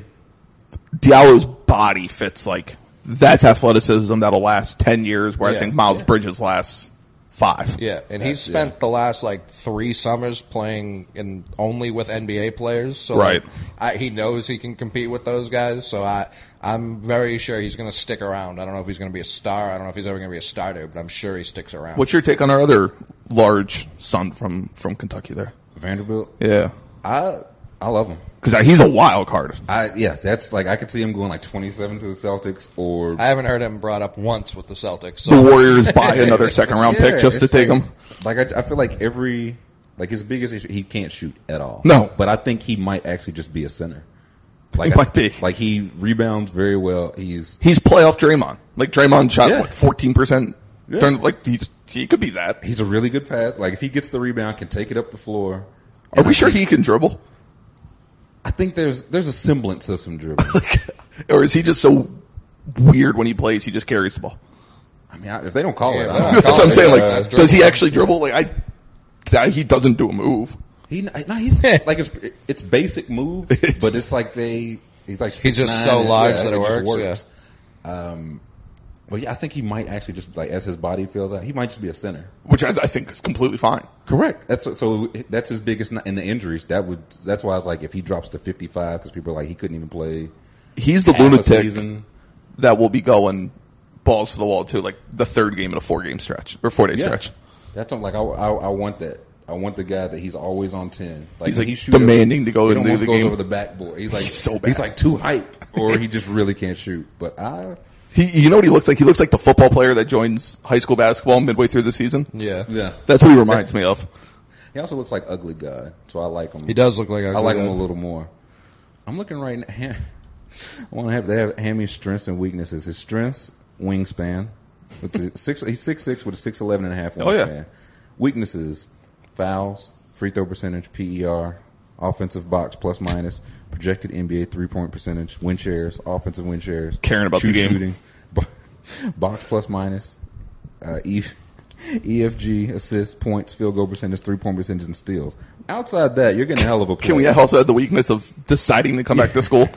Speaker 4: Diallo's body fits like that's athleticism that'll last ten years. Where I
Speaker 2: Yeah,
Speaker 4: think Miles Bridges lasts five.
Speaker 2: Yeah, and he's spent the last like three summers playing in only with NBA players. So like,
Speaker 4: Right.
Speaker 2: I, he knows he can compete with those guys. So I, I'm very sure he's going to stick around. I don't know if he's going to be a star. I don't know if he's ever going to be a starter, but I'm sure he sticks around.
Speaker 4: What's your take on our other large son from from Kentucky there?
Speaker 3: Vanderbilt.
Speaker 4: Yeah,
Speaker 3: I I love him.
Speaker 4: because he's a wild card.
Speaker 3: I yeah. That's like I could see him going like twenty seven to the Celtics or
Speaker 2: I haven't heard him brought up once with the Celtics. So
Speaker 4: The Warriors buy another second round
Speaker 3: Yeah,
Speaker 4: pick just to
Speaker 3: it's
Speaker 4: take
Speaker 3: like-
Speaker 4: him.
Speaker 3: Like I, I feel like every like his biggest issue, he can't shoot at all.
Speaker 4: No.
Speaker 3: but I think he might actually just be a center. Like
Speaker 4: He
Speaker 3: I-
Speaker 4: might be.
Speaker 3: Like he rebounds very well. He's
Speaker 4: He's playoff Draymond. Like Draymond shot
Speaker 3: Yeah.
Speaker 4: what fourteen percent.
Speaker 3: Yeah.
Speaker 4: Like he's, he could be that.
Speaker 3: he's a really good pass. Like if he gets the rebound, can take it up the floor.
Speaker 4: Are we sure he can dribble,
Speaker 3: I think there's there's a semblance of some dribble.
Speaker 4: or is he just so weird when he plays? He just carries the ball.
Speaker 3: I mean, I, if they don't call
Speaker 2: Yeah,
Speaker 3: it, I
Speaker 2: why
Speaker 3: don't
Speaker 2: not
Speaker 4: That's
Speaker 3: call
Speaker 4: what I'm
Speaker 3: it.
Speaker 4: saying. Like,
Speaker 3: Uh,
Speaker 2: that's
Speaker 4: does he
Speaker 2: dribble.
Speaker 4: actually dribble? Like, I, I- he doesn't do a move.
Speaker 3: he no, he's like it's it's basic move, but it's like they he's like
Speaker 2: He's just
Speaker 3: 6'9",
Speaker 2: so
Speaker 3: and,
Speaker 2: large
Speaker 3: yeah,
Speaker 2: that it
Speaker 3: just
Speaker 2: works,
Speaker 3: Um, but yeah, I think he might actually just like as his body feels out, he might just be a center.
Speaker 4: Which I, I think is completely fine.
Speaker 3: Correct. That's so. That's his biggest in the injuries. That would. That's why I was like, if he drops to fifty five, because people are like, he couldn't even play
Speaker 4: He's the
Speaker 3: half a
Speaker 4: lunatic
Speaker 3: season.
Speaker 4: that will be going balls to the wall too. Like the third game in a four game stretch or four day stretch.
Speaker 3: That's what- like I, I, I want that. I want the guy that he's always on ten. Like
Speaker 4: He's, like,
Speaker 3: he shoot over-
Speaker 4: demanding to go
Speaker 3: he
Speaker 4: and
Speaker 3: almost
Speaker 4: lose the
Speaker 3: goes
Speaker 4: game.
Speaker 3: over the backboard. He's like
Speaker 4: He's so
Speaker 3: He's
Speaker 4: bad.
Speaker 3: like too hype, or he just really can't shoot. But I,
Speaker 4: He, you know what he looks like? He looks like the football player that joins high school basketball midway through the season.
Speaker 2: yeah.
Speaker 3: yeah.
Speaker 4: That's what he reminds me of.
Speaker 3: He also looks like ugly guy, so I like him.
Speaker 2: He does look like a
Speaker 3: I like him a little more. I'm looking right now. I want to have they have Hammy's strengths and weaknesses. His strengths, wingspan. It's a six, he's six six with a six eleven and a half wingspan.
Speaker 4: Oh, yeah.
Speaker 3: Weaknesses: fouls, free throw percentage, PER, offensive box plus minus, projected NBA three point percentage, win shares, offensive win shares,
Speaker 4: Caring about the
Speaker 3: true
Speaker 4: game.
Speaker 3: shooting, bo- box plus minus, uh, E- EFG, assists, points, field goal percentage, three point percentage, and steals. Outside that, you're getting a hell of a player.
Speaker 4: Can we also add the weakness of deciding to come back to school?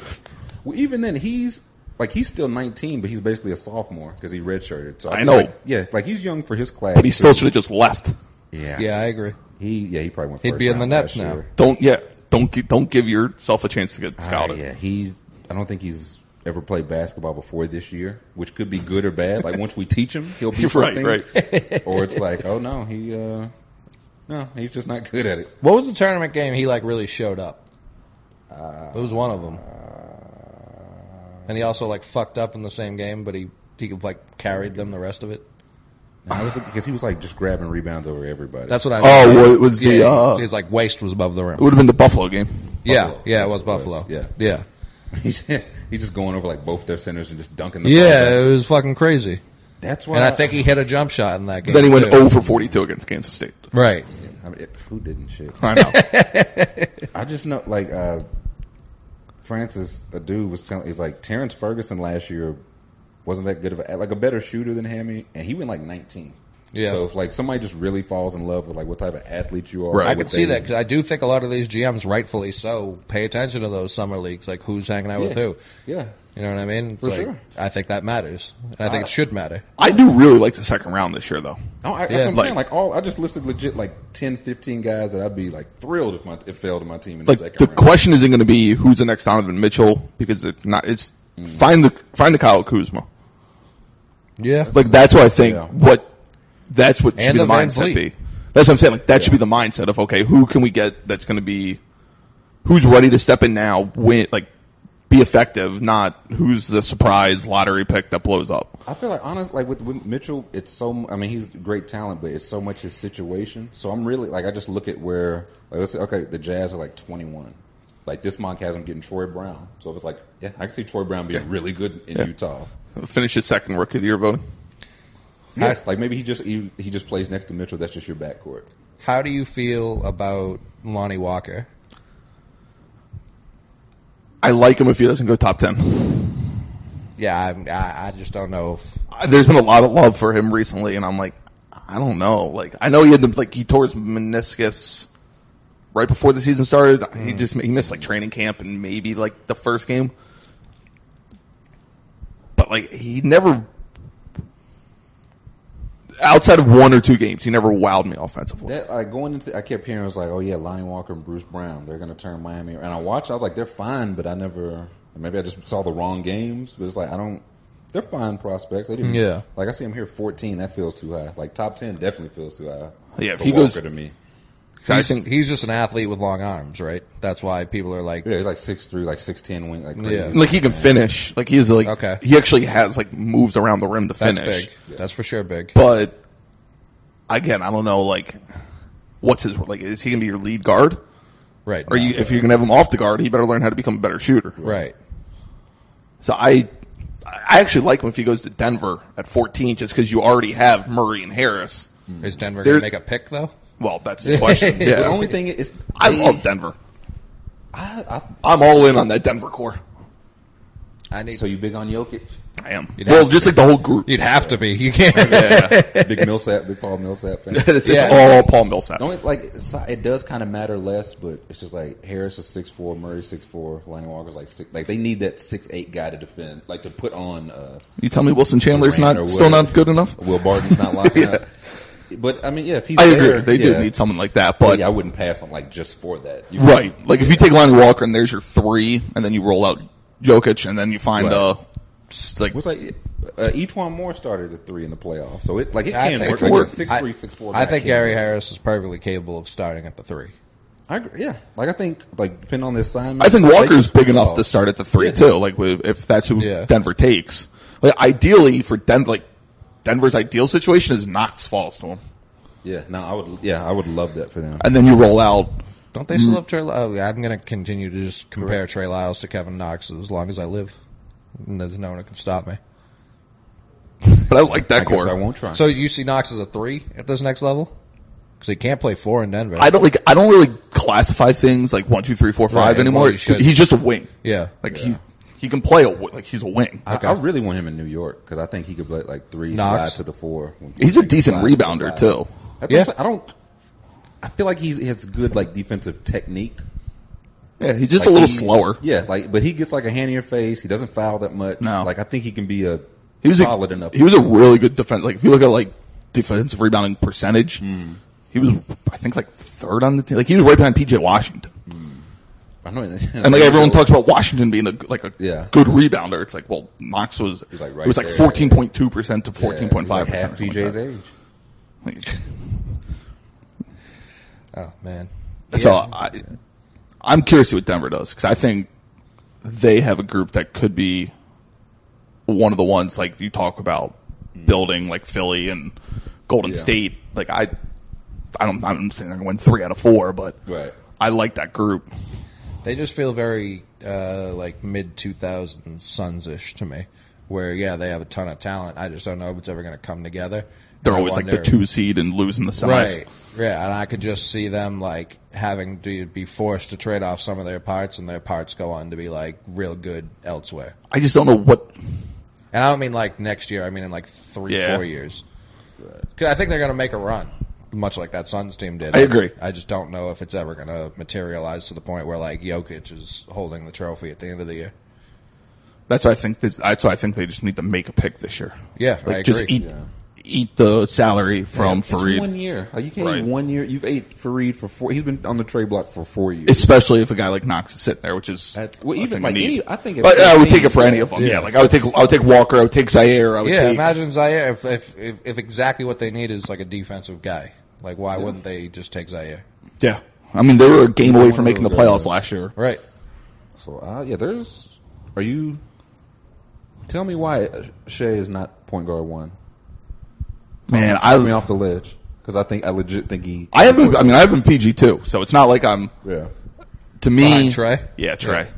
Speaker 3: Well, even then, he's like he's still 19, but he's basically a sophomore because he redshirted. So
Speaker 4: I
Speaker 3: feel
Speaker 4: know.
Speaker 3: like- yeah, like he's young for his class.
Speaker 4: But he still should have just left.
Speaker 3: yeah,
Speaker 2: Yeah, I agree.
Speaker 3: He yeah, he probably went.
Speaker 2: He'd
Speaker 3: first
Speaker 2: be in
Speaker 3: round
Speaker 2: the Nets
Speaker 3: last
Speaker 2: now.
Speaker 3: year.
Speaker 4: Don't yeah. Don't gi- don't give yourself a chance to get
Speaker 3: Uh,
Speaker 4: scouted.
Speaker 3: yeah, he. I don't think he's ever played basketball before this year, which could be good or bad. Like once we teach him, he'll be
Speaker 4: Right,
Speaker 3: something. Right. or it's like, oh no, he. uh no, he's just not good at it.
Speaker 2: What was the tournament game he like really showed up?
Speaker 3: Uh,
Speaker 2: it was one of them. and he also like fucked up in the same game, but he he like carried them the rest of it.
Speaker 3: No, I was because he was like just grabbing rebounds over everybody.
Speaker 2: That's what I.
Speaker 4: Oh, well, it was the, uh,
Speaker 2: his like waist was above the rim.
Speaker 4: It would have been the Buffalo game.
Speaker 2: yeah,
Speaker 3: Buffalo.
Speaker 2: yeah, it
Speaker 3: That's
Speaker 2: was
Speaker 3: what it was.
Speaker 2: Buffalo.
Speaker 3: Yeah.
Speaker 2: yeah,
Speaker 3: he's, he's just going over like both their centers and just dunking. The ball
Speaker 2: yeah.
Speaker 3: back.
Speaker 2: It was fucking crazy.
Speaker 3: that's why.
Speaker 2: And I think he hit a jump shot in that game.
Speaker 4: Then he went
Speaker 2: too.
Speaker 4: over 42 against Kansas State.
Speaker 2: Right.
Speaker 3: I mean, it, who didn't shit?
Speaker 4: I know.
Speaker 3: I just know, like, uh, Francis, a dude was telling, he's like, Terrence Ferguson last year wasn't that good of a, like a better shooter than Hammy, and he went like 19.
Speaker 2: Yeah.
Speaker 3: So if like somebody just really falls in love with like what type of athlete you are,
Speaker 4: Right.
Speaker 2: I
Speaker 3: what
Speaker 2: can see
Speaker 3: they-
Speaker 2: that because I do think a lot of these GMs, rightfully so, pay attention to those summer leagues, like who's hanging out with
Speaker 3: Yeah.
Speaker 2: who.
Speaker 3: Yeah.
Speaker 2: You know what I mean? It's like,
Speaker 3: sure.
Speaker 2: I think that matters. And I think it should matter.
Speaker 4: I do really like the second round this year, though.
Speaker 3: No, I, that's
Speaker 2: Yeah.
Speaker 3: what I'm
Speaker 2: Like-
Speaker 3: saying. Like all, I just listed legit like 10, 15 guys that I'd be like thrilled if my if fell to my team in
Speaker 4: Like
Speaker 3: the second
Speaker 4: the
Speaker 3: round.
Speaker 4: question isn't going to be who's the next Donovan Mitchell because it's not. It's find the find the Kyle Kuzma.
Speaker 2: Yeah.
Speaker 4: Like that's what I think.
Speaker 3: Yeah.
Speaker 4: What that's what should
Speaker 2: And
Speaker 4: be the
Speaker 2: the Van
Speaker 4: mindset
Speaker 2: Vliet.
Speaker 4: be. That's what I'm saying. Like that should be the mindset of okay, who can we get that's going to be who's ready to step in now, win, like be effective, not who's the surprise lottery pick that blows up.
Speaker 3: I feel like honest, like with, with Mitchell, it's so. I mean, he's great talent, but it's so much his situation. So I'm really like, I just look at where, like, let's say, okay, the Jazz are like 21. Like this mock has them getting Troy Brown. So if it's like, yeah, I can see Troy Brown being really good in Utah.
Speaker 4: Finish his second rookie of the year voting.
Speaker 3: Yeah. Like maybe he just he, he just plays next to Mitchell. That's just your backcourt.
Speaker 2: How do you feel about Lonnie Walker?
Speaker 4: I like him if he doesn't go top ten.
Speaker 2: Yeah, I'm, I, I just don't know if.
Speaker 4: I- There's been a lot of love for him recently, and I'm like, I don't know. Like I know he had the like he tore his meniscus right before the season started. He
Speaker 2: Mm.
Speaker 4: just he missed like training camp and maybe like the first game. But like he never outside of one or two games, he never wowed me offensively.
Speaker 3: That like going into, I kept hearing it was like, oh yeah, Lonnie Walker and Bruce Brown, they're gonna turn Miami. And I watched, I was like, they're fine, but I never. Maybe I just saw the wrong games, but it's like I don't. They're fine prospects. They didn't,
Speaker 2: Yeah.
Speaker 3: Like I see him here, fourteen. That feels too high. Like top ten definitely feels too high.
Speaker 4: Yeah, if
Speaker 3: for
Speaker 4: he
Speaker 3: Walker
Speaker 4: goes-
Speaker 3: to me,
Speaker 4: I
Speaker 2: He's,
Speaker 4: think-
Speaker 2: he's just an athlete with long arms, right? That's why people are like,
Speaker 3: yeah, he's like six three, like six ten wing, like crazy.
Speaker 2: Yeah.
Speaker 4: like he can finish. Like he's like
Speaker 2: Okay.
Speaker 4: he actually has like moves around the rim to
Speaker 2: that's
Speaker 4: finish.
Speaker 2: big. That's for sure big.
Speaker 4: But again, I don't know. Like, what's his like? Is he gonna be your lead guard?
Speaker 2: right.
Speaker 4: Or you, if you're gonna have him off the guard, he better learn how to become a better shooter.
Speaker 2: right.
Speaker 4: So I, I actually like him if he goes to Denver at 14, just because you already have Murray and Harris.
Speaker 2: Is Denver going to
Speaker 4: There-
Speaker 2: make a pick, though?
Speaker 4: Well, that's the question.
Speaker 2: The
Speaker 3: The
Speaker 4: Yeah,
Speaker 3: only thing is,
Speaker 4: I love Denver.
Speaker 3: I, I,
Speaker 4: I'm all in on that Denver core.
Speaker 2: I need.
Speaker 3: so you big on Jokic,
Speaker 4: I am.
Speaker 2: You'd
Speaker 4: Well,
Speaker 2: have
Speaker 4: just like the whole group.
Speaker 2: You'd have to be. You can't.
Speaker 3: big Millsap, big Paul Millsap fan.
Speaker 4: it's,
Speaker 2: Yeah.
Speaker 4: it's all Paul Millsap.
Speaker 3: The only like it's- it does kind of matter less, but it's just like Harris is six four, Murray six four, Lonnie Walker's like six. Like they need that six eight guy to defend, like to put on. Uh,
Speaker 4: You tell me Wilson Chandler's
Speaker 3: Durant
Speaker 4: not
Speaker 3: or
Speaker 4: still
Speaker 3: Wood.
Speaker 4: not good enough.
Speaker 3: Will Barton's not locking up. But I mean, yeah, if he's
Speaker 4: I agree.
Speaker 3: there,
Speaker 4: They
Speaker 3: yeah,
Speaker 4: do need someone like that, but
Speaker 3: yeah, I wouldn't pass on like just for that. You-
Speaker 4: Right. Like if you take Lonnie Walker and there's your three, and then you roll out Jokic, and then you find
Speaker 3: Right.
Speaker 4: uh, s- like
Speaker 3: It's like uh, Etwan Moore started at three in the playoffs, so it like it
Speaker 2: I
Speaker 3: can
Speaker 2: think-
Speaker 3: work.
Speaker 2: it
Speaker 3: Like,
Speaker 4: works.
Speaker 3: Six
Speaker 2: I,
Speaker 3: three, six four.
Speaker 2: I
Speaker 3: guy
Speaker 2: think
Speaker 3: can
Speaker 2: Gary
Speaker 3: work.
Speaker 2: Harris is perfectly capable of starting at the three.
Speaker 3: I agree. Yeah, like I think like depending on the assignment,
Speaker 4: I think
Speaker 3: they
Speaker 4: Walker's
Speaker 3: can score
Speaker 4: big enough
Speaker 3: off.
Speaker 4: to start at the three
Speaker 3: Yeah.
Speaker 4: too. Like with- if that's who
Speaker 2: Yeah.
Speaker 4: Denver takes, like ideally for Denver, like Denver's ideal situation is Knox falls to him,
Speaker 3: Yeah, no, I would. Yeah, I would love that for them.
Speaker 4: and then you roll out.
Speaker 2: Don't they
Speaker 4: Mm.
Speaker 2: still have Trey? Li- Oh, yeah, I'm going to continue to just compare Trey Lyles to Kevin Knox as long as I live. And there's no one who can stop me.
Speaker 4: But I like that
Speaker 3: I guess
Speaker 4: core.
Speaker 3: I
Speaker 4: I,
Speaker 3: won't try.
Speaker 2: So you see Knox as a three at this next level because he can't play four in Denver.
Speaker 4: don't like. I don't really classify things like one, two, three, four, five
Speaker 2: Right, well,
Speaker 4: anymore.
Speaker 2: you should.
Speaker 4: he's just a wing.
Speaker 2: yeah,
Speaker 4: Like he he can play a wi- like he's a wing.
Speaker 3: I, I really want him in New York because I think he could play like three
Speaker 2: Knox.
Speaker 3: slide to the four.
Speaker 4: He's a decent
Speaker 3: Slide to the
Speaker 4: rebounder
Speaker 3: five.
Speaker 4: too.
Speaker 3: That's
Speaker 2: Yeah.
Speaker 3: what I'm saying. I don't. I feel like he's, he has good like defensive technique.
Speaker 4: Yeah, he's just
Speaker 3: Like,
Speaker 4: a little
Speaker 3: he-
Speaker 4: slower.
Speaker 3: Yeah, like but he gets like a hand in your face. He doesn't foul that much.
Speaker 4: No.
Speaker 3: like I think he can be a
Speaker 4: He was
Speaker 3: solid
Speaker 4: a,
Speaker 3: enough.
Speaker 4: He was a really good defense. Like if you look at like defensive rebounding percentage,
Speaker 3: Hmm.
Speaker 4: he was I think like third on the team. Like he was right behind PJ Washington.
Speaker 3: I know,
Speaker 4: And like everyone talks about Washington being a g- like a
Speaker 3: Yeah.
Speaker 4: good rebounder. It's like well Knox was
Speaker 3: like,
Speaker 4: it was
Speaker 3: right
Speaker 4: like
Speaker 3: there.
Speaker 4: fourteen point two percent to fourteen point five
Speaker 3: Half
Speaker 4: percent.
Speaker 3: PJ's age.
Speaker 2: Oh man.
Speaker 4: So I, I'm curious to what Denver does because I think they have a group that could be one of the ones like you talk about building like Philly and Golden
Speaker 3: Yeah.
Speaker 4: State. Like I, I don't. I'm saying they're going to win three out of four, but
Speaker 3: Right.
Speaker 4: I like that group.
Speaker 2: They just feel very uh, like mid 2000s Suns ish to me, where yeah they have a ton of talent. I just don't know if it's ever going to come together.
Speaker 4: they're
Speaker 2: I
Speaker 4: always like the
Speaker 2: wonder-
Speaker 4: two seed and losing the semis.
Speaker 2: Right. Yeah, and I could just see them like having to be forced to trade off some of their parts, and their parts go on to be like real good elsewhere.
Speaker 4: I just don't know what.
Speaker 2: And I don't mean like next year. I mean in like three,
Speaker 4: Yeah.
Speaker 2: four years. 'Cause I think they're going to make a run, much like that Suns team did.
Speaker 4: I agree.
Speaker 2: I just don't know if it's ever going to materialize to the point where like Jokic is holding the trophy at the end of the year.
Speaker 4: That's why I think this. That's why I think they just need to make a pick this year.
Speaker 2: Yeah,
Speaker 4: like
Speaker 2: I
Speaker 4: just
Speaker 2: agree.
Speaker 4: eat eat the salary from
Speaker 3: It's one
Speaker 4: Fareed,
Speaker 3: year. Like you can't
Speaker 4: Right.
Speaker 3: eat one year. You've ate Fareed for four. He's been on the trade block for four years.
Speaker 4: especially if a guy like Knox is sitting there, which is
Speaker 3: That- well,
Speaker 4: I
Speaker 3: even,
Speaker 4: think,
Speaker 3: like,
Speaker 4: need.
Speaker 3: any- I think if
Speaker 4: But, uh, I would
Speaker 3: any-
Speaker 4: take it for any of them. Yeah.
Speaker 2: Yeah.
Speaker 4: like I would take I would take Walker, I would take Zaire, I would
Speaker 2: Yeah,
Speaker 4: take
Speaker 2: imagine Zaire if, if if if exactly what they need is like a defensive guy. Like, why wouldn't they just take Zaire?
Speaker 4: yeah. I mean, they were a game away from
Speaker 3: one of
Speaker 4: making the
Speaker 3: those
Speaker 4: playoffs
Speaker 3: guys.
Speaker 4: last year.
Speaker 2: Right.
Speaker 3: So uh, yeah, there's. Are you? Tell me why Shea is not point guard one.
Speaker 4: Man, I
Speaker 3: Put me off the ledge because I think I legit think he.
Speaker 4: I haven't. I mean, I haven't PG too, so it's not like I'm.
Speaker 3: yeah.
Speaker 4: To me,
Speaker 2: Behind Trey.
Speaker 4: Yeah, Trey.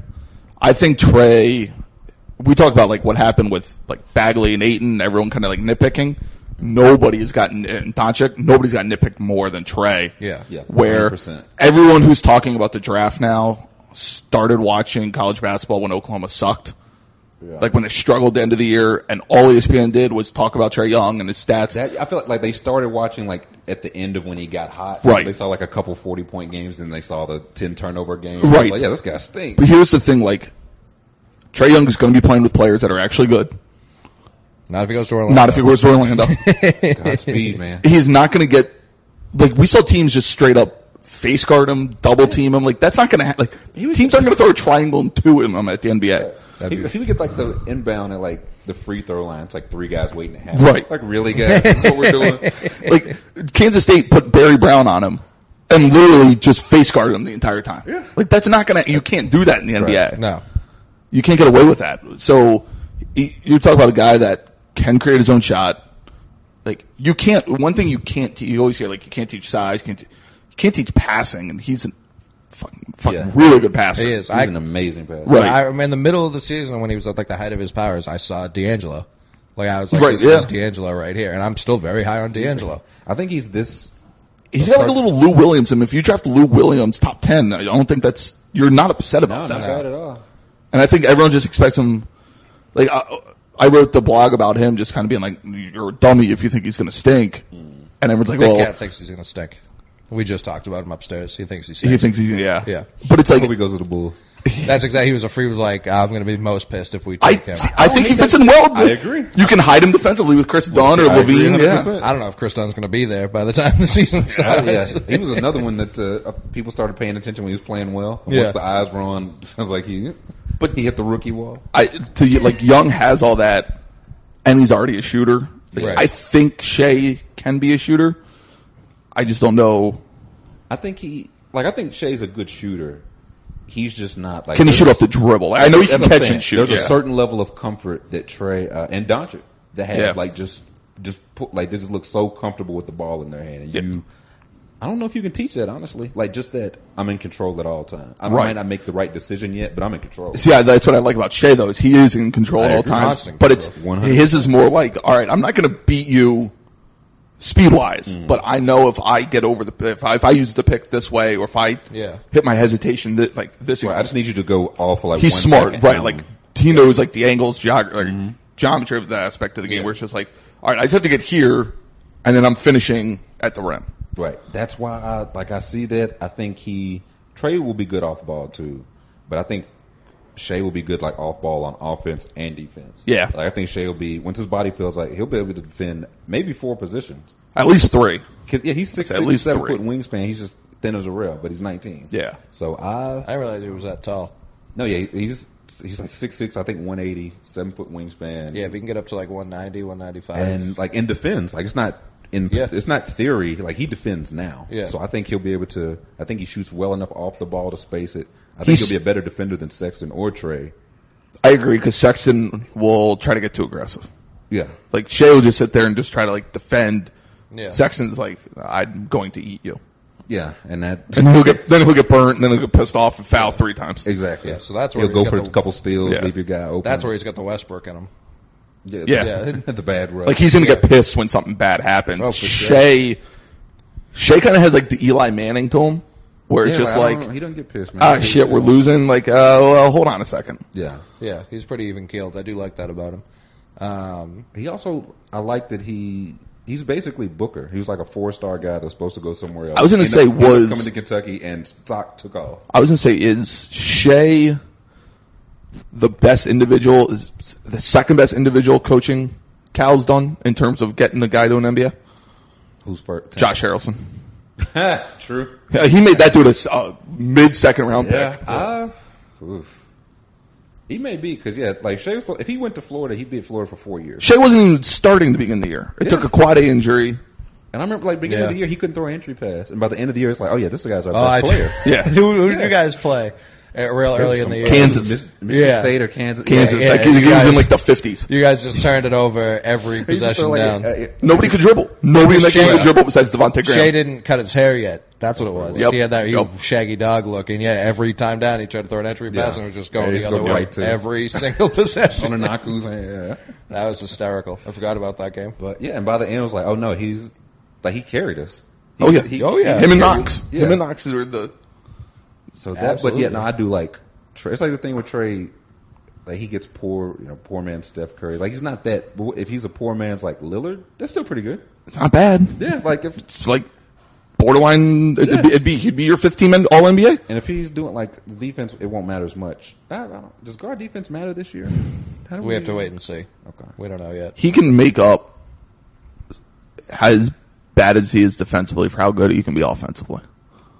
Speaker 4: I think Trey. We talked about like what happened with like Bagley and Aiton. Everyone kind of like nitpicking. Nobody has gotten and Doncic. Nobody's gotten nitpicked more than Trey.
Speaker 2: Yeah.
Speaker 3: Yeah.
Speaker 4: Where
Speaker 3: 100%.
Speaker 4: everyone who's talking about the draft now started watching college basketball when Oklahoma sucked.
Speaker 3: Yeah.
Speaker 4: Like when they struggled the end of the year, and all E ESPN did was talk about Trey Young and his stats.
Speaker 3: That, I feel like, like they started watching like at the end of when he got hot.
Speaker 4: Right.
Speaker 3: They saw like a couple forty point games, and they saw the ten turnover game.
Speaker 4: Right.
Speaker 3: Like, yeah, this guy stinks.
Speaker 4: but here's the thing: like Trey Young is going to be playing with players that are actually good.
Speaker 2: Not if he goes to Orlando.
Speaker 4: Not if he goes to Orlando.
Speaker 3: Godspeed, man.
Speaker 4: he's not going to get like we saw teams just straight up face guard him, double team him. Like that's not going to happen. Like teams aren't going to throw a triangle and two at him at the NBA.
Speaker 3: He, he would get like the inbound at like the free throw line. It's like three guys waiting to have.
Speaker 4: Right.
Speaker 3: Like really, guys, this is what we're doing.
Speaker 4: Like Kansas State put Barry Brown on him and literally just face guarded him the entire time.
Speaker 3: Yeah.
Speaker 4: Like that's not going to. You can't do that in the NBA.
Speaker 2: No.
Speaker 4: you can't get away with that. So y- you talk about a guy that can create his own shot. Like you can't. One thing you can't. Te- you always hear like you can't teach size. You can't. Te- you can't teach passing, and he's a fucking fucking
Speaker 3: Yeah.
Speaker 4: really good passer.
Speaker 2: He is.
Speaker 3: He's
Speaker 2: I,
Speaker 3: an amazing passer.
Speaker 4: Right.
Speaker 2: I, I'm in the middle of the season when he was at like the height of his powers. I saw D'Angelo. Like I was like,
Speaker 4: Right,
Speaker 2: this
Speaker 4: yeah.
Speaker 2: is D'Angelo right here, and I'm still very high on D'Angelo.
Speaker 3: I think he's this.
Speaker 4: He's got like a little Lou Williams, and if you draft Lou Williams top ten, I don't think that's you're not upset about that.
Speaker 3: at all.
Speaker 4: And I think everyone just expects him. Like I, I wrote the blog about him, just kind of being like, "You're a dummy if you think he's going to stink." And everyone's like,
Speaker 2: Big
Speaker 4: "Well,
Speaker 2: Cat thinks he's gonna stink. We just talked about him upstairs. He thinks he stinks.
Speaker 4: he thinks he's yeah,
Speaker 2: Yeah.
Speaker 4: But it's like
Speaker 3: Hope he goes to the Bulls.
Speaker 2: That's exactly. He was a free. He was like, I'm gonna be most pissed if we
Speaker 4: I,
Speaker 2: take him.
Speaker 4: see, I think he fits in well.
Speaker 3: I agree.
Speaker 4: You can hide him defensively with Chris Dunn or
Speaker 3: I agree
Speaker 4: Levine. Yeah.
Speaker 3: 100%.
Speaker 2: I don't know if Chris Dunn's gonna be there by the time the season
Speaker 3: Oh,
Speaker 2: starts.
Speaker 3: yeah, he was another one that uh, people started paying attention when he was playing well. And
Speaker 2: Yeah.
Speaker 3: Once the eyes were on, I was like, he,
Speaker 4: But-
Speaker 3: but he hit the rookie wall.
Speaker 4: I to you, like Young has all that, and he's already a shooter. Like,
Speaker 2: Right.
Speaker 4: I think Shea can be a shooter. I just don't know.
Speaker 3: I think he, like, I think Shea's a good shooter. He's just not like.
Speaker 4: Can he
Speaker 3: there's
Speaker 4: shoot
Speaker 3: a-
Speaker 4: off the dribble? I know he can
Speaker 3: that's what I'm
Speaker 4: catch and
Speaker 3: saying.
Speaker 4: shoot.
Speaker 3: There's
Speaker 4: yeah.
Speaker 3: a certain level of comfort that Trey uh, and Doncic that have
Speaker 4: Yeah.
Speaker 3: like just just put, like they just look so comfortable with the ball in their hand, and
Speaker 4: Yep.
Speaker 3: you. I don't know if you can teach that honestly. Like just that I'm in control at all times. I
Speaker 4: Right.
Speaker 3: might not make the right decision yet, but I'm in control.
Speaker 4: See, I, that's what I like about Shea though is he is in control at all
Speaker 3: agree.
Speaker 4: times.
Speaker 2: Constant
Speaker 4: But it's
Speaker 3: control. 100%.
Speaker 4: his is more like, all right, I'm not going to beat you speed wise,
Speaker 3: Mm-hmm.
Speaker 4: but I know if I get over the if I, if I use the pick this way or if I
Speaker 2: Yeah.
Speaker 4: hit my hesitation that like this.
Speaker 3: I just need you to go all for like.
Speaker 4: he's
Speaker 3: one
Speaker 4: smart,
Speaker 3: second. Mm-hmm.
Speaker 4: right?
Speaker 3: Um,
Speaker 4: Like he knows like the angles, geog- like, geometry of the aspect of the game. Where it's just like, all right, I just have to get here, and then I'm finishing at the rim.
Speaker 3: Right. That's why I like I see that. I think he Trey will be good off ball too, but I think Shea will be good like off ball on offense and defense.
Speaker 4: Yeah.
Speaker 3: Like I think Shea will be once his body feels like he'll be able to defend maybe four positions.
Speaker 4: At least three.
Speaker 3: 'Cause, yeah, he's six,
Speaker 4: At
Speaker 3: six
Speaker 4: least
Speaker 3: seven
Speaker 4: three.
Speaker 3: foot wingspan. He's just thin as a rail, but he's nineteen.
Speaker 4: Yeah.
Speaker 3: So
Speaker 2: I
Speaker 3: I
Speaker 2: didn't realize he was that tall.
Speaker 3: no yeah he- he's he's like six six I think 180, seven foot wingspan.
Speaker 2: Yeah, if he can get up to like 190, 195.
Speaker 3: and like in defense, like it's not in
Speaker 2: Yeah.
Speaker 3: it's not theory. Like he defends now,
Speaker 2: Yeah.
Speaker 3: So I think he'll be able to. I think he shoots well enough off the ball to space it. I think
Speaker 4: He's-
Speaker 3: he'll be a better defender than Sexton or Trey.
Speaker 4: I agree because Sexton will try to get too aggressive.
Speaker 3: Yeah,
Speaker 4: Like Shea will just sit there and just try to like defend.
Speaker 2: Yeah.
Speaker 4: Sexton's like, I'm going to eat you,
Speaker 3: yeah, and that
Speaker 4: and he'll get then he'll get burnt, and then he'll get pissed off and foul three times.
Speaker 3: exactly.
Speaker 2: Yeah, so that's where
Speaker 3: he'll
Speaker 2: he's
Speaker 3: go
Speaker 2: got
Speaker 3: for
Speaker 2: the-
Speaker 3: a couple steals,
Speaker 4: Yeah.
Speaker 3: leave your guy open.
Speaker 2: That's where he's got the Westbrook in him.
Speaker 3: Yeah,
Speaker 4: Yeah.
Speaker 3: the bad rub.
Speaker 4: Like he's gonna get pissed when something bad happens.
Speaker 3: Oh, for sure.
Speaker 4: Shea, Shea kind of has like the Eli Manning to him, where
Speaker 3: Yeah,
Speaker 4: it's just
Speaker 3: but I
Speaker 4: like,
Speaker 3: don't know. he doesn't get pissed, man.
Speaker 4: ah,
Speaker 3: He-
Speaker 4: shit, we're losing. Like, uh, well, hold on a second.
Speaker 3: Yeah,
Speaker 2: Yeah, he's pretty even keeled. I do like that about him. Um,
Speaker 3: he also I like that he he's basically Booker. He was like a four star guy that was supposed to go somewhere else.
Speaker 4: I was gonna
Speaker 3: Ended
Speaker 4: say
Speaker 3: up- ended up
Speaker 4: was-
Speaker 3: coming to Kentucky and stock took off.
Speaker 4: I was gonna say, is Shea the best individual? Is the second best individual coaching Cal's done in terms of getting the guy to an NBA?
Speaker 3: Who's first?
Speaker 4: Josh Harrelson.
Speaker 3: True.
Speaker 4: Yeah, he made that dude a s- a mid-second round
Speaker 3: Yeah.
Speaker 4: pick.
Speaker 3: Uh, oof. He may be because yeah, like Shea was, if he went to Florida, he did Florida for four years.
Speaker 4: Shea wasn't even starting to begin the year. It took a quad A injury.
Speaker 3: And I remember like beginning of
Speaker 2: Yeah.
Speaker 3: the year, he couldn't throw an entry pass, and by the end of the year, it's like, oh yeah, this guy's our
Speaker 2: oh,
Speaker 3: best
Speaker 2: I
Speaker 3: player.
Speaker 4: Yeah.
Speaker 2: who, who did you guys play? Uh, real early in the year.
Speaker 4: Kansas.
Speaker 3: Miss- Michigan
Speaker 2: Yeah.
Speaker 3: State or Kansas,
Speaker 4: Kansas.
Speaker 2: Yeah, yeah,
Speaker 4: like, he
Speaker 2: you
Speaker 4: was
Speaker 2: guys-
Speaker 4: in like the 50s.
Speaker 2: You guys just turned it over every
Speaker 3: He just uh,
Speaker 2: possession
Speaker 3: throw, like,
Speaker 2: down.
Speaker 3: a- a-
Speaker 4: Nobody could dribble. Nobody in that game
Speaker 2: Shea-
Speaker 4: could dribble besides Devontae Graham.
Speaker 2: Shay didn't cut his hair yet. That's what it was.
Speaker 4: Yep.
Speaker 2: He had that he
Speaker 4: Yep.
Speaker 2: shaggy dog look, and yeah, every time down he tried to throw an entry pass, and
Speaker 3: Yeah.
Speaker 2: it was just going
Speaker 3: Yeah,
Speaker 2: the
Speaker 3: just
Speaker 2: other
Speaker 3: go
Speaker 2: way
Speaker 3: right to-
Speaker 2: every single
Speaker 3: on a
Speaker 2: possession.
Speaker 3: Naku's hand. Yeah.
Speaker 2: that was hysterical. I forgot about that game.
Speaker 3: But yeah, and by the end, it was like, oh no, he's like he carried us. He-
Speaker 4: Oh yeah,
Speaker 3: he-
Speaker 2: oh, yeah.
Speaker 4: Him and
Speaker 3: Yeah.
Speaker 4: Knox.
Speaker 3: Yeah.
Speaker 4: Him and Knox are the.
Speaker 3: So that, but
Speaker 2: Absolutely.
Speaker 3: yeah, no, I do like. Trey. It's like the thing with Trey, like he gets poor, you know, poor man Steph Curry. Like he's not that. But if he's a poor man's like Lillard, that's still pretty good.
Speaker 4: It's not bad.
Speaker 3: Yeah, like if
Speaker 4: It's like borderline. It'd, be, it'd be he'd be your 15 men all NBA.
Speaker 3: and if he's doing like the defense, it won't matter as much. I, I don't, does guard defense matter this year? How do
Speaker 2: We have to wait and see.
Speaker 3: Okay.
Speaker 2: We don't know yet.
Speaker 4: He can make up as bad as he is defensively for how good he can be offensively.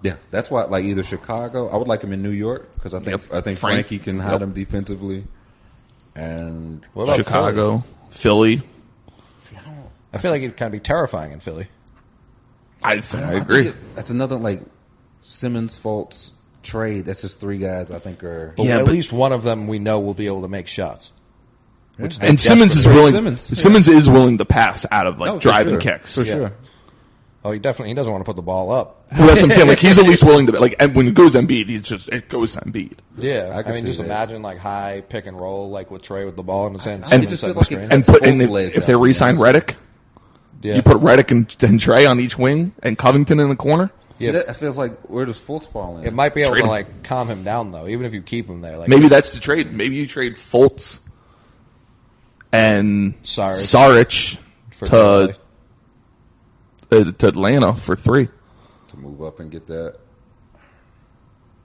Speaker 3: Yeah, that's why. Like either Chicago, I would like him in New York because I think
Speaker 4: Yep.
Speaker 3: I think
Speaker 4: Frank.
Speaker 3: Frankie can hide
Speaker 4: Yep.
Speaker 3: him defensively. And
Speaker 2: What about Philly?
Speaker 4: Chicago, Philly.
Speaker 2: I feel like it'd kind of be terrifying in Philly.
Speaker 4: I think I
Speaker 3: I think
Speaker 4: agree.
Speaker 3: it- that's another like Simmons, Fultz, trade. That's just three guys I think are.
Speaker 2: But
Speaker 4: Yeah,
Speaker 2: at
Speaker 4: but-
Speaker 2: least one of them we know will be able to make shots. Which
Speaker 4: And Simmons is
Speaker 3: Where's
Speaker 4: willing. Simmons,
Speaker 3: Simmons?
Speaker 4: is willing to pass out of like
Speaker 3: Oh, for sure.
Speaker 4: driving kicks.
Speaker 3: for
Speaker 2: Yeah.
Speaker 3: sure.
Speaker 2: Oh, he definitely he doesn't want to put the ball up.
Speaker 4: Well, that's what I'm saying. Like he's at least willing to like. And when it goes Embiid, it's just it goes Embiid.
Speaker 2: Yeah, I,
Speaker 3: I can
Speaker 2: mean,
Speaker 3: see
Speaker 2: just
Speaker 3: that.
Speaker 2: imagine like high pick and roll, like with Trey with the ball in his hand,
Speaker 3: And-
Speaker 2: Simmons
Speaker 3: Just
Speaker 2: setting
Speaker 3: feels
Speaker 2: the
Speaker 3: like it-
Speaker 2: screen.
Speaker 4: And put and
Speaker 3: Fultz
Speaker 4: if,
Speaker 3: legs
Speaker 4: if
Speaker 3: out,
Speaker 4: they
Speaker 3: to be
Speaker 4: re-sign Reddick,
Speaker 2: yeah.
Speaker 4: you put Reddick and, and Trey on each wing, and Covington in the corner.
Speaker 3: Yeah,
Speaker 2: Yeah.
Speaker 3: that, it feels like where does Fultz fall in?
Speaker 2: It might be able
Speaker 4: Trade
Speaker 2: to
Speaker 4: him.
Speaker 2: like calm him down though, even if you keep him there. Like
Speaker 4: Maybe that's the trade. Maybe you trade Fultz and
Speaker 2: Saric.
Speaker 4: Saric to uh, to Atlanta for three.
Speaker 3: to move up and get that.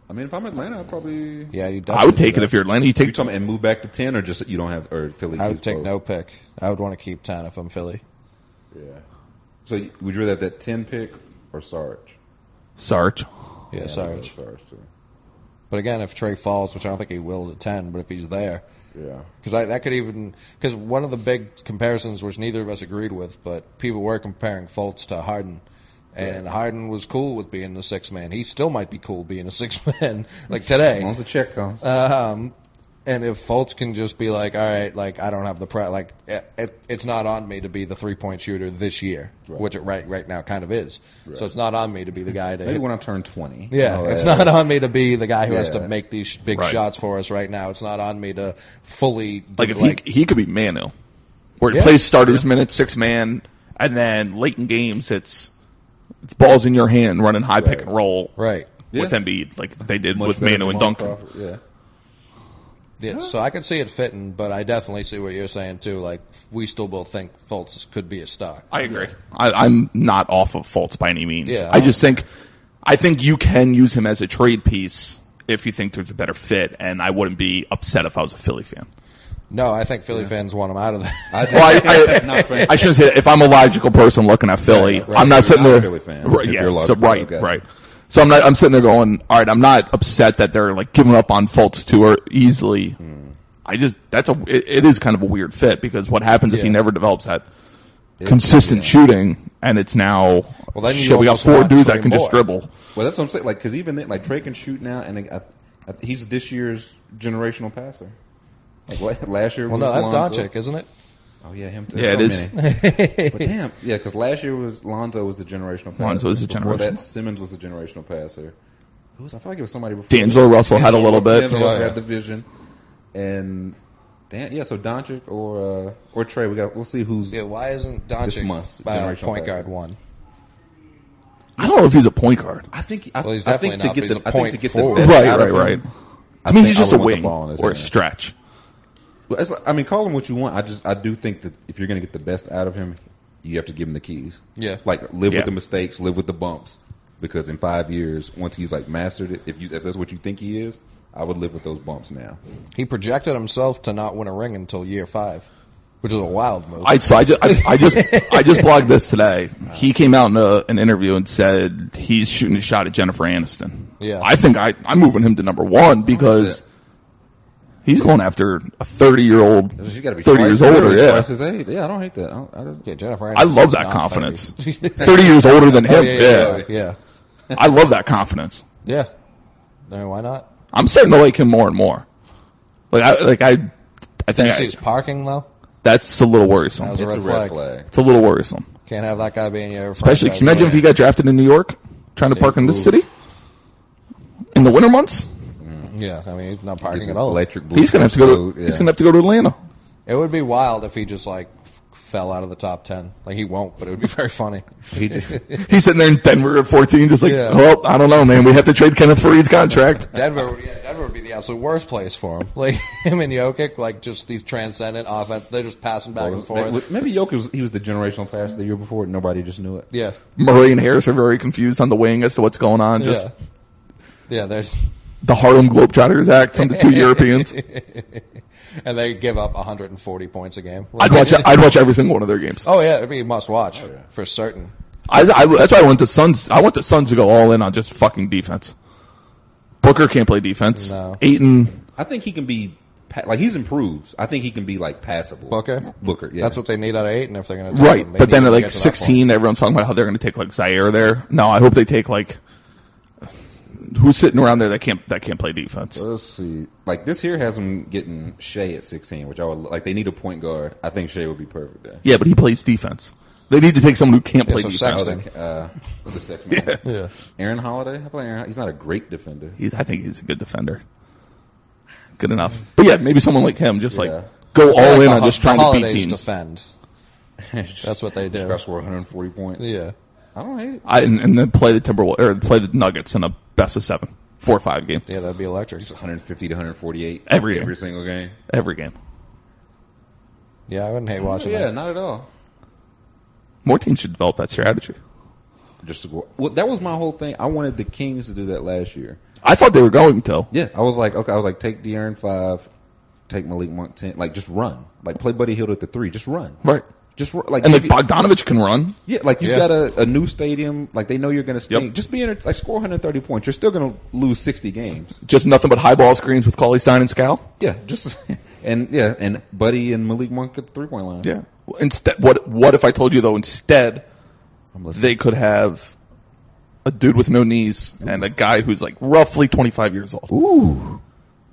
Speaker 3: I mean, if I'm Atlanta, I'd probably.
Speaker 2: yeah, you.
Speaker 4: I would take it if you're Atlanta. You
Speaker 3: You
Speaker 4: take
Speaker 3: talking about and move back to ten, or just you don't have or Philly?
Speaker 2: I would
Speaker 3: keeps
Speaker 2: take
Speaker 3: both?
Speaker 2: no pick. I would want to keep ten if I'm Philly.
Speaker 3: Yeah. So you- would you rather have that ten pick or Sarge?
Speaker 4: Saric.
Speaker 2: Yeah,
Speaker 3: Yeah, I'd go
Speaker 2: Sarge.
Speaker 3: Sarge too.
Speaker 2: But again, if Trey falls, which I don't think he will to ten, but if he's there,
Speaker 3: Yeah.
Speaker 2: because that could even because one of the big comparisons which neither of us agreed with, but people were comparing Fultz to Harden, and Harden was cool with being the sixth man. He still might be cool being a sixth man like today.
Speaker 3: As long as the check comes.
Speaker 2: Um, and if Fultz can just be like, all right, like I don't have the pre, like it, it, it's not on me to be the three point shooter this year, which it right right now kind of is. So it's not on me to be the guy to.
Speaker 3: Maybe
Speaker 2: hit-
Speaker 3: when I turn twenty.
Speaker 2: yeah,
Speaker 3: Oh,
Speaker 2: it's not on me to be the guy who has to
Speaker 3: Yeah.
Speaker 2: make these sh- big
Speaker 4: Right.
Speaker 2: shots for us right now. It's not on me to fully
Speaker 4: Like if
Speaker 2: like
Speaker 4: he he could be Manu, where he
Speaker 2: Yeah.
Speaker 4: plays starters minutes, six man, and then late in games it's balls in your hand, running high pick and roll
Speaker 2: right.
Speaker 4: with
Speaker 3: Yeah.
Speaker 4: Embiid, like they did
Speaker 3: Much
Speaker 4: with
Speaker 3: better
Speaker 4: Manu
Speaker 3: than
Speaker 4: and
Speaker 3: Jamal
Speaker 4: Duncan.
Speaker 3: Crawford, Yeah.
Speaker 2: Yeah, so I can see it fitting, but I definitely see what you're saying too. Like we still both think Fultz could be a star.
Speaker 4: I agree. I, I'm not off of Fultz by any means.
Speaker 2: Yeah.
Speaker 4: I just think, I think you can use him as a trade piece if you think there's a better fit, and I wouldn't be upset if I was a Philly fan.
Speaker 2: No, I think Philly fans want him out of there.
Speaker 3: I think,
Speaker 4: Well, I, I,
Speaker 3: Not Frank.
Speaker 4: I shouldn't say that. If I'm a logical person looking at Philly,
Speaker 3: Right, right.
Speaker 4: I'm not
Speaker 3: You're
Speaker 4: sitting
Speaker 3: not a
Speaker 4: there.
Speaker 3: Philly fan,
Speaker 4: Right,
Speaker 3: if
Speaker 4: yeah,
Speaker 3: you're a
Speaker 4: so,
Speaker 3: logical
Speaker 4: right,
Speaker 3: guy.
Speaker 4: right. So I'm not. I'm sitting there going, all right. I'm not upset that they're like giving up on Fultz too or easily.
Speaker 3: Hmm.
Speaker 4: I just that's a. It, it is kind of a weird fit because what happens if he
Speaker 2: Yeah.
Speaker 4: never develops that consistent shooting and it's now
Speaker 2: Well, then you
Speaker 4: shit. We got
Speaker 2: almost
Speaker 4: four
Speaker 2: want
Speaker 4: dudes
Speaker 2: Trey
Speaker 4: that can just
Speaker 2: Moore.
Speaker 4: dribble.
Speaker 3: Well, that's what I'm saying. Like, because even then, like Trey can shoot now, and I, I, he's this year's generational passer. Like what, last year,
Speaker 2: well,
Speaker 3: was
Speaker 2: no, that's
Speaker 3: Lonzo.
Speaker 2: Doncic, isn't it?
Speaker 3: Oh yeah, him. Too.
Speaker 4: Yeah, it is.
Speaker 3: but damn, yeah, because last year was Lonzo was the generational passer.
Speaker 4: Lonzo is the
Speaker 3: Before
Speaker 4: generational.
Speaker 3: that, Simmons was the generational passer. Who was? I feel like it was somebody before.
Speaker 4: D'Angelo Russell had a little bit.
Speaker 3: D'Angelo Russell
Speaker 2: Yeah.
Speaker 3: had the vision, and Damn, yeah. So Doncic or uh, or Trey, we got. We'll see who's.
Speaker 2: Yeah, why isn't
Speaker 3: This
Speaker 2: Doncic
Speaker 3: must,
Speaker 2: uh,
Speaker 3: generational
Speaker 2: point
Speaker 3: player.
Speaker 2: guard one?
Speaker 4: I don't know if he's a point guard.
Speaker 3: I think. I,
Speaker 2: Well, he's
Speaker 3: I think
Speaker 2: definitely
Speaker 3: to
Speaker 2: not,
Speaker 3: get
Speaker 2: but
Speaker 3: the.
Speaker 2: he's a
Speaker 3: I think
Speaker 2: point
Speaker 3: to get
Speaker 2: forward.
Speaker 3: the best
Speaker 4: Right,
Speaker 3: out of
Speaker 4: right,
Speaker 3: him,
Speaker 4: right.
Speaker 3: I
Speaker 4: I mean,
Speaker 3: think
Speaker 4: he's
Speaker 3: I
Speaker 4: just a
Speaker 3: would want the
Speaker 4: wing
Speaker 3: ball in his
Speaker 4: or a
Speaker 3: hand.
Speaker 4: stretch.
Speaker 3: Well, it's like, I mean, call him what you want. I just I do think that if you're going to get the best out of him, you have to give him the keys.
Speaker 2: Yeah.
Speaker 3: like live
Speaker 4: Yeah.
Speaker 3: with the mistakes, live with the bumps, because in five years, once he's like mastered it, if you if that's what you think he is, I would live with those bumps now.
Speaker 2: He projected himself to not win a ring until year five, which is a wild move.
Speaker 4: I so I just I, I just I just blogged this today. He came out in a, an interview and said he's shooting a shot at Jennifer Aniston.
Speaker 2: Yeah.
Speaker 4: I think I I'm moving him to number one because he's going after a 30 year old,
Speaker 3: So she's got to be
Speaker 4: 30
Speaker 3: twice-
Speaker 4: years older.
Speaker 3: literally
Speaker 4: Yeah,
Speaker 3: twice his age. Yeah, I don't hate that. I, don't, I don't,
Speaker 2: yeah, Jennifer.
Speaker 4: I love
Speaker 2: Aniston's
Speaker 4: that
Speaker 2: not
Speaker 4: confidence.
Speaker 2: 30.
Speaker 4: 30 years older than him.
Speaker 2: Yeah,
Speaker 4: yeah,
Speaker 2: yeah, yeah,
Speaker 4: I love that confidence.
Speaker 2: yeah. No, why not?
Speaker 4: I'm starting to like him more and more. Like I like I I
Speaker 2: You
Speaker 4: think
Speaker 2: see
Speaker 4: I,
Speaker 2: his parking though.
Speaker 4: that's a little
Speaker 2: That
Speaker 4: worrisome.
Speaker 2: was a
Speaker 3: it's
Speaker 2: red,
Speaker 3: a red
Speaker 2: flag.
Speaker 3: flag.
Speaker 4: It's a little worrisome,
Speaker 2: Can't have that guy being your.
Speaker 4: especially. Can you imagine if he got drafted in New York, trying to park in this
Speaker 3: ooh.
Speaker 4: city in the winter months?
Speaker 2: Yeah, I mean he's not
Speaker 3: It's
Speaker 2: parking
Speaker 3: an
Speaker 2: at all.
Speaker 3: electric blue.
Speaker 4: He's gonna have to go. To,
Speaker 3: Yeah.
Speaker 4: He's gonna have to go to Atlanta.
Speaker 2: It would be wild if he just like f- fell out of the top ten. Like he won't, but it would be very funny.
Speaker 3: He just-
Speaker 4: He's sitting there in Denver at 14, just like,
Speaker 2: Yeah.
Speaker 4: well, I don't know, man. We have to trade Kenneth Faried's contract.
Speaker 2: Denver, yeah, Denver would be the absolute worst place for him. Like him and Jokic, like just these transcendent offense. They're just passing back and forth.
Speaker 3: Maybe Jokic was, he was the generational player the year before. and Nobody just knew it.
Speaker 2: Yeah,
Speaker 4: Murray and Harris are very confused on the wing as to what's going on. Just
Speaker 2: yeah, yeah. There's
Speaker 4: the Harlem Globetrotters act from the two Europeans.
Speaker 2: and they give up 140 points a game.
Speaker 4: I'd watch. I'd watch every single one of their games.
Speaker 2: Oh yeah, it'd be a must watch for certain.
Speaker 4: I, I- that's why I want the Suns. I want the Suns to go all in on just fucking defense. Booker can't play defense.
Speaker 2: No.
Speaker 4: Aiton,
Speaker 3: I think he can be pa- like he's improved. I think he can be like passable.
Speaker 2: Booker,
Speaker 3: Booker. Yeah,
Speaker 2: That's what they need out of Aiton if they're going to
Speaker 4: right? But then at like sixteen, everyone's talking about how they're going to take like Zaire there. No, I hope they take like who's sitting around there that can't that can't play defense.
Speaker 3: Let's see. Like this here has him getting Shea at sixteen, which I would like. They need a point guard. I think Shea would be perfect there.
Speaker 4: Yeah, but he plays defense. They need to take someone who can't play
Speaker 2: so
Speaker 4: defense.
Speaker 2: Sexton.
Speaker 3: Uh, what's the sex man?
Speaker 2: Yeah.
Speaker 3: Aaron Holiday. I play Aaron. He's not a great defender.
Speaker 4: He's, I think he's a good defender. Good enough. But yeah, maybe someone like him, just
Speaker 3: Yeah.
Speaker 4: like go all in
Speaker 2: the
Speaker 4: on
Speaker 2: ho-
Speaker 4: just
Speaker 2: the
Speaker 4: trying to beat
Speaker 2: holidays
Speaker 4: teams.
Speaker 2: defend. That's what they do.
Speaker 3: Just score 140 points.
Speaker 2: Yeah.
Speaker 3: I don't hate. it.
Speaker 4: I, and, and then play the Timberwolves or play the Nuggets in a best of seven, four or five game
Speaker 2: Yeah, that'd be electric.
Speaker 3: 150 to 148
Speaker 4: Every year.
Speaker 3: every single game.
Speaker 4: every game.
Speaker 2: Yeah, I wouldn't hate watching
Speaker 3: yeah,
Speaker 2: that.
Speaker 3: not at all.
Speaker 4: More teams should develop that strategy.
Speaker 3: Just to go. Well, that was my whole thing. I wanted the Kings to do that last year.
Speaker 4: I thought they were going to.
Speaker 3: Yeah, I was like, okay, I was like, take De'Aaron five, take Malik Monk ten, like just run, like play Buddy Hield at the three, just run,
Speaker 4: Right.
Speaker 3: Just run, like
Speaker 4: And like
Speaker 3: give you-
Speaker 4: Bogdanovich can run.
Speaker 3: Yeah, like you've
Speaker 2: Yeah.
Speaker 3: got a, a new stadium. Like they know you're going to stink.
Speaker 4: Yep.
Speaker 3: Just be enter- like score 130 points. You're still going to lose 60 games.
Speaker 4: Just nothing but high ball screens with Cauley Stein and Scal.
Speaker 3: Yeah, just and yeah, and Buddy and Malik Monk at the three point line.
Speaker 4: Yeah. Instead, what what if I told you though? Instead,
Speaker 3: I'm listening.
Speaker 4: they could have a dude with no knees and a guy who's like roughly twenty five years old.
Speaker 3: Ooh.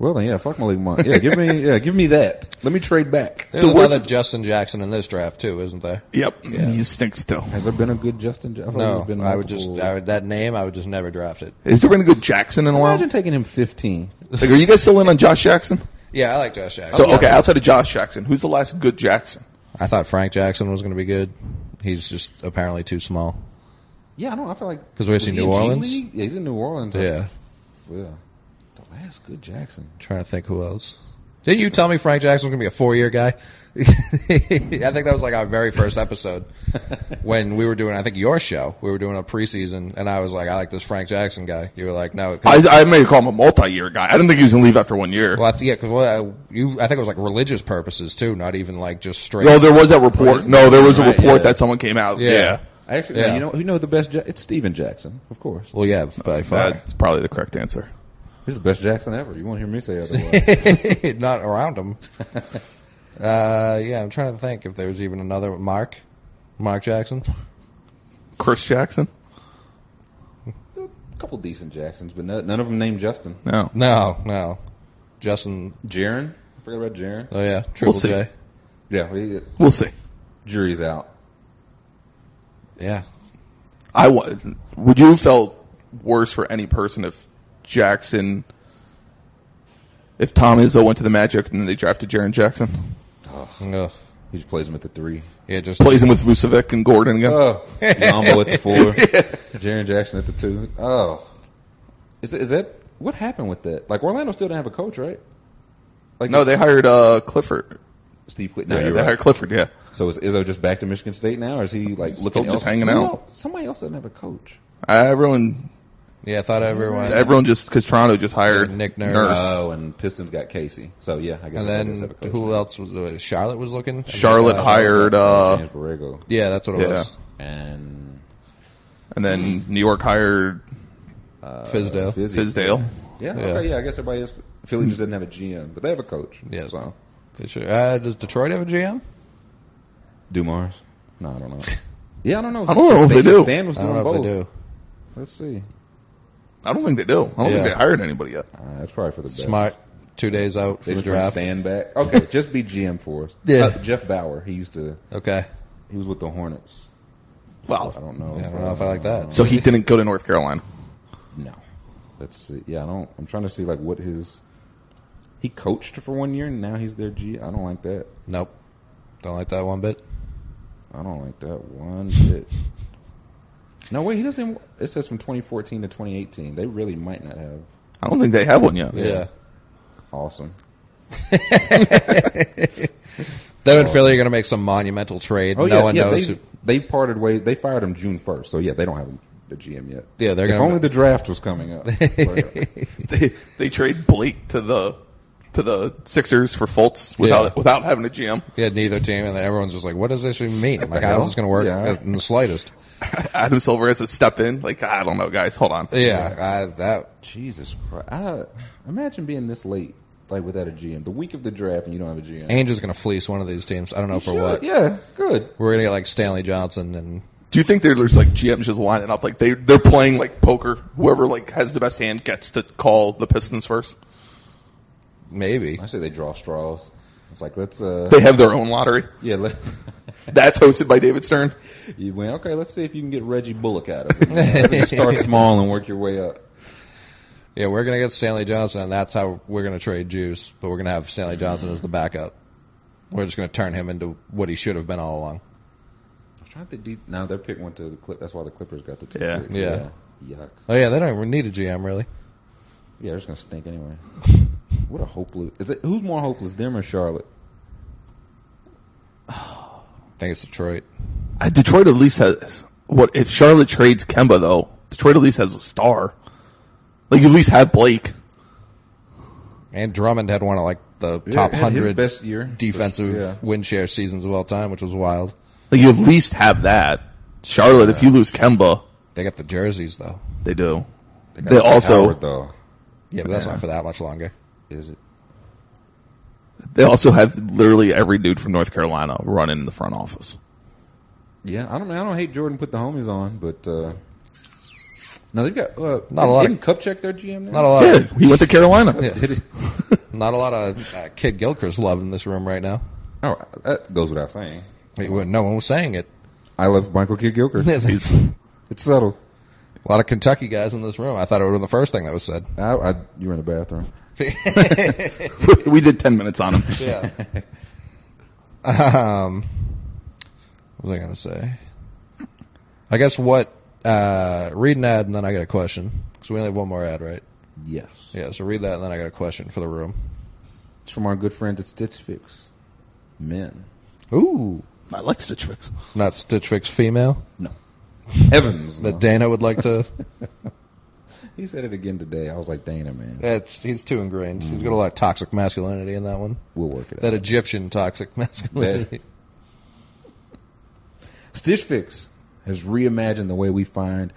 Speaker 3: Well then, yeah, fuck Malik Monk. Yeah, give me yeah, give me that. Let me trade back.
Speaker 2: There's
Speaker 4: The worst
Speaker 2: another
Speaker 4: is-
Speaker 2: Justin Jackson in this draft too, isn't there?
Speaker 4: Yep. He stinks still.
Speaker 3: Has there been a good Justin? Jo- I feel like
Speaker 4: Oh,
Speaker 2: No,
Speaker 3: there's been
Speaker 2: I would just
Speaker 3: multiple-
Speaker 2: I would, that name I would just never draft it.
Speaker 4: Is there been a good Jackson in a while?
Speaker 3: imagine taking him 15.
Speaker 4: Like, are you guys still in on Josh Jackson?
Speaker 2: Yeah, I like Josh Jackson.
Speaker 4: So okay, outside of Josh Jackson, who's the last good Jackson?
Speaker 2: I thought Frank Jackson was going to be good. He's just apparently too small.
Speaker 3: Yeah, I don't. I feel like
Speaker 2: 'Cause where's
Speaker 3: was
Speaker 2: he,
Speaker 3: in
Speaker 2: New
Speaker 3: G
Speaker 2: Orleans?
Speaker 3: League? Yeah, he's in New Orleans.
Speaker 2: Yeah,
Speaker 3: yeah. The last good Jackson.
Speaker 2: trying to think who else. Did you tell me Frank Jackson was going to be a four-year guy? I think that was like our very first episode when we were doing. I think your show. We were doing a preseason, and I was like, "I like this Frank Jackson guy." You were like, "No." 'cause-
Speaker 4: I, I may call him a multi-year guy. I didn't think he was going to leave after one year.
Speaker 2: well, I th- yeah, because well, I- you. I think it was like religious purposes too, not even like just straight.
Speaker 4: No, there was that report. No, there was a
Speaker 3: Right,
Speaker 4: report
Speaker 3: yeah.
Speaker 4: that someone came out. Yeah.
Speaker 2: Yeah.
Speaker 3: Actually,
Speaker 2: Yeah.
Speaker 3: you know, you know the best. Ja- it's Steven Jackson, of course.
Speaker 2: well, yeah, by far.
Speaker 4: That's probably the correct answer.
Speaker 3: He's the best Jackson ever. You won't hear me say otherwise.
Speaker 2: not around him. Uh, yeah, I'm trying to think if there was even another Mark, Mark Jackson.
Speaker 4: Chris Jackson?
Speaker 3: a couple decent Jacksons, but no, none of them named Justin.
Speaker 4: No.
Speaker 2: No, no, Justin.
Speaker 3: Jaren. I forgot about Jaren.
Speaker 2: Oh yeah, Triple
Speaker 4: see.
Speaker 2: J.
Speaker 3: Yeah, we,
Speaker 4: We'll see.
Speaker 3: jury's out.
Speaker 2: Yeah,
Speaker 4: I wa- would you have felt worse for any person if Jackson if Tom Izzo went to the Magic and then they drafted Jaron Jackson.
Speaker 2: Ugh.
Speaker 3: He just plays him at the three.
Speaker 2: Yeah, just
Speaker 4: Plays him with Vucevic and Gordon again.
Speaker 2: Uh,
Speaker 3: Oh, Yombo at the four. Jaron Jackson at the two. Oh, is it, is that what happened with that? Like Orlando still didn't have a coach, right? Like
Speaker 4: no, they hired uh, Clifford.
Speaker 3: Steve Clifford. No,
Speaker 4: Yeah,
Speaker 3: you're
Speaker 4: they
Speaker 3: right.
Speaker 4: hired Clifford, yeah.
Speaker 3: So is Izzo just back to Michigan State now, or is he like looking
Speaker 4: just
Speaker 3: else-
Speaker 4: hanging
Speaker 3: Who
Speaker 4: out.
Speaker 3: else- Somebody else doesn't have a coach.
Speaker 4: Everyone,
Speaker 2: yeah. I thought everyone.
Speaker 4: everyone just because Toronto just hired
Speaker 2: Nick Nurse. Uh,
Speaker 4: Nurse.
Speaker 3: Oh, and Pistons got Casey. So yeah, I guess
Speaker 2: and
Speaker 3: they does have a
Speaker 2: then
Speaker 3: coach.
Speaker 2: who else was uh, Charlotte was looking?
Speaker 4: Charlotte
Speaker 2: Uh,
Speaker 4: hired, uh,
Speaker 3: James Borrego
Speaker 2: Yeah, that's what it
Speaker 4: Yeah.
Speaker 2: was.
Speaker 3: and
Speaker 4: and then New York hired
Speaker 3: Uh,
Speaker 2: Fizdale.
Speaker 3: Fizzy.
Speaker 4: Fizdale.
Speaker 3: Yeah,
Speaker 2: Yeah.
Speaker 3: okay, yeah. I guess everybody is. Philly just doesn't have a GM, but they have a coach.
Speaker 2: Yeah.
Speaker 3: so
Speaker 2: They should- Uh, does Detroit have a GM?
Speaker 3: Dumars. No, I don't know. Yeah, I don't know.
Speaker 4: I don't know if they do.
Speaker 3: Stan was
Speaker 2: I
Speaker 3: doing
Speaker 2: don't know
Speaker 3: both.
Speaker 2: if they do.
Speaker 3: Let's see.
Speaker 4: I don't think they do. I don't
Speaker 2: Yeah.
Speaker 4: think they hired anybody yet.
Speaker 3: Uh, that's probably for the best.
Speaker 2: Smart. Two days out
Speaker 3: They
Speaker 2: from the
Speaker 3: just
Speaker 2: draft.
Speaker 3: draft. stand back. Okay, just be GM for us.
Speaker 2: Yeah.
Speaker 3: Uh, Jeff Bauer. He used to.
Speaker 2: Okay.
Speaker 3: He was with the Hornets. I
Speaker 4: Well,
Speaker 3: don't know.
Speaker 2: Yeah, I don't know if I like that.
Speaker 4: so he didn't go to North Carolina.
Speaker 3: No. Let's see. Yeah, I don't. I'm trying to see like what his. He coached for one year and now he's their G. I don't like that.
Speaker 2: Nope. Don't like that one bit.
Speaker 3: I don't like that one bit. No, wait. He doesn't. It says from 2014 to 2018. They really might not have.
Speaker 4: I don't think they have one yet.
Speaker 2: Yeah.
Speaker 3: Awesome.
Speaker 2: Them and Philly are going to make some monumental trade.
Speaker 3: Oh
Speaker 2: no
Speaker 3: yeah,
Speaker 2: one
Speaker 3: yeah,
Speaker 2: knows
Speaker 3: they,
Speaker 2: who.
Speaker 3: they parted ways. They fired him June first, so yeah, they don't have the GM yet.
Speaker 2: Yeah, they're
Speaker 3: if
Speaker 2: gonna-
Speaker 3: only the draft was coming up. But- uh,
Speaker 4: They they trade Blake to the to the Sixers for Fultz without
Speaker 2: Yeah.
Speaker 4: without having a GM.
Speaker 2: Yeah, neither team, and everyone's just like, "What does this even mean? Like, how's
Speaker 3: hell?
Speaker 2: this going to work
Speaker 3: Yeah.
Speaker 2: in the slightest?"
Speaker 4: Adam Silver has to step in. Like I don't know, guys. Hold on.
Speaker 2: Yeah, I, that
Speaker 3: Jesus Christ! I, imagine being this late, like without a GM, the week of the draft, and you don't have a GM.
Speaker 2: Ainge going to fleece one of these teams. I don't know for
Speaker 3: Sure,
Speaker 2: what.
Speaker 3: Yeah, good.
Speaker 2: We're going to get like Stanley Johnson and
Speaker 4: Do you think they're just like GMs just lining up? Like they they're playing like poker. Whoever like has the best hand gets to call the Pistons first.
Speaker 2: maybe.
Speaker 3: I say they draw straws. It's like let's uh,
Speaker 4: They have their own lottery.
Speaker 3: yeah, let,
Speaker 4: That's hosted by David Stern.
Speaker 3: you went okay. Let's see if you can get Reggie Bullock out of it. You know, let's start small and work your way up.
Speaker 2: Yeah, we're going to get Stanley Johnson, and that's how we're going to trade Juice. But we're going to have Stanley Johnson as the backup. We're just going to turn him into what he should have been all along.
Speaker 3: I'm trying to de- now their pick went to the clip. That's why the Clippers got the two.
Speaker 4: Yeah.
Speaker 3: picks.
Speaker 2: Yeah.
Speaker 3: yeah. Yuck.
Speaker 2: Oh yeah, they don't even need a GM really.
Speaker 3: Yeah, they're just gonna stink anyway. what a hopeless. Is it who's more hopeless, them or Charlotte?
Speaker 2: I think it's Detroit.
Speaker 4: Uh, Detroit at least has what if Charlotte trades Kemba though? Detroit at least has a star. Like you at least have Blake.
Speaker 2: And Drummond had one of like the top
Speaker 3: Yeah, and his
Speaker 2: hundred
Speaker 3: best year
Speaker 2: defensive
Speaker 3: Yeah.
Speaker 2: win share seasons of all time, which was wild.
Speaker 4: Like you at least have that. Charlotte, if you lose Kemba,
Speaker 2: They got the jerseys though.
Speaker 4: they do. They,
Speaker 3: That's
Speaker 4: also
Speaker 3: Howard, though.
Speaker 2: Yeah, but that's not for that much longer.
Speaker 3: Is it?
Speaker 4: they also have literally every dude from North Carolina running the front office.
Speaker 3: Yeah, I don't. I don't hate Jordan put the homies on, but uh, no, they've got uh,
Speaker 2: Not a lot of-
Speaker 3: Didn't Kupchak their GM now?
Speaker 2: Not a lot.
Speaker 4: Yeah, he went to Carolina.
Speaker 3: Did he?
Speaker 2: Not a lot of uh, Kid Gilchrist love in this room right now.
Speaker 3: Oh, that goes without saying.
Speaker 2: It would- No one was saying it.
Speaker 3: I love Michael K. Gilchrist.
Speaker 4: He's-
Speaker 3: it's subtle.
Speaker 2: A lot of Kentucky guys in this room. I thought it would have been the first thing that was said.
Speaker 3: I, I, you were in the bathroom.
Speaker 4: we did ten minutes on him.
Speaker 2: Yeah. um, what was I going to say? I guess what, uh, read an ad and then I got a question. Because we only have one more ad, right?
Speaker 3: Yes,
Speaker 2: Yeah, so read that and then I got a question for the room.
Speaker 3: it's from our good friend at Stitch Fix. Men,
Speaker 2: Ooh.
Speaker 4: I like Stitch Fix.
Speaker 2: Not Stitch Fix female
Speaker 3: no. Evans,
Speaker 2: that
Speaker 3: no.
Speaker 2: Dana would like to.
Speaker 3: he said it again today. I was like, Dana, man,
Speaker 2: That's he's too ingrained. He's
Speaker 3: Mm.
Speaker 2: got a lot of toxic masculinity in that one.
Speaker 3: we'll work it out.
Speaker 2: That Egyptian toxic masculinity.
Speaker 3: Stitch Fix has reimagined the way we find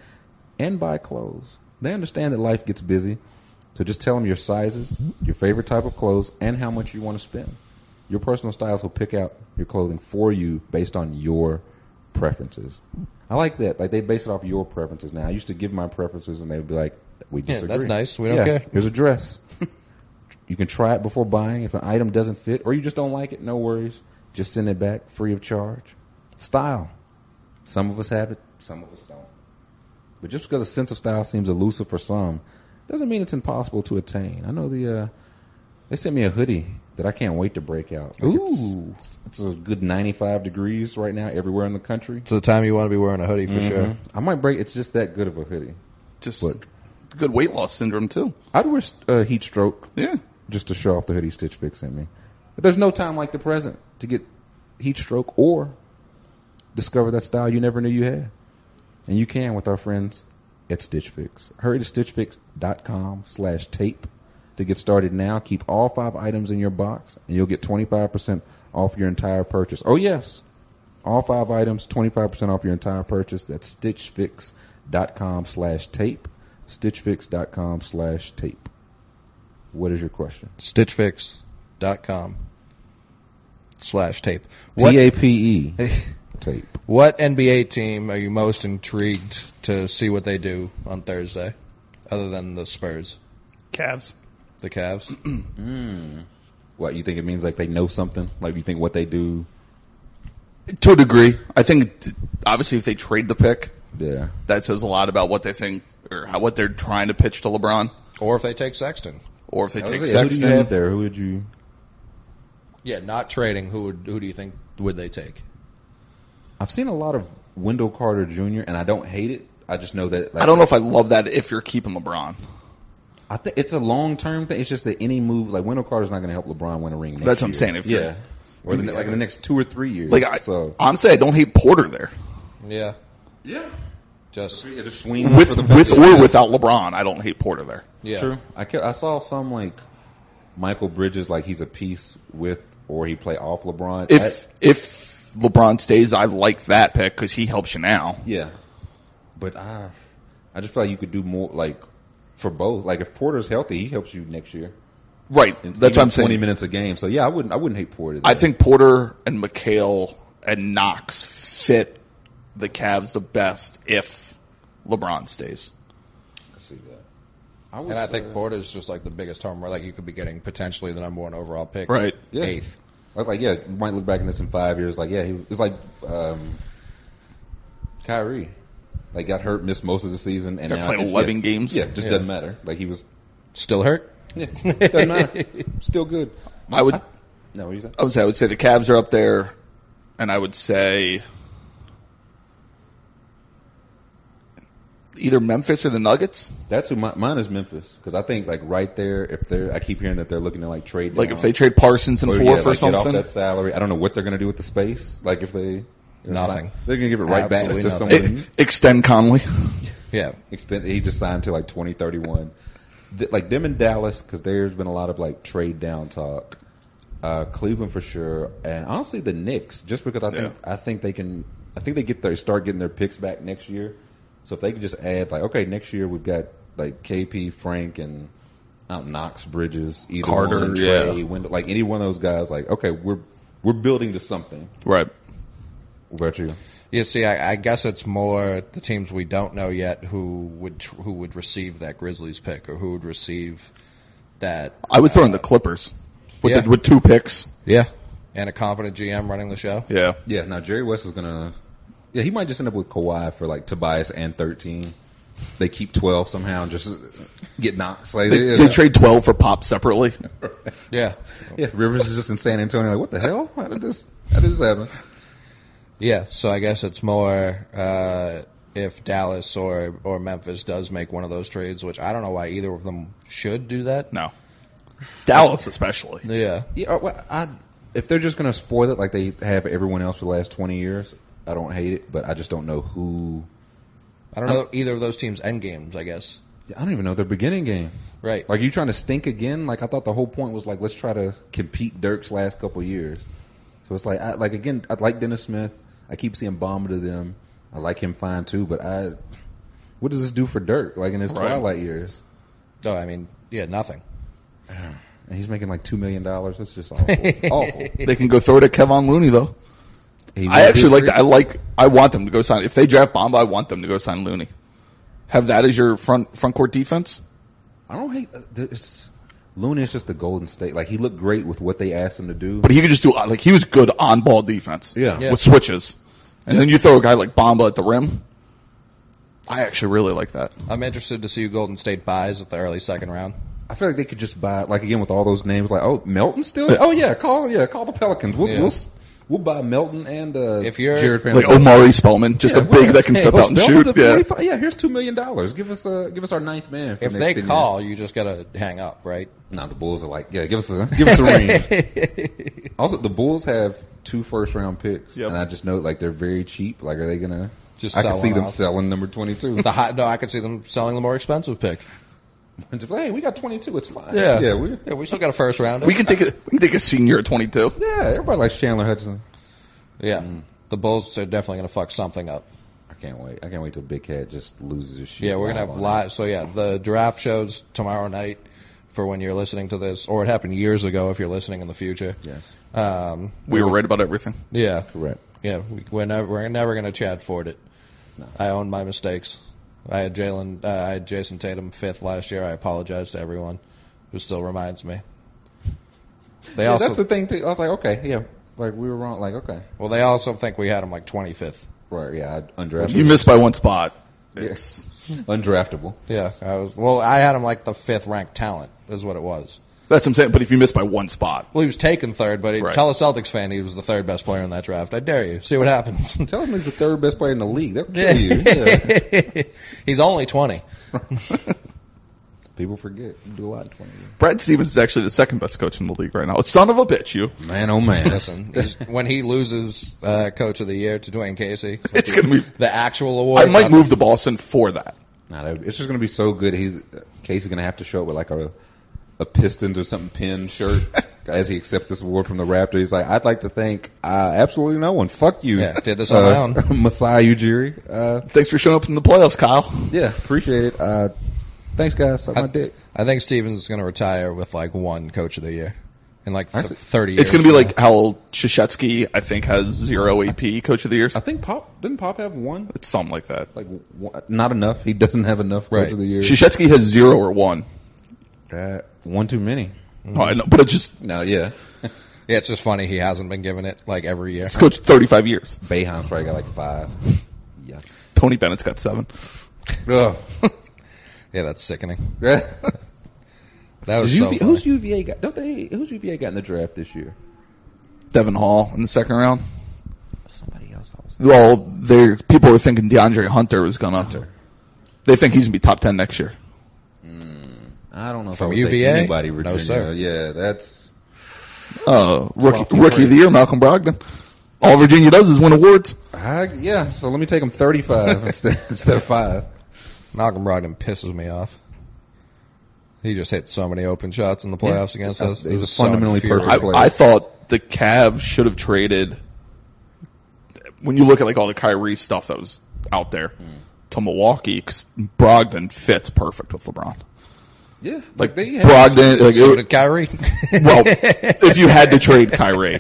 Speaker 3: and buy clothes. They understand that life gets busy, so just tell them your sizes, your favorite type of clothes, and how much you want to spend. Your personal stylist will pick out your clothing for you based on your preferences. I like that. Like they base it off your preferences now. I used to give my preferences, and they would be like, "We
Speaker 2: Yeah,
Speaker 3: disagree."
Speaker 2: that's nice. We don't
Speaker 3: Yeah,
Speaker 2: care.
Speaker 3: Here's a dress. You can try it before buying. If an item doesn't fit or you just don't like it, no worries. Just send it back free of charge. Style. Some of us have it, some of us don't. But just because a sense of style seems elusive for some, doesn't mean it's impossible to attain. I know the uh, They sent me a hoodie that I can't wait to break out. Like, it's-
Speaker 2: Ooh.
Speaker 3: It's, it's a good 95 degrees right now everywhere in the country.
Speaker 2: It's the time you want to be wearing a hoodie for sure.
Speaker 3: I might break. It's just that good of a hoodie.
Speaker 4: Just
Speaker 3: What?
Speaker 4: good weight loss syndrome too.
Speaker 3: I'd wear uh, heat stroke
Speaker 4: Yeah.
Speaker 3: just to show off the hoodie Stitch Fix sent me. But there's no time like the present to get heat stroke or discover that style you never knew you had. And you can with our friends at Stitch Fix. Hurry to stitchfix.com slash tape to get started now. Keep all five items in your box and you'll get 25% off your entire purchase. Oh, yes. All five items, 25% off your entire purchase. That's stitchfix.com slash tape. Stitchfix.com slash tape. What is your question?
Speaker 2: Stitchfix.com slash tape. What,
Speaker 3: T A P E tape.
Speaker 2: what NBA team are you most intrigued to see what they do on Thursday, other than the Spurs,
Speaker 5: Cavs.
Speaker 2: the Cavs?
Speaker 3: What you think it means? Like they know something? Like you think what they do?
Speaker 4: To a degree, I think obviously if they trade the pick,
Speaker 3: Yeah,
Speaker 4: that says a lot about what they think or how, what they're trying to pitch to LeBron,
Speaker 2: or if they take Sexton?
Speaker 4: or if they take
Speaker 3: Who do you
Speaker 4: Sexton.
Speaker 3: have there? Who would you?
Speaker 2: Yeah, not trading. Who would who do you think would they take?
Speaker 3: I've seen a lot of Wendell Carter Jr. and I don't hate it. I just know that like,
Speaker 4: I don't know if I love that if you're keeping LeBron.
Speaker 3: I think it's a long term thing. It's just that any move like Wendell Carter's not going to help LeBron win a ring. Next
Speaker 4: That's what I'm
Speaker 3: year.
Speaker 4: saying, if
Speaker 3: yeah,
Speaker 4: you're-
Speaker 3: or the, ne- like in the next two or three years.
Speaker 4: Like I,
Speaker 3: so,
Speaker 4: honestly, I don't hate Porter there
Speaker 2: Yeah,
Speaker 3: yeah,
Speaker 2: just
Speaker 3: yeah, just swing
Speaker 4: with
Speaker 3: for the
Speaker 4: with
Speaker 3: fences.
Speaker 4: or without LeBron. I don't hate Porter there.
Speaker 2: yeah.
Speaker 3: True. I ca- I saw some like Michael Bridges like he's a piece with or he play off LeBron.
Speaker 4: If
Speaker 3: I-
Speaker 4: if LeBron stays, I like that pick because he helps you now.
Speaker 3: Yeah, but I, I just feel like you could do more like for both. Like if Porter's healthy, he helps you next year.
Speaker 4: Right.
Speaker 3: And
Speaker 4: That's what
Speaker 3: even
Speaker 4: I'm saying.
Speaker 3: Twenty minutes a game. So yeah, I wouldn't. I wouldn't hate Porter.
Speaker 4: I
Speaker 3: there.
Speaker 4: think Porter and McHale and Knox fit the Cavs the best if LeBron stays.
Speaker 3: I see that. I would
Speaker 2: And I
Speaker 3: say-
Speaker 2: think Porter's just like the biggest home run. Like you could be getting potentially the number one overall pick,
Speaker 4: Right.
Speaker 3: Yeah.
Speaker 2: Eighth.
Speaker 3: Like, like, yeah, you might look back in this in five years. Like yeah, he it's like um, Kyrie. Like got hurt, missed most of the season, and
Speaker 4: Got
Speaker 3: now
Speaker 4: played
Speaker 3: yeah,
Speaker 4: 11 games.
Speaker 3: Yeah, just doesn't matter. Like he was,
Speaker 2: Still hurt.
Speaker 3: yeah, doesn't matter. Still good.
Speaker 4: I would
Speaker 3: No, what you say?
Speaker 4: I would say I would say the Cavs are up there and I would say either Memphis or the Nuggets.
Speaker 3: That's who my, mine is Memphis because I think like right there if they're I keep hearing that they're looking to like trade
Speaker 4: Like
Speaker 3: down.
Speaker 4: if they trade Parsons and
Speaker 3: Or,
Speaker 4: four
Speaker 3: Oh, yeah,
Speaker 4: for
Speaker 3: like, get off
Speaker 4: something.
Speaker 3: that salary I don't know what they're gonna do with the space like if they they're
Speaker 2: Nothing.
Speaker 3: sign- they're gonna give it right
Speaker 2: Absolutely
Speaker 3: back to
Speaker 2: nothing.
Speaker 3: someone
Speaker 4: E- extend Conley.
Speaker 2: Yeah.
Speaker 3: extend he just signed to like twenty thirty one like them in Dallas because there's been a lot of like trade down talk uh, Cleveland for sure and honestly the Knicks just because I think I think they can I think they get their start getting their picks back next year so if they can just add like okay next year we've got like KP Frank and out Knox Bridges either
Speaker 4: Carter,
Speaker 3: one, Trey,
Speaker 4: yeah.
Speaker 3: Wendell, like any one of those guys like okay we're we're building to something
Speaker 4: right.
Speaker 3: what about you
Speaker 2: You see, I, I guess it's more the teams we don't know yet who would tr- who would receive that Grizzlies pick or who would receive that.
Speaker 4: I would throw in the Clippers with
Speaker 2: yeah.
Speaker 4: the, with two picks.
Speaker 2: Yeah, and a competent GM running the show.
Speaker 4: Yeah.
Speaker 3: Yeah, now Jerry West is gonna. Yeah, he might just end up with Kawhi for like Tobias and thirteen. They keep twelve somehow and just get knocked. Like,
Speaker 4: They,
Speaker 3: yeah,
Speaker 4: they trade 12 for Pop separately.
Speaker 2: Yeah,
Speaker 3: yeah, Rivers is just in San Antonio. Like, what the hell? How did this? How did this happen?
Speaker 2: yeah. So I guess it's more uh, if Dallas or or Memphis does make one of those trades, which I don't know why either of them should do that.
Speaker 4: No. Dallas especially.
Speaker 2: Yeah,
Speaker 3: Yeah, uh, well, I if they're just gonna spoil it like they have everyone else for the last twenty years, I don't hate it, but I just don't know who.
Speaker 2: I don't know either of those teams' end games. I guess
Speaker 3: I don't even know their beginning game.
Speaker 2: right.
Speaker 3: Like, you trying to stink again? Like, I thought the whole point was like, let's try to compete Dirk's last couple years. So it's like, I, like again, I like Dennis Smith. I keep seeing Bomber to them. I like him fine too, but I, what does this do for Dirk? Like in his
Speaker 4: Right.
Speaker 3: twilight years,
Speaker 2: no, I mean, yeah, nothing.
Speaker 3: and he's making like two million dollars. That's just awful. awful.
Speaker 4: They can go throw it at Kevon Looney though.
Speaker 3: He
Speaker 4: I
Speaker 3: will
Speaker 4: actually
Speaker 3: be
Speaker 4: like
Speaker 3: free.
Speaker 4: that. I like. I want them to go sign. If they draft Bamba, I want them to go sign Looney. Have that as your front front court defense.
Speaker 3: I don't hate uh, this. Looney is just the Golden State. Like he looked great with what they asked him to do.
Speaker 4: But he could just do like he was good on ball defense.
Speaker 3: Yeah. Yeah.
Speaker 4: with switches, and then you throw a guy like Bamba at the rim. I actually really like that.
Speaker 2: I'm interested to see who Golden State buys at the early second round.
Speaker 3: I feel like they could just buy like again with all those names like oh Melton still oh yeah call yeah call the Pelicans we'll
Speaker 2: Yeah.
Speaker 3: we'll, s- we'll buy Melton and uh,
Speaker 2: If you're-
Speaker 3: Jared Van
Speaker 4: Like Omari Spellman, just a big that can step out and shoot. Yeah.
Speaker 3: yeah. here's two million dollars. Give us uh, give us our ninth man. For
Speaker 2: If
Speaker 3: next
Speaker 2: they
Speaker 3: 10
Speaker 2: call, you just gotta hang up, right?
Speaker 3: years. nah, the Bulls are like, yeah, give us a give us a ring. also, the Bulls have two first round picks,
Speaker 5: Yep.
Speaker 3: and I just know like they're very cheap. Like, are they gonna?
Speaker 2: Just
Speaker 3: I can
Speaker 2: sell
Speaker 3: see
Speaker 2: one
Speaker 3: them
Speaker 2: off.
Speaker 3: selling number twenty two.
Speaker 2: The hot, no, I could see them selling the more expensive pick.
Speaker 3: and just, hey, we got twenty two. It's fine.
Speaker 2: Yeah,
Speaker 3: yeah, we,
Speaker 2: yeah, we still got a first rounder.
Speaker 4: We can take a we can take a senior at twenty two.
Speaker 3: yeah. Everybody likes Chandler Hutchinson.
Speaker 2: yeah, Mm. the Bulls are definitely gonna fuck something up.
Speaker 3: I can't wait. I can't wait till Big Cat just loses his shit.
Speaker 2: Yeah, we're gonna have
Speaker 3: on
Speaker 2: live. So yeah, the draft shows tomorrow night for when you're listening to this, or it happened years ago if you're listening in the future.
Speaker 3: it. Yes,
Speaker 2: Um,
Speaker 4: We were right about everything.
Speaker 2: yeah,
Speaker 3: correct.
Speaker 2: Yeah, we, we're never we're never gonna Chad Ford it. I own my mistakes. I had Jalen, uh, I had Jason Tatum fifth last year. I apologize to everyone who still reminds me. They
Speaker 3: Yeah,
Speaker 2: also
Speaker 3: that's the thing. Too. I was like, okay, yeah, like we were wrong. Like, okay,
Speaker 2: well, they also think we had him like twenty fifth.
Speaker 3: right? Yeah, I undraftable.
Speaker 4: You missed by one spot.
Speaker 3: Yes. undraftable.
Speaker 2: Yeah, I was. Well, I had him like the fifth ranked talent is what it was.
Speaker 4: That's what I'm saying. But if you miss by one spot,
Speaker 2: Well, he was taken third, but he,
Speaker 4: Right.
Speaker 2: tell a Celtics fan he was the third best player in that draft. I dare you. See what happens.
Speaker 3: Tell him he's the third best player in the league. They'll kill you. Yeah.
Speaker 2: He's only twenty.
Speaker 3: People forget. You do a lot in 20 years.
Speaker 4: Brad Stevens is actually the second best coach in the league right now. Son of a bitch, you.
Speaker 3: Man, oh man.
Speaker 2: Listen, he's- when he loses uh, Coach of the Year to Dwayne Casey,
Speaker 4: It's gonna be-
Speaker 2: the actual award.
Speaker 4: I might
Speaker 2: not-
Speaker 4: move to Boston for that.
Speaker 3: Nah, that- it's just going to be so good. He's uh, Casey's going to have to show up with like a a Pistons or something pin shirt as he accepts this award from the Raptor. He's like, I'd like to thank uh, absolutely no one. Fuck you.
Speaker 2: Yeah, did this on my
Speaker 3: Uh, Masai Ujiri. Uh,
Speaker 4: Thanks for showing up in the playoffs, Kyle.
Speaker 3: yeah, appreciate it. Uh, thanks, guys. Suck my dick.
Speaker 2: I think Stevens is going to retire with like one Coach of the Year in like th-
Speaker 3: see.
Speaker 2: thirty. years.
Speaker 4: It's going to be like how Shashetsky, I think, has zero AP coach of the years.
Speaker 3: I think Pop didn't Pop have one.
Speaker 4: It's something like that.
Speaker 3: Like one, not enough. He doesn't have enough coach
Speaker 2: Right.
Speaker 3: of the year.
Speaker 4: Shashetsky has zero or one.
Speaker 3: That- one too many.
Speaker 4: No, I know, but it's just
Speaker 3: No, yeah.
Speaker 2: yeah, it's just funny he hasn't been given it like every year.
Speaker 4: he's coached 35 years.
Speaker 3: Bayheim's probably got like five. Yeah.
Speaker 4: Tony Bennett's got seven.
Speaker 3: Ugh.
Speaker 2: Yeah, that's sickening.
Speaker 3: Is
Speaker 2: That was so.
Speaker 3: UV,
Speaker 2: funny.
Speaker 3: who's UVA got? Don't they? Who's UVA got in the draft this year?
Speaker 4: Devin Hall in the second round.
Speaker 3: Somebody else. I was
Speaker 4: Well, they people were thinking DeAndre Hunter was going to. They think he's going to be top 10 next year.
Speaker 3: I don't know
Speaker 2: From
Speaker 3: if I would take
Speaker 2: UVA?
Speaker 3: Anybody
Speaker 2: No,
Speaker 3: Virginia.
Speaker 2: sir.
Speaker 3: Yeah, that's
Speaker 4: Uh, rookie,
Speaker 2: Lofty
Speaker 4: rookie of the year, Malcolm Brogdon. All Virginia does is win awards.
Speaker 3: I, yeah. So let me take him thirty-five instead, instead of five.
Speaker 2: Malcolm Brogdon pisses me off. He just hit so many open shots in the playoffs
Speaker 3: Yeah.
Speaker 2: against us.
Speaker 3: He's a
Speaker 2: It was
Speaker 3: fundamentally
Speaker 2: infuriating.
Speaker 3: perfect-
Speaker 4: I,
Speaker 3: player.
Speaker 4: I thought the Cavs should have traded. When you look at like all the Kyrie stuff that was out there to Milwaukee, 'cause Brogdon fits perfect with LeBron.
Speaker 3: Yeah, like,
Speaker 4: Like
Speaker 3: they have,
Speaker 4: Brogdon, like
Speaker 2: So
Speaker 4: it,
Speaker 2: did Kyrie.
Speaker 4: well, if you had to trade Kyrie,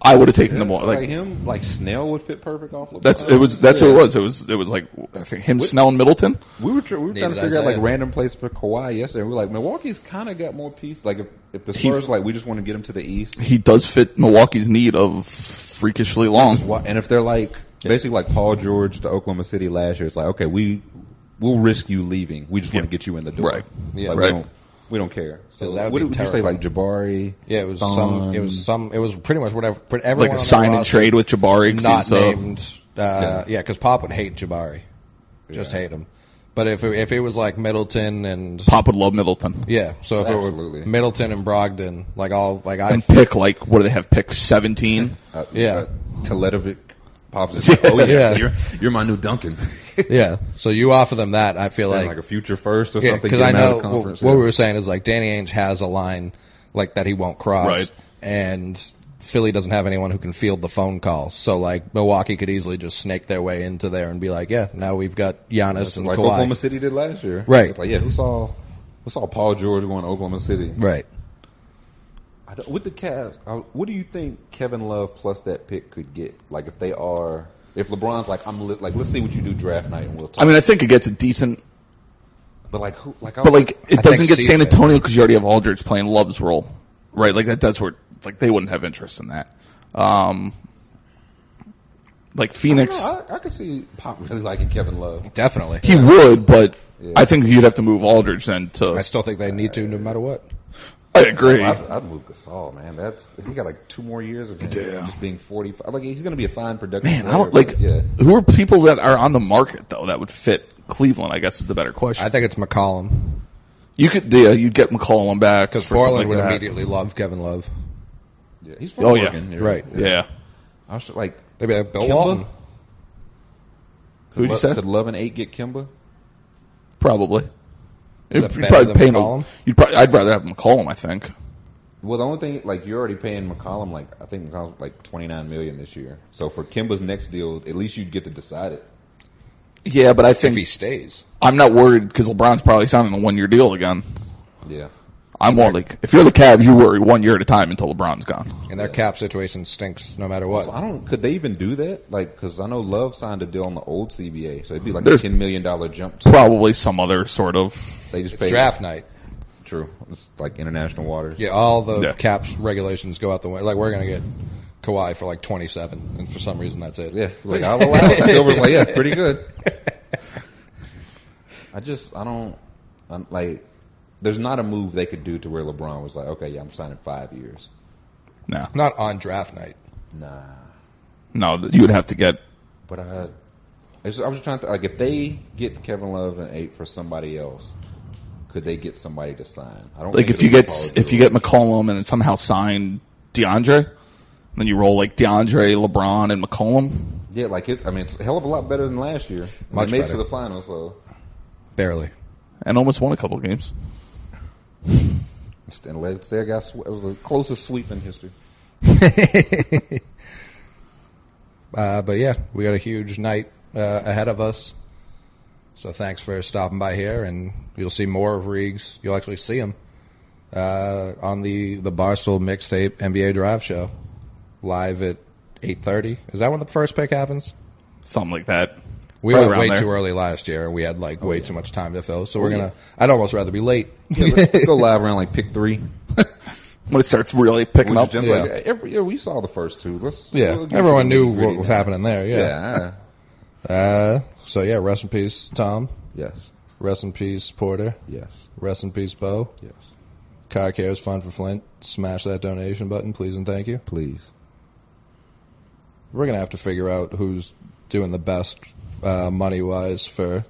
Speaker 4: I would have taken them all.
Speaker 3: like,
Speaker 4: Like
Speaker 3: him, like Snell would fit perfect off. LeBron.
Speaker 4: that's it was that's
Speaker 3: yeah.
Speaker 4: what it was. It was it was like I think him, Snell, and Middleton.
Speaker 3: We were, tr- we were trying
Speaker 2: Needed
Speaker 3: to figure out
Speaker 2: Isaiah.
Speaker 3: like random place for Kawhi yesterday. We were like, Milwaukee's kind of got more peace. Like if, if the Spurs like we just want to get him to the East,
Speaker 4: He does fit Milwaukee's need of freakishly long.
Speaker 3: Why- And if they're like basically like Paul George to Oklahoma City last year, it's like okay, we we'll risk you leaving. We just want to get you in the door.
Speaker 4: Right.
Speaker 2: Yeah,
Speaker 3: Like,
Speaker 4: right.
Speaker 3: We don't, we don't care. So
Speaker 2: that would
Speaker 3: what
Speaker 2: be
Speaker 3: did you say? Like Jabari?
Speaker 2: yeah, it was some. It was some. It was pretty much whatever. But everyone
Speaker 4: Like
Speaker 2: on
Speaker 4: a
Speaker 2: the
Speaker 4: sign and
Speaker 2: roster
Speaker 4: trade with Jabari. 'cause
Speaker 2: not
Speaker 4: he's, uh,
Speaker 2: named. Uh, yeah, because Pop would hate Jabari, just hate him. But if it, if it was like Middleton and
Speaker 4: Pop would love Middleton.
Speaker 2: Yeah, so if it
Speaker 3: Absolutely.
Speaker 2: were Middleton and Brogdon, like all like I
Speaker 4: and pick like what do they have pick 17
Speaker 3: Uh,
Speaker 2: Yeah.
Speaker 3: Uh, Teletovic pops. It. Oh yeah,
Speaker 2: Yeah.
Speaker 3: You're, you're my new Duncan.
Speaker 2: yeah. So you offer them that, I feel
Speaker 3: like,
Speaker 2: like
Speaker 3: a future first or
Speaker 2: yeah,
Speaker 3: something.
Speaker 2: because
Speaker 3: get
Speaker 2: I
Speaker 3: him out
Speaker 2: know
Speaker 3: of the
Speaker 2: wh-
Speaker 3: conference,
Speaker 2: what
Speaker 3: yeah.
Speaker 2: we were saying is like Danny Ainge has a line like that he won't cross,
Speaker 4: Right.
Speaker 2: and Philly doesn't have anyone who can field the phone call. So like Milwaukee could easily just snake their way into there and be like, yeah, now we've got Giannis and
Speaker 3: like
Speaker 2: Kawhi,
Speaker 3: Oklahoma City did last year.
Speaker 2: Right.
Speaker 3: It's like yeah, who saw who saw Paul George going to Oklahoma City?
Speaker 2: right?
Speaker 3: I don't- with the Cavs, I, what do you think Kevin Love plus that pick could get? Like if they are, if LeBron's like, I'm li- like, let's see what you do draft night, and we'll talk.
Speaker 4: i mean i think it gets a decent
Speaker 3: but like, who, like, I
Speaker 4: but
Speaker 3: was-
Speaker 4: like it
Speaker 2: I
Speaker 4: doesn't
Speaker 2: think
Speaker 4: get
Speaker 2: Steve's
Speaker 4: san
Speaker 2: right.
Speaker 4: antonio because you already have aldridge playing love's role right like that that's where like they wouldn't have interest in that um like
Speaker 3: I,
Speaker 4: phoenix
Speaker 3: don't know, I, I could see Pop really liking Kevin Love.
Speaker 2: Definitely.
Speaker 4: he would but I think you'd have to move Aldridge then to.
Speaker 2: I still think they need to, no matter what.
Speaker 4: I agree.
Speaker 3: I'd, I'd move Gasol, man. That's he got like two more years of him just being forty. Like he's going to be a fine productive.
Speaker 4: Man, I
Speaker 3: player,
Speaker 4: don't like.
Speaker 3: but Yeah,
Speaker 4: Who are people that are on the market though that would fit Cleveland? I guess is the better question.
Speaker 2: I think it's McCollum
Speaker 4: you could, yeah, you'd get McCollum back
Speaker 2: because
Speaker 4: for something
Speaker 2: Portland
Speaker 4: like
Speaker 2: would
Speaker 4: that.
Speaker 2: immediately love Kevin Love.
Speaker 3: yeah. he's from
Speaker 4: Oh, yeah.
Speaker 3: Oregon,
Speaker 2: Right.
Speaker 4: Yeah.
Speaker 3: I was like,
Speaker 2: They'd be like Bill
Speaker 3: Kimba?
Speaker 2: Walton.
Speaker 4: Who'd you
Speaker 3: Lo-
Speaker 4: say?
Speaker 3: Could Love and Eight get Kimba?
Speaker 4: Probably. You'd,
Speaker 2: that
Speaker 4: you'd
Speaker 2: better
Speaker 4: probably
Speaker 2: than
Speaker 4: pay him.
Speaker 2: McCollum?
Speaker 4: A, you'd probably, I'd rather have McCollum. I think.
Speaker 3: Well, the only thing like you're already paying McCollum like I think McCollum's like twenty nine million this year. So for Kimba's next deal, at least you'd get to decide it.
Speaker 4: Yeah, but I
Speaker 2: If
Speaker 4: think
Speaker 2: he stays,
Speaker 4: I'm not worried because LeBron's probably signing a one year deal again.
Speaker 3: Yeah,
Speaker 4: I'm more like if you're the Cavs, you worry one year at a time until LeBron's gone.
Speaker 2: and their cap situation stinks no matter what.
Speaker 3: so I don't. Could they even do that? Like, because I know Love signed a deal on the old CBA, so it'd be like
Speaker 4: There's-
Speaker 3: a ten million dollar jump. To,
Speaker 4: Probably some other sort of.
Speaker 3: they just paid
Speaker 2: Draft night.
Speaker 3: True, it's like international waters.
Speaker 2: Yeah, all the
Speaker 4: Yeah.
Speaker 2: caps regulations go out the window. Like we're gonna get Kawhi for like twenty seven, and for some reason that's it.
Speaker 3: Yeah, like I'll allow it. Silver's like, yeah, pretty good. I just, I don't, I'm, like, there's not a move they could do to where LeBron was like, okay, yeah, I'm signing five years.
Speaker 4: No,
Speaker 2: Not on draft night.
Speaker 3: Nah.
Speaker 4: no, th- you would have to get.
Speaker 3: But I, I was I was trying to, like, if they get Kevin Love and eight for somebody else, could they get somebody to sign? I don't
Speaker 4: Like
Speaker 3: think
Speaker 4: if
Speaker 3: it'll
Speaker 4: you
Speaker 3: be
Speaker 4: get
Speaker 3: Paul
Speaker 4: if you
Speaker 3: George.
Speaker 4: get McCollum and then somehow sign DeAndre, then you roll like DeAndre, LeBron, and McCollum.
Speaker 3: yeah, like it. I mean, it's a hell of a lot better than last year. And
Speaker 2: Much
Speaker 3: they made it
Speaker 2: better.
Speaker 3: to the finals, so
Speaker 2: Barely.
Speaker 4: and almost won a couple games.
Speaker 3: and let's say I got sw- it was the closest sweep in history.
Speaker 2: Uh, but yeah, we got a huge night uh, ahead of us. So thanks for stopping by here, and you'll see more of Reegs. You'll actually see him uh, on the the Barstool mixtape NBA Drive show live at eight thirty. Is that when the first pick happens?
Speaker 4: Something like that.
Speaker 2: We
Speaker 4: Right
Speaker 2: were
Speaker 4: around
Speaker 2: way
Speaker 4: there.
Speaker 2: too early last year, and we had like way too much time to fill. So we're gonna. I'd almost rather be late.
Speaker 3: Let's go live around like pick three.
Speaker 4: When it starts really picking
Speaker 3: Which
Speaker 4: up.
Speaker 3: is generally-
Speaker 2: yeah.
Speaker 3: like, every- yeah, we saw the first two. Let's
Speaker 2: Yeah,
Speaker 3: we'll get
Speaker 2: everyone
Speaker 3: to
Speaker 2: knew
Speaker 3: the nitty-gritty
Speaker 2: what was
Speaker 3: now.
Speaker 2: happening there. Yeah.
Speaker 3: Yeah, I-
Speaker 2: Uh, so yeah, rest in peace, Tom.
Speaker 3: yes,
Speaker 2: Rest in peace, Porter.
Speaker 3: yes,
Speaker 2: Rest in peace, Bo.
Speaker 3: yes.
Speaker 2: Car Care is fun for Flint. Smash that donation button, please and thank you.
Speaker 3: Please,
Speaker 2: We're gonna have to figure out who's doing the best uh, money wise for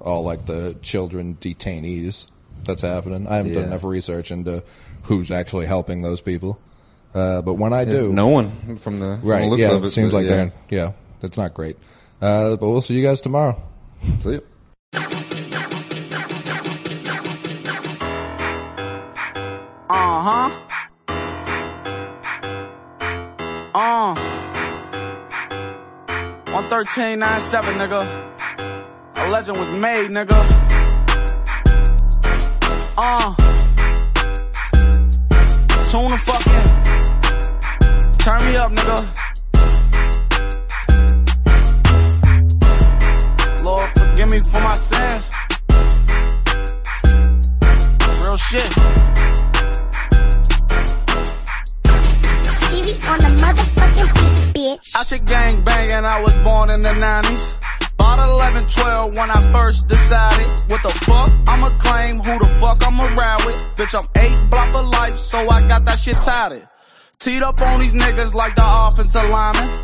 Speaker 2: all like the children detainees that's happening. I haven't done
Speaker 3: Yeah.
Speaker 2: enough research into who's actually helping those people. Uh, but when I do,
Speaker 3: no one from the from the
Speaker 2: right?
Speaker 3: looks
Speaker 2: Yeah,
Speaker 3: of
Speaker 2: it seems
Speaker 3: but
Speaker 2: like
Speaker 3: yeah.
Speaker 2: they're yeah, that's not great. Uh, but we'll see you guys tomorrow.
Speaker 3: See ya.
Speaker 6: Uh huh. Uh. 11397, nigga. A legend was made, nigga. Uh. Tune the fucking. Turn me up, nigga. Lord, forgive me for my sins. Real shit.
Speaker 7: Stevie on the motherfucking beat, bitch.
Speaker 6: I chick gang bang and I was born in the 90s. About 11, 12 when I first decided what the fuck I'ma claim, who the fuck I'ma ride with. Bitch, I'm eight block for life, so I got that shit tied. Teed up on these niggas like the offensive lineman.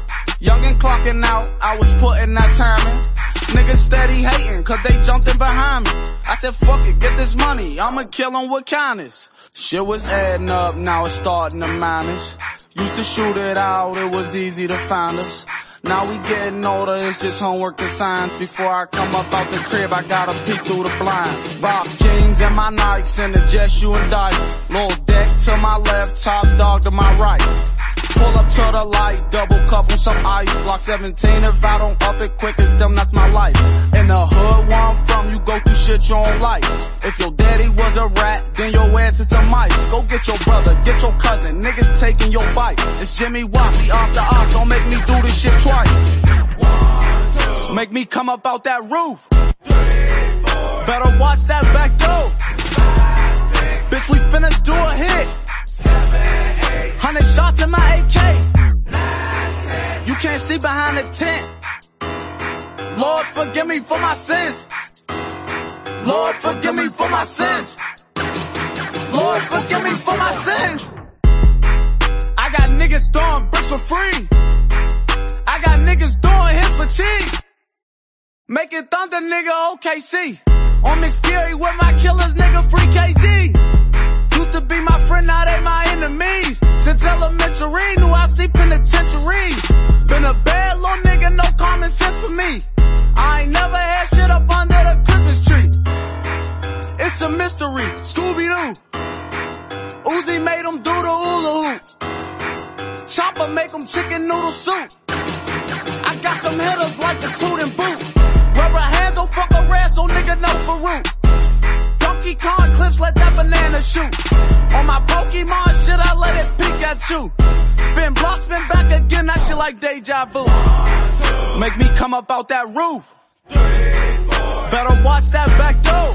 Speaker 6: Young and clocking out, I was putting that time in. Niggas steady hating, cause they jumped in behind me. I said, fuck it, get this money, I'ma kill 'em with kindness. Shit was adding up, now it's starting to minus. Used to shoot it out, it was easy to find us. Now we getting older, it's just homework and signs. Before I come up out the crib, I gotta peek through the blinds. Rock jeans and my Nikes and the jet shoe and dice. Little deck to my left, top dog to my right. Pull up to the light, double cup on some ice. Block 17, if I don't up it quick, it's them, that's my life. In the hood where I'm from, you go through shit your own life. If your daddy was a rat, then your ass is a mice. Go get your brother, get your cousin, niggas taking your bike. It's Jimmy Watt, we off the arc, don't make me do this shit twice. Make me come up out that roof. Better watch that back door. Bitch, we finna do a hit. Hundred shots in my AK. You can't see behind the tent. Lord, forgive me for my sins. Lord, forgive me for my sins. Lord, forgive me for my sins. I got niggas throwing bricks for free. I got niggas doing hits for cheap. Making thunder, nigga, OKC. On McScary with my killers, nigga, free KD. Used to be my friend, now they my enemies. Since elementary, knew I see penitentiary. Been a bad little nigga, no common sense for me. I ain't never had shit up under the Christmas tree. It's a mystery, Scooby Doo. Uzi made him do the hula hoop. Chopper make him chicken noodle soup. I got some hitters like the toot and boot. Rubber handle, fuck a rat, so nigga no for root. Donkey Kong clips, let that banana shoot. On my Pokemon shit, I let it peek at you. Spin block, spin back again, that shit like deja vu. Make me come up out that roof. Better watch that back door.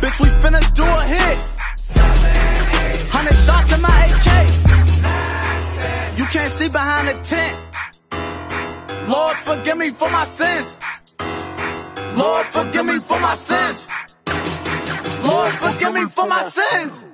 Speaker 6: Bitch, we finna do a hit. Hundred shots in my AK. You can't see behind the tent. Lord, forgive me for my sins. Lord, forgive me for my sins. Lord, forgive me for my sins.